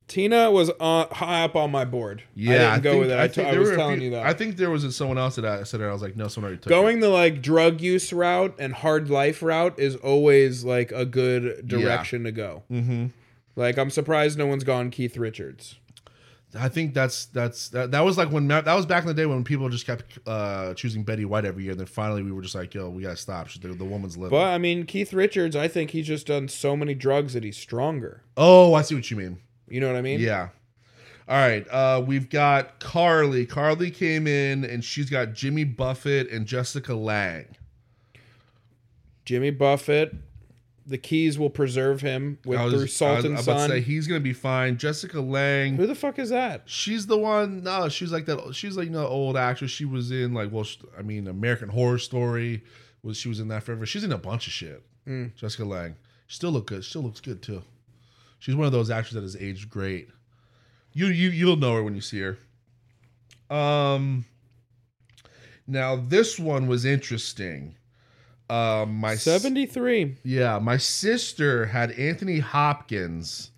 Speaker 2: Tina was on, high up on my board.
Speaker 1: Yeah,
Speaker 2: I didn't go
Speaker 1: think-
Speaker 2: with it. I,
Speaker 1: think
Speaker 2: t- I
Speaker 1: there
Speaker 2: was
Speaker 1: were a
Speaker 2: telling
Speaker 1: few-
Speaker 2: you that.
Speaker 1: I think there was someone else that I said it. I was like, no, someone already took it.
Speaker 2: going the like drug use route and hard life route is always like a good direction to go.
Speaker 1: Mhm.
Speaker 2: Like I'm surprised no one's gone Keith Richards.
Speaker 1: I think that's that's that, that was like when Ma- that was back in the day when people just kept uh choosing Betty White every year. And then finally, we were just like, yo, we gotta stop. She, the, the woman's living.
Speaker 2: But I mean Keith Richards, I think he's just done so many drugs that he's stronger.
Speaker 1: oh, I see what you mean.
Speaker 2: You know what I mean?
Speaker 1: Yeah. All right. Uh, we've got Carly. Carly came in and she's got Jimmy Buffett and Jessica Lang.
Speaker 2: Jimmy Buffett, the keys will preserve him with
Speaker 1: I was-
Speaker 2: through
Speaker 1: I
Speaker 2: salt
Speaker 1: was
Speaker 2: and
Speaker 1: about to
Speaker 2: sun.
Speaker 1: say he's gonna be fine. Jessica Lang.
Speaker 2: Who the fuck is that?
Speaker 1: She's the one. No, she's like that. She's like you know old actress. She was in like well, sh I mean American Horror Story. Was she was in that forever? She's in a bunch of shit. Jessica Lang. She still look good. She still looks good too. She's one of those actors that has aged great. You you you'll know her when you see her. Um. Now this one was interesting. Um, my s-
Speaker 2: 73.
Speaker 1: yeah, my sister had Anthony Hopkins.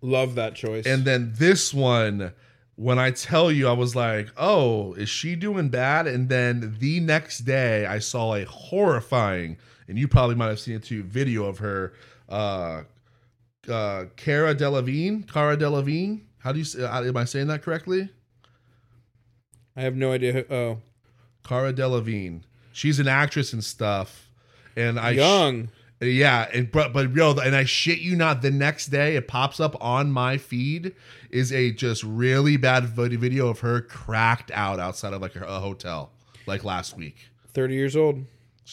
Speaker 2: Love that choice.
Speaker 1: And then this one, when I tell you, I was like, oh, is she doing bad? And then the next day, I saw a horrifying, and you probably might have seen it too, video of her, uh, uh, Cara uh, Delevingne. Cara Delevingne. How do you say? Am I saying that correctly?
Speaker 2: I have no idea. Who, oh,
Speaker 1: Cara Delevingne. She's an actress and stuff. And I sh-
Speaker 2: young.
Speaker 1: yeah, and but but yo, and I shit you not, the next day it pops up on my feed is a just really bad vid- video of her cracked out outside of like her, a hotel like last week.
Speaker 2: Thirty years old.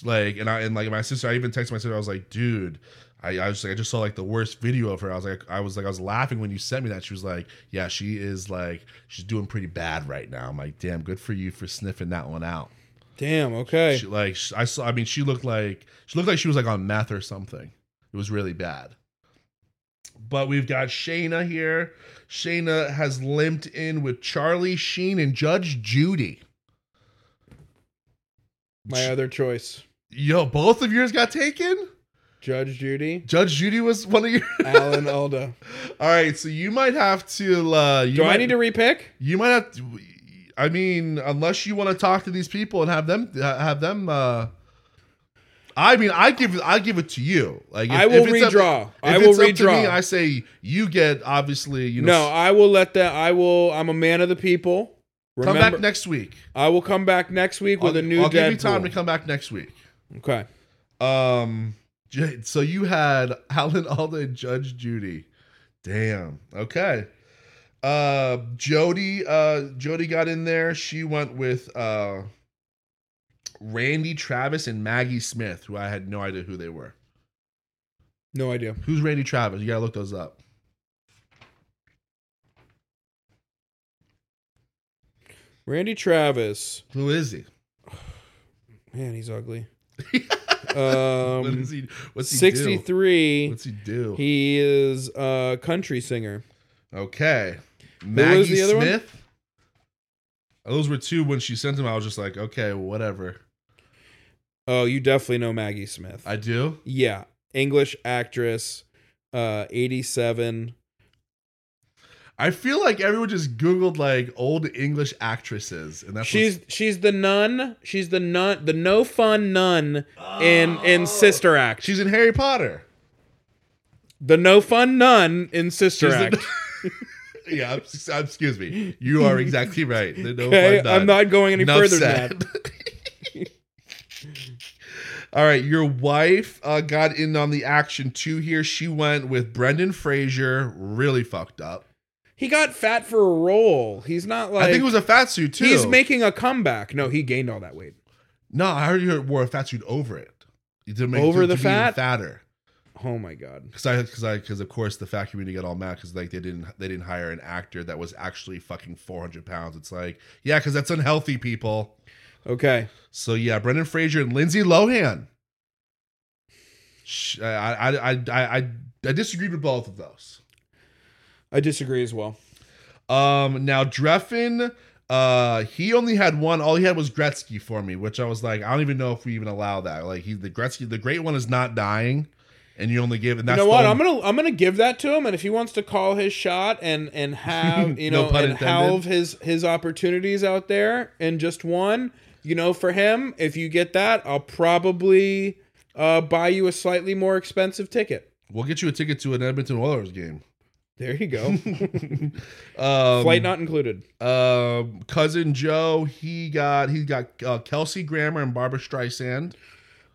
Speaker 1: like and I and like my sister, I even texted my sister. I was like, dude, I, I was like, I just saw like the worst video of her. I was like, I was like, I was laughing when you sent me that. She was like, yeah, she is like, she's doing pretty bad right now. I'm like, damn, good for you for sniffing that one out.
Speaker 2: Damn. Okay.
Speaker 1: She, like sh- I saw, I mean, she looked like she looked like she was like on meth or something. It was really bad. But we've got Shayna here. Shayna has limped in with Charlie Sheen and Judge Judy.
Speaker 2: My other choice,
Speaker 1: Yo, both of yours got taken.
Speaker 2: Judge Judy,
Speaker 1: Judge Judy was one of your. *laughs*
Speaker 2: Alan Alda.
Speaker 1: All right, so you might have to. Uh, you
Speaker 2: Do
Speaker 1: might,
Speaker 2: I need to repick?
Speaker 1: You might have. To, I mean, unless you want to talk to these people and have them uh, have them. Uh, I mean, I give I give it to you. Like
Speaker 2: I will
Speaker 1: it's up-
Speaker 2: redraw.
Speaker 1: if
Speaker 2: I will
Speaker 1: it's up to
Speaker 2: redraw.
Speaker 1: me, I say you get obviously. You
Speaker 2: No,
Speaker 1: know,
Speaker 2: I will let that. I will. I'm a man of the people.
Speaker 1: come
Speaker 2: Remember,
Speaker 1: back next week.
Speaker 2: I will come back next week with
Speaker 1: I'll,
Speaker 2: a new
Speaker 1: I'll
Speaker 2: Deadpool.
Speaker 1: give you time to come back next week.
Speaker 2: Okay.
Speaker 1: Um, J- so you had *laughs* Alan Alda and Judge Judy. Damn. Okay. Uh, Jody. Uh, Jody got in there. She went with uh, Randy Travis and Maggie Smith, who I had no idea who they were.
Speaker 2: No idea.
Speaker 1: Who's Randy Travis? You gotta look those up.
Speaker 2: Randy Travis.
Speaker 1: Who is he?
Speaker 2: Man,
Speaker 1: *laughs*
Speaker 2: he's ugly.
Speaker 1: What
Speaker 2: um,
Speaker 1: is he? What's he do?
Speaker 2: 63.
Speaker 1: What's he do?
Speaker 2: He is a country singer.
Speaker 1: Okay. Maggie
Speaker 2: was the other one?
Speaker 1: Smith. Those were two when she sent them. I was just like, okay, whatever.
Speaker 2: Oh, you definitely know Maggie Smith.
Speaker 1: I do.
Speaker 2: yeah, English actress, uh, 87.
Speaker 1: I feel like everyone just Googled like old English actresses, and that's
Speaker 2: she's she's the nun. She's the nun, the no fun nun
Speaker 1: what's-
Speaker 2: in in Sister Act.
Speaker 1: Oh. She's in Harry Potter.
Speaker 2: the no fun nun in Sister
Speaker 1: She's the- *laughs*
Speaker 2: Act.
Speaker 1: yeah, I'm, I'm- excuse me. You
Speaker 2: *laughs*
Speaker 1: are exactly right. The no
Speaker 2: okay,
Speaker 1: fun done.
Speaker 2: I'm not going any
Speaker 1: Enough
Speaker 2: further than
Speaker 1: said. *laughs* All right, your wife uh, got in on the action too here. She went with Brendan Fraser, really fucked up.
Speaker 2: that. He got fat for a role. He's not like
Speaker 1: I think it was a fat suit too.
Speaker 2: he's making a comeback. No, he gained all that weight.
Speaker 1: no. I heard you wore a fat suit over it to make
Speaker 2: Over
Speaker 1: to-
Speaker 2: the
Speaker 1: to be even
Speaker 2: fat?
Speaker 1: fatter.
Speaker 2: Oh my god.
Speaker 1: because I because I because of course the fat community got all mad because like they didn't they didn't hire an actor that was actually fucking 400 pounds. It's like yeah, because that's unhealthy, people.
Speaker 2: Okay.
Speaker 1: So yeah, Brendan Fraser and Lindsay Lohan. Sh- I I I I I, I disagreed with both of those.
Speaker 2: I disagree as well.
Speaker 1: Um, now Dreffin, uh, he only had one. All he had was Gretzky for me, which I was like, I don't even know if we even allow that. Like he the Gretzky, the great one is not dying, and you only give. And that's
Speaker 2: you
Speaker 1: the
Speaker 2: know what?
Speaker 1: only-
Speaker 2: I'm gonna I'm gonna give that to him, and if he wants to call his shot and
Speaker 1: *laughs*
Speaker 2: and have you
Speaker 1: No
Speaker 2: know
Speaker 1: pun
Speaker 2: and
Speaker 1: intended.
Speaker 2: have his his opportunities out there and just one, you know, for him, if you get that, I'll probably uh, buy you a slightly more expensive ticket.
Speaker 1: we'll get you a ticket to an Edmonton Oilers game.
Speaker 2: There you go,
Speaker 1: *laughs* Um,
Speaker 2: flight not included.
Speaker 1: um, cousin Joe, he got he got uh, Kelsey Grammer and Barbara Streisand.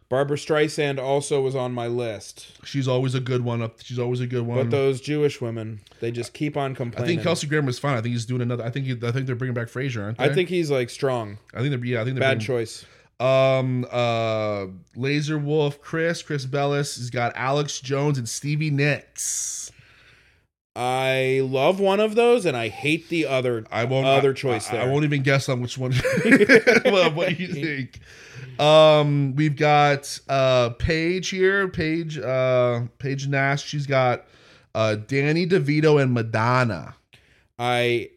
Speaker 2: Barbara Streisand also was on my list,
Speaker 1: She's always a good one. Up, she's always a good one.
Speaker 2: but those Jewish women, they just keep on
Speaker 1: Um, I
Speaker 2: complaining.
Speaker 1: think Kelsey Grammer's fine. I think he's doing another. I think he, I think they're bringing back Frazier, aren't they?
Speaker 2: I think he's like strong.
Speaker 1: I think they're yeah. I think they're
Speaker 2: Bad
Speaker 1: bringing-
Speaker 2: choice.
Speaker 1: Um, uh, Laser Wolf, Chris, Chris Bellis. He's got Alex Jones and Stevie Nicks.
Speaker 2: I love one of those, and I hate the other.
Speaker 1: I won't
Speaker 2: Other
Speaker 1: I-
Speaker 2: choice
Speaker 1: I, I
Speaker 2: there.
Speaker 1: won't even guess on which
Speaker 2: *laughs*
Speaker 1: one. *laughs* well, what do you think? Um, we've got uh Paige here. Paige, uh, Paige Nash. She's got uh Danny DeVito and Madonna.
Speaker 2: I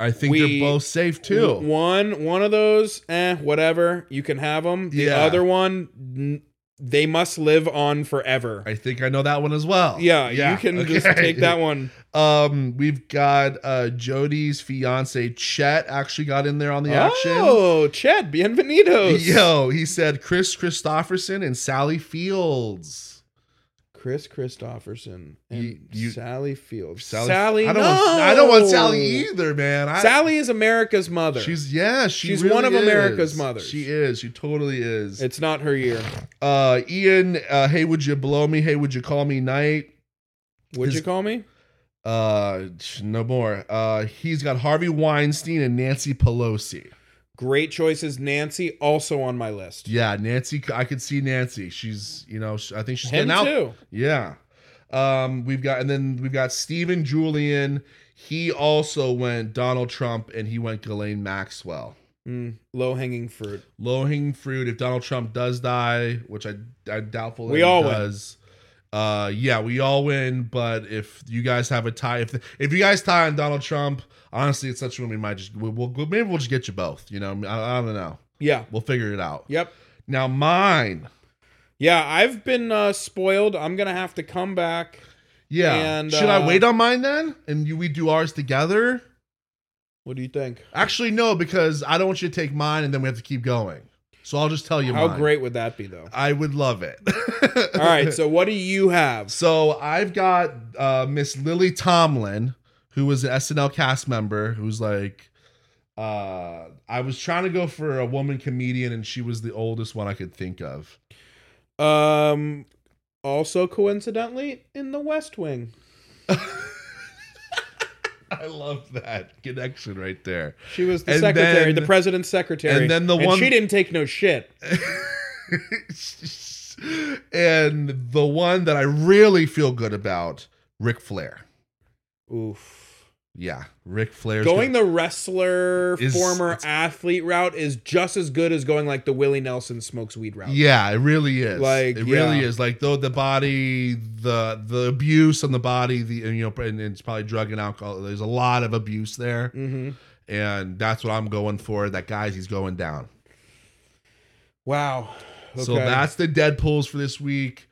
Speaker 1: I think
Speaker 2: We-
Speaker 1: they're both safe too.
Speaker 2: One one of those, eh, whatever. You can have them. The
Speaker 1: Yeah.
Speaker 2: other one, n- they must live on forever.
Speaker 1: I think I know that one as well.
Speaker 2: yeah, you can just
Speaker 1: okay.
Speaker 2: take that one.
Speaker 1: Um, we've got uh Jody's fiance Chet actually got in there on *laughs* the action.
Speaker 2: Oh, Chad, bienvenidos.
Speaker 1: Yo, he said Chris Christopherson and Sally Fields.
Speaker 2: Chris Christopherson and
Speaker 1: You- you-
Speaker 2: Sally Fields.
Speaker 1: Sally,
Speaker 2: Sally,
Speaker 1: I don't
Speaker 2: no!
Speaker 1: want. I don't want Sally either, man. I,
Speaker 2: Sally is America's mother.
Speaker 1: She's yeah. She
Speaker 2: She's
Speaker 1: really
Speaker 2: one of
Speaker 1: is.
Speaker 2: America's mothers.
Speaker 1: She is. She totally is.
Speaker 2: it's not her year.
Speaker 1: Uh, Ian. Uh, hey, would you blow me? Hey, would you call me? Night.
Speaker 2: Would
Speaker 1: His-
Speaker 2: you call me?
Speaker 1: Uh, no more. Uh, he's got Harvey Weinstein and Nancy Pelosi.
Speaker 2: Great choices. Nancy also on my list.
Speaker 1: Yeah, Nancy. I could see Nancy. She's, you know, sh- I think she's
Speaker 2: Him
Speaker 1: getting out.
Speaker 2: too.
Speaker 1: Yeah. Um, we've got, and then we've got Stephen Julian. He also went Donald Trump, and he went Ghislaine Maxwell.
Speaker 2: Mm, low hanging fruit.
Speaker 1: Low hanging fruit. If Donald Trump does die, which I I doubtful that
Speaker 2: We
Speaker 1: he
Speaker 2: all win.
Speaker 1: does. Uh, yeah, we all win. But if you guys have a tie, if if you guys tie on Donald Trump, honestly, it's such a we might just we'll, we'll maybe we'll just get you both. You know, I, I don't know.
Speaker 2: Yeah.
Speaker 1: We'll figure it out.
Speaker 2: Yep.
Speaker 1: Now mine.
Speaker 2: Yeah, I've been uh, spoiled. I'm gonna have to come back.
Speaker 1: Yeah.
Speaker 2: And,
Speaker 1: Should
Speaker 2: uh,
Speaker 1: I wait on mine then? And you, we do ours together?
Speaker 2: What do you think?
Speaker 1: Actually, no, because I don't want you to take mine and then we have to keep going. So I'll just tell you
Speaker 2: How
Speaker 1: mine.
Speaker 2: great would that be, though?
Speaker 1: I would love it.
Speaker 2: All right. So what do you have?
Speaker 1: *laughs* So I've got uh, Miss Lily Tomlin, who was an SNL cast member, who's like, uh, I was trying to go for a woman comedian, and she was the oldest one I could think of. *laughs*
Speaker 2: Um. Also, coincidentally, in The West Wing,
Speaker 1: I love that connection right there.
Speaker 2: she was the
Speaker 1: And
Speaker 2: secretary,
Speaker 1: then-
Speaker 2: the president's secretary,
Speaker 1: and then the one-
Speaker 2: she didn't take no shit.
Speaker 1: *laughs* and the one that I really feel good about, Ric Flair.
Speaker 2: Oof.
Speaker 1: Yeah, Ric Flair's
Speaker 2: Going
Speaker 1: gonna-
Speaker 2: the wrestler,
Speaker 1: Is-
Speaker 2: former
Speaker 1: it's-
Speaker 2: athlete route is just as good as going like the Willie Nelson smokes weed route.
Speaker 1: yeah, it really is.
Speaker 2: Like,
Speaker 1: it really
Speaker 2: yeah.
Speaker 1: is. Like though the body, the the abuse on the body, the and, you know, and, and it's probably drug and alcohol. There's a lot of abuse there,
Speaker 2: Mm-hmm.
Speaker 1: and that's what I'm going for. That guys, he's going down.
Speaker 2: Wow. Okay.
Speaker 1: So that's the Deadpools for this week.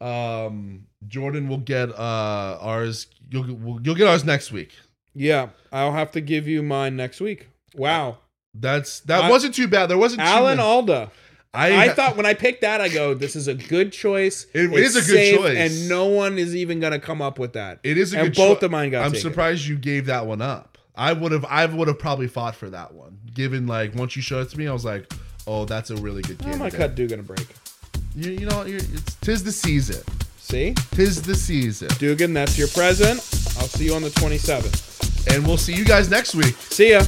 Speaker 1: Um, Jordan will get uh ours. You'll we'll- you'll get ours next week.
Speaker 2: yeah. I'll have to give you mine next week. Wow.
Speaker 1: That's that
Speaker 2: I-
Speaker 1: wasn't too bad. There wasn't
Speaker 2: Alan
Speaker 1: Too,
Speaker 2: Alda.
Speaker 1: I,
Speaker 2: I thought when I picked that, I go, this is a good choice.
Speaker 1: It
Speaker 2: It's
Speaker 1: is a good
Speaker 2: safe,
Speaker 1: choice.
Speaker 2: And no one is even going to come up with that.
Speaker 1: it is a
Speaker 2: and
Speaker 1: good
Speaker 2: both
Speaker 1: choi-
Speaker 2: of mine got
Speaker 1: I'm
Speaker 2: taken.
Speaker 1: surprised you gave that one up. I would have. I would have probably fought for that one. Given like once you showed it to me, I was like, oh, that's a really good
Speaker 2: I'm
Speaker 1: game.
Speaker 2: going to cut Dugan a break.
Speaker 1: You, you know, you it's tis the season.
Speaker 2: See?
Speaker 1: Tis the season,
Speaker 2: Dugan, that's your present. I'll see you on the 27th.
Speaker 1: and we'll see you guys next week.
Speaker 2: See ya.